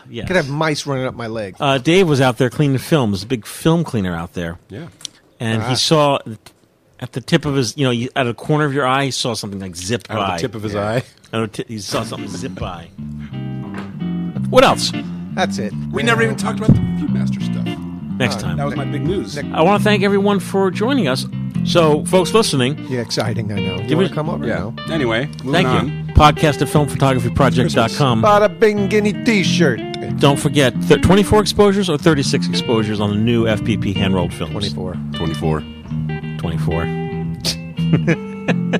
[SPEAKER 3] yes.
[SPEAKER 5] Could have mice running up my leg.
[SPEAKER 3] Uh, Dave was out there cleaning films. A big film cleaner out there.
[SPEAKER 2] Yeah.
[SPEAKER 3] and
[SPEAKER 5] Ah.
[SPEAKER 3] he saw at the tip of his, you know, you- out of the corner of your eye, he saw something like
[SPEAKER 5] Oh,
[SPEAKER 3] zip
[SPEAKER 2] Out of the
[SPEAKER 3] by.
[SPEAKER 2] tip of his eye?
[SPEAKER 3] Out of the ti- he saw something zip by. What else?
[SPEAKER 5] That's it.
[SPEAKER 2] We never even talked about the Viewmaster stuff.
[SPEAKER 3] Next time.
[SPEAKER 2] That was my big news.
[SPEAKER 3] I want to thank everyone for joining us. So, folks listening,
[SPEAKER 5] yeah, exciting. I know.
[SPEAKER 3] Give
[SPEAKER 5] wanna
[SPEAKER 3] it-
[SPEAKER 5] come over?
[SPEAKER 2] Yeah. Anyway, moving
[SPEAKER 3] thank
[SPEAKER 2] on.
[SPEAKER 3] you. Podcast at filmphotographyproject.com.
[SPEAKER 5] Bada bing guinea t-shirt.
[SPEAKER 3] Don't forget th- 24 exposures or 36 exposures on the new FPP hand rolled films.
[SPEAKER 5] 24.
[SPEAKER 2] 24.
[SPEAKER 3] 24.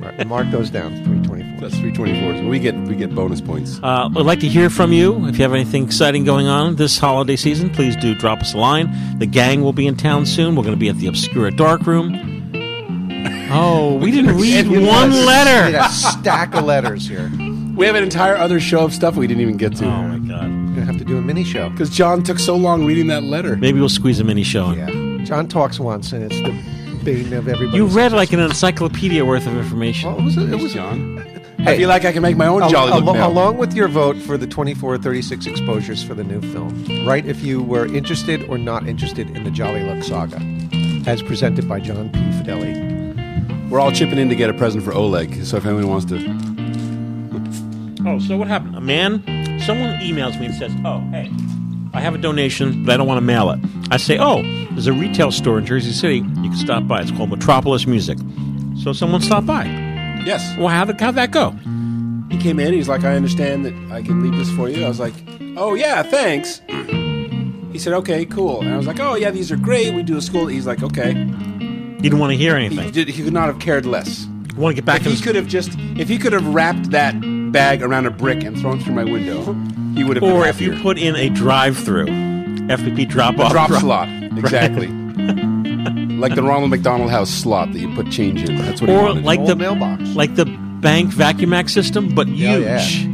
[SPEAKER 5] Mark- Mark those down. 324.
[SPEAKER 2] That's 324. So we get we get bonus points.
[SPEAKER 3] Uh, I'd like to hear from you. If you have anything exciting going on this holiday season, please do drop us a line. The gang will be in town soon. We're going to be at the Obscura Dark Room. Oh, we didn't read
[SPEAKER 5] You
[SPEAKER 3] one
[SPEAKER 5] guys
[SPEAKER 3] letter.
[SPEAKER 5] Need a stack of letters here.
[SPEAKER 2] We have an entire other show of stuff we didn't even get to. Oh my
[SPEAKER 3] god.
[SPEAKER 5] Gonna have to do a mini show.
[SPEAKER 2] Because John took so long reading that letter.
[SPEAKER 3] Maybe we'll squeeze a mini show in.
[SPEAKER 5] John talks once, and it's the bane of everybody.
[SPEAKER 3] You read like an encyclopedia worth of information.
[SPEAKER 5] Well, it was, a, it was
[SPEAKER 2] John. I feel like I can make my own
[SPEAKER 5] Al-
[SPEAKER 2] Jolly
[SPEAKER 5] al-
[SPEAKER 2] Look now.
[SPEAKER 5] Along with your vote for the 24-36 exposures for the new film, right? If you were interested or not interested in the Jolly Luck saga, as presented by John P. Fidelli.
[SPEAKER 2] We're all chipping in to get a present for Oleg. So if anyone wants to
[SPEAKER 3] Oh, so what happened? A man, someone emails me and says, "Oh, hey, I have a donation, but I don't want to mail it." I say, "Oh, there's a retail store in Jersey City. You can stop by. It's called Metropolis Music." So someone stopped by.
[SPEAKER 2] Yes.
[SPEAKER 3] Well, how the, how'd that go?
[SPEAKER 2] He came in. He's like, I understand that I can leave this for you. I was like, Oh yeah, thanks. He said, Okay, cool. And I was like, Oh yeah, these are great. We do a school. He's like, Okay.
[SPEAKER 3] You didn't want to hear anything.
[SPEAKER 2] He, did, he could not have cared less.
[SPEAKER 3] want to get back
[SPEAKER 2] If
[SPEAKER 3] in
[SPEAKER 2] he
[SPEAKER 3] the-
[SPEAKER 2] could have just, if he could have wrapped that bag around a brick and thrown it through my window, he would have. been
[SPEAKER 3] Or if you
[SPEAKER 2] happier.
[SPEAKER 3] put in a drive-through, FPP
[SPEAKER 2] A
[SPEAKER 3] drop-off
[SPEAKER 2] drop
[SPEAKER 3] dri-
[SPEAKER 2] slot, exactly. like the Ronald McDonald House slot that you put change in. That's what he
[SPEAKER 3] or
[SPEAKER 2] wanted.
[SPEAKER 3] like the like the bank vacuum act system, but huge.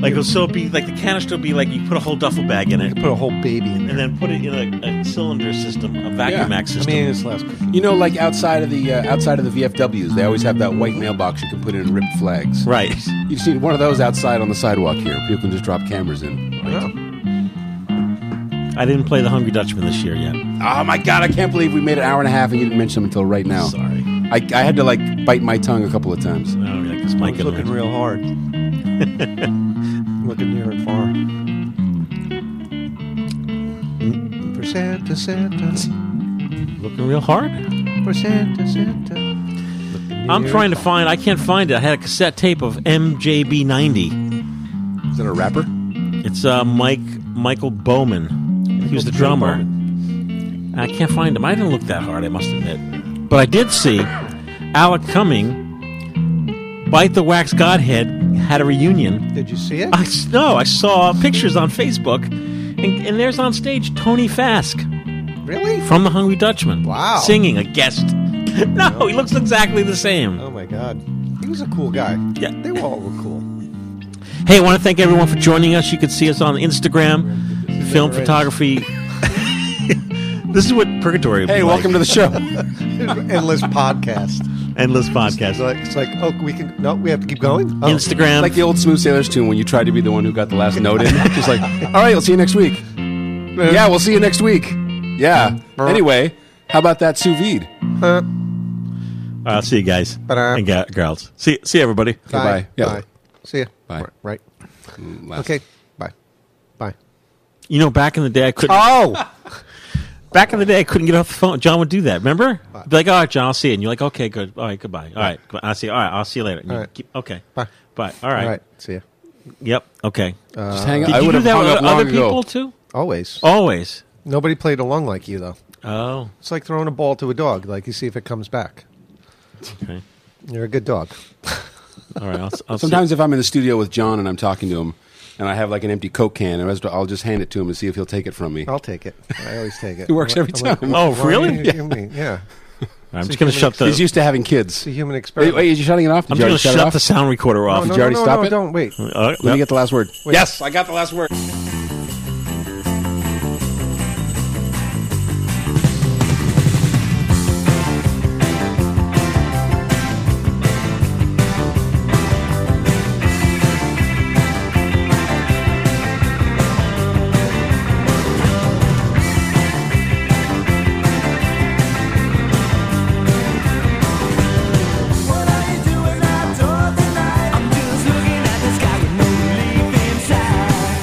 [SPEAKER 3] Like it'll still be like the canister will be like you put a whole duffel bag in it,
[SPEAKER 5] put a whole baby in
[SPEAKER 3] it, and then put it in a, a cylinder system, a vacuum
[SPEAKER 2] Yeah.
[SPEAKER 3] act system.
[SPEAKER 2] You know, like outside of the uh, outside of the VFWs, they always have that white mailbox you can put in ripped flags.
[SPEAKER 3] Right.
[SPEAKER 2] You've seen one of those outside on the sidewalk here. People can just drop cameras in.
[SPEAKER 3] I didn't play the Hungry Dutchman this year yet.
[SPEAKER 2] Oh my god, I can't believe we made an hour and a half and you didn't mention them until right now.
[SPEAKER 3] Sorry.
[SPEAKER 2] I, I had to like bite my tongue a couple of times.
[SPEAKER 3] No, like this mic
[SPEAKER 5] looking real hard. looking near and far. For Santa, Santa.
[SPEAKER 3] Looking real hard.
[SPEAKER 5] For Santa, Santa.
[SPEAKER 3] I'm trying to find. I can't find it. I had a cassette tape of MJB90.
[SPEAKER 2] Is that a rapper?
[SPEAKER 3] It's uh, Mike Michael Bowman. he was the drummer. And I can't find him. I didn't look that hard. I must admit, but I did see Alec Cumming, Bite the Wax Godhead, had a reunion.
[SPEAKER 5] Did you see it?
[SPEAKER 3] I, s- no, I saw pictures on Facebook, and, and there's on stage Tony Fask
[SPEAKER 5] Really?
[SPEAKER 3] from The Hungry Dutchman.
[SPEAKER 5] Wow.
[SPEAKER 3] singing a guest. no, he looks exactly the same.
[SPEAKER 5] Oh my god. He was a cool guy.
[SPEAKER 3] Yeah.
[SPEAKER 5] They were all were cool.
[SPEAKER 3] Hey, I want to thank everyone for joining us. You can see us on Instagram, film
[SPEAKER 5] never ends.
[SPEAKER 3] photography. this is what purgatory. would be
[SPEAKER 5] Hey,
[SPEAKER 3] like.
[SPEAKER 5] welcome to the show. Endless podcast.
[SPEAKER 3] Endless podcast.
[SPEAKER 5] It's like, it's like, oh, we can, no, we have to keep going. Oh.
[SPEAKER 2] It's like the old Smooth Sailors tune when you tried to be the one who got the last note in. Just like, all right, we'll see you next week. Yeah, we'll see you next week. Yeah. Anyway, how about that sous vide?
[SPEAKER 5] uh,
[SPEAKER 3] All right, Uh, see you guys and ga- girls. See see everybody.
[SPEAKER 5] Bye. Bye. See ya.
[SPEAKER 2] Bye.
[SPEAKER 5] Right.
[SPEAKER 2] last.
[SPEAKER 5] Okay. Bye. Bye.
[SPEAKER 3] You know, back in the day, I couldn't.
[SPEAKER 5] Oh.
[SPEAKER 3] Back in the day, I couldn't get off the phone. John would do that. Remember? Be like, all right, John, I'll see you. And you're like, okay, good. All right, goodbye. All right, goodbye. I'll see you. All right, I'll see you later. And you
[SPEAKER 5] All right.
[SPEAKER 3] keep- okay.
[SPEAKER 5] Bye.
[SPEAKER 3] Bye. All right.
[SPEAKER 5] All right. See ya.
[SPEAKER 3] Yep. Okay.
[SPEAKER 5] Just
[SPEAKER 2] hang
[SPEAKER 3] Uh, Did
[SPEAKER 2] Uh, I
[SPEAKER 3] you
[SPEAKER 2] would
[SPEAKER 3] do
[SPEAKER 2] have
[SPEAKER 3] that
[SPEAKER 2] hung
[SPEAKER 3] with
[SPEAKER 2] up
[SPEAKER 3] other
[SPEAKER 2] long ago.
[SPEAKER 3] people too?
[SPEAKER 5] Always.
[SPEAKER 3] Always.
[SPEAKER 5] Nobody played along like you, though.
[SPEAKER 3] Oh.
[SPEAKER 5] It's like throwing a ball to a dog. Like, you see if it comes back.
[SPEAKER 3] Okay.
[SPEAKER 5] You're a good dog.
[SPEAKER 3] All right. I'll, s- I'll see-
[SPEAKER 2] Sometimes if I'm in the studio with John and I'm talking to him and I have like an empty Coke can, and I'll just hand it to him and see if he'll take it from me.
[SPEAKER 5] I'll take it. I always take it.
[SPEAKER 2] It works
[SPEAKER 5] I'm
[SPEAKER 2] every
[SPEAKER 5] like- I'm like,
[SPEAKER 2] time.
[SPEAKER 3] Oh,
[SPEAKER 5] why are
[SPEAKER 3] really?
[SPEAKER 5] you-
[SPEAKER 2] Yeah.
[SPEAKER 5] you mean- yeah.
[SPEAKER 3] I'm
[SPEAKER 5] So
[SPEAKER 3] just going
[SPEAKER 5] you
[SPEAKER 3] to shut the.
[SPEAKER 2] Oh, He's used to having kids.
[SPEAKER 5] It's a human
[SPEAKER 2] Wait,
[SPEAKER 5] experiment.
[SPEAKER 2] wait, is you shutting it off? Did
[SPEAKER 3] I'm
[SPEAKER 2] you
[SPEAKER 3] just going to shut
[SPEAKER 2] already it off?
[SPEAKER 3] the sound recorder off.
[SPEAKER 5] no,
[SPEAKER 2] Did you already
[SPEAKER 5] no,
[SPEAKER 2] stop
[SPEAKER 5] no,
[SPEAKER 2] it?
[SPEAKER 5] don't wait.
[SPEAKER 3] Uh,
[SPEAKER 2] Let me get the last word. Yes, I got the last word.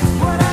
[SPEAKER 1] What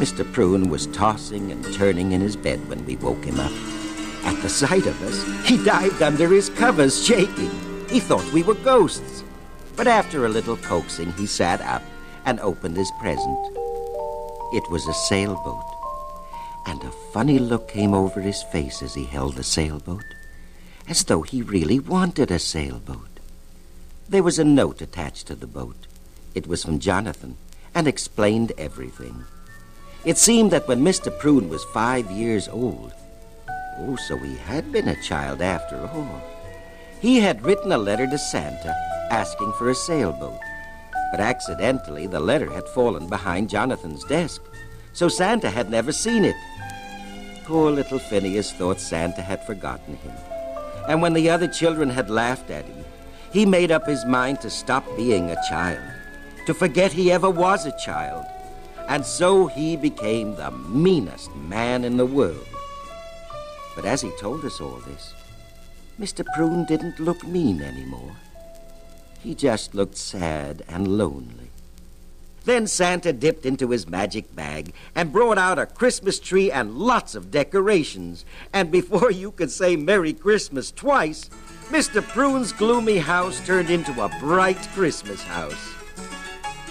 [SPEAKER 17] Mr. Prune was tossing and turning in his bed when we woke him up. At the sight of us, he dived under his covers, shaking. He thought we were ghosts. But after a little coaxing, he sat up and opened his present. It was a sailboat, and a funny look came over his face as he held the sailboat, as though he really wanted a sailboat. There was a note attached to the boat. It was from Jonathan and explained everything. It seemed that when Mr. Prune was five years old, oh, so he had been a child after all, he had written a letter to Santa asking for a sailboat. But accidentally, the letter had fallen behind Jonathan's desk, so Santa had never seen it. Poor little Phineas thought Santa had forgotten him. And when the other children had laughed at him, he made up his mind to stop being a child, to forget he ever was a child. And so he became the meanest man in the world. But as he told us all this, Mr. Prune didn't look mean anymore. He just looked sad and lonely. Then Santa dipped into his magic bag and brought out a Christmas tree and lots of decorations. And before you could say Merry Christmas twice, Mr. Prune's gloomy house turned into a bright Christmas house.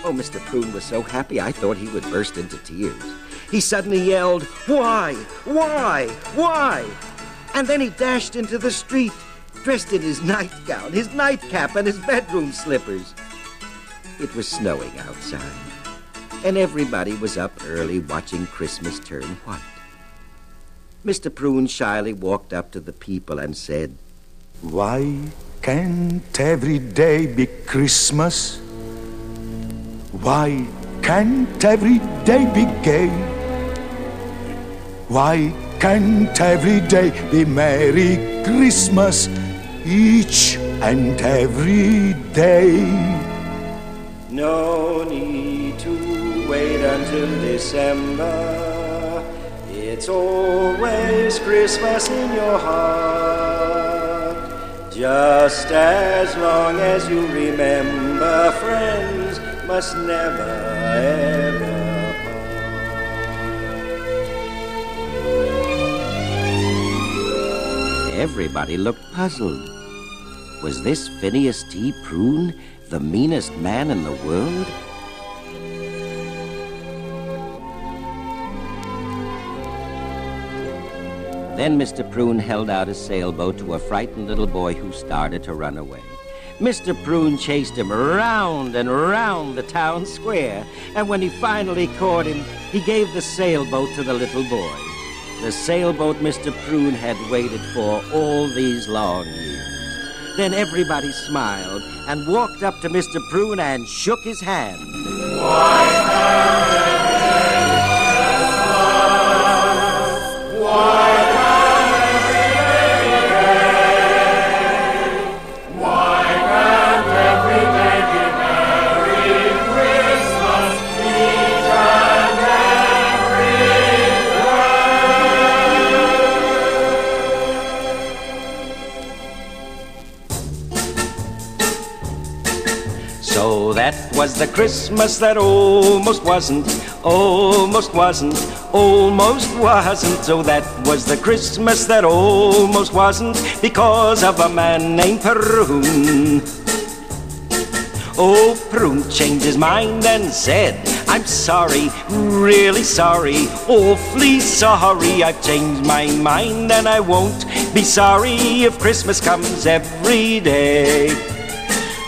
[SPEAKER 17] Oh, Mr. Prune was so happy I thought he would burst into tears. He suddenly yelled, Why? Why? Why? And then he dashed into the street, dressed in his nightgown, his nightcap, and his bedroom slippers. It was snowing outside, and everybody was up early watching Christmas turn white. Mr. Prune shyly walked up to the people and said, Why
[SPEAKER 18] Can't every day be Christmas? Why can't every day be gay? Why can't every day be Merry Christmas each and every day?
[SPEAKER 17] No need to wait until December. It's always Christmas in your heart. Just as long as you remember, friends must never ever. part. Everybody looked puzzled. Was this Phineas T. Prune, the meanest man in the world? Then Mr. Prune held out a sailboat to a frightened little boy who started to run away. Mr. Prune chased him round and round the town square, and when he finally caught him, he gave the sailboat to the little boy. The sailboat Mr. Prune had waited for all these long years. Then everybody smiled and walked up to Mr. Prune and shook his hand. So that was the Christmas that almost wasn't, almost wasn't, almost wasn't. So that was the Christmas that almost wasn't because of a man named Prune. Oh, Prune changed his mind and said, I'm sorry, really sorry, awfully sorry. I've changed my mind and I won't be sorry if Christmas comes every day.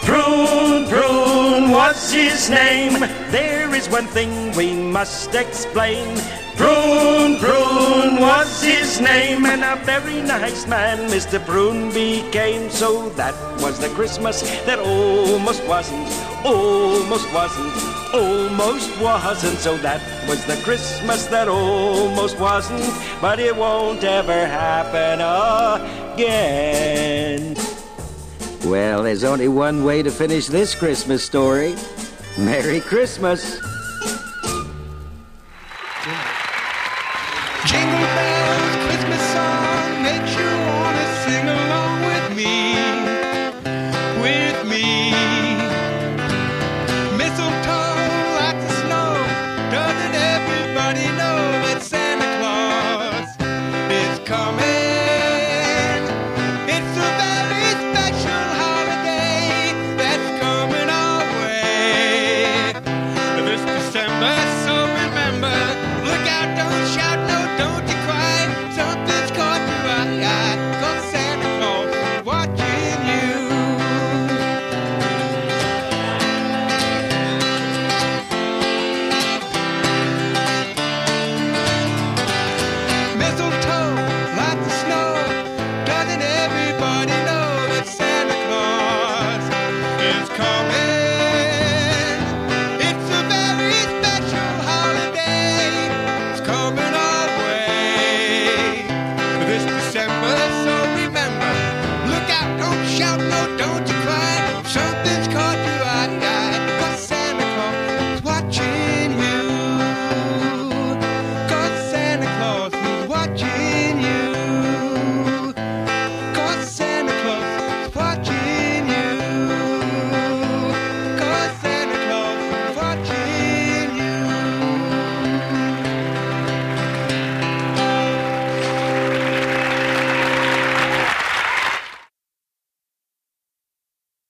[SPEAKER 17] Prune, Prune, what's his name? There is one thing we must explain. Prune, Prune, what's his name? And a very nice man Mr. Prune became. So that was the Christmas that almost wasn't, almost wasn't, almost wasn't. So that was the Christmas that almost wasn't, but it won't ever happen again. Well, there's only one way to finish this Christmas story Merry Christmas!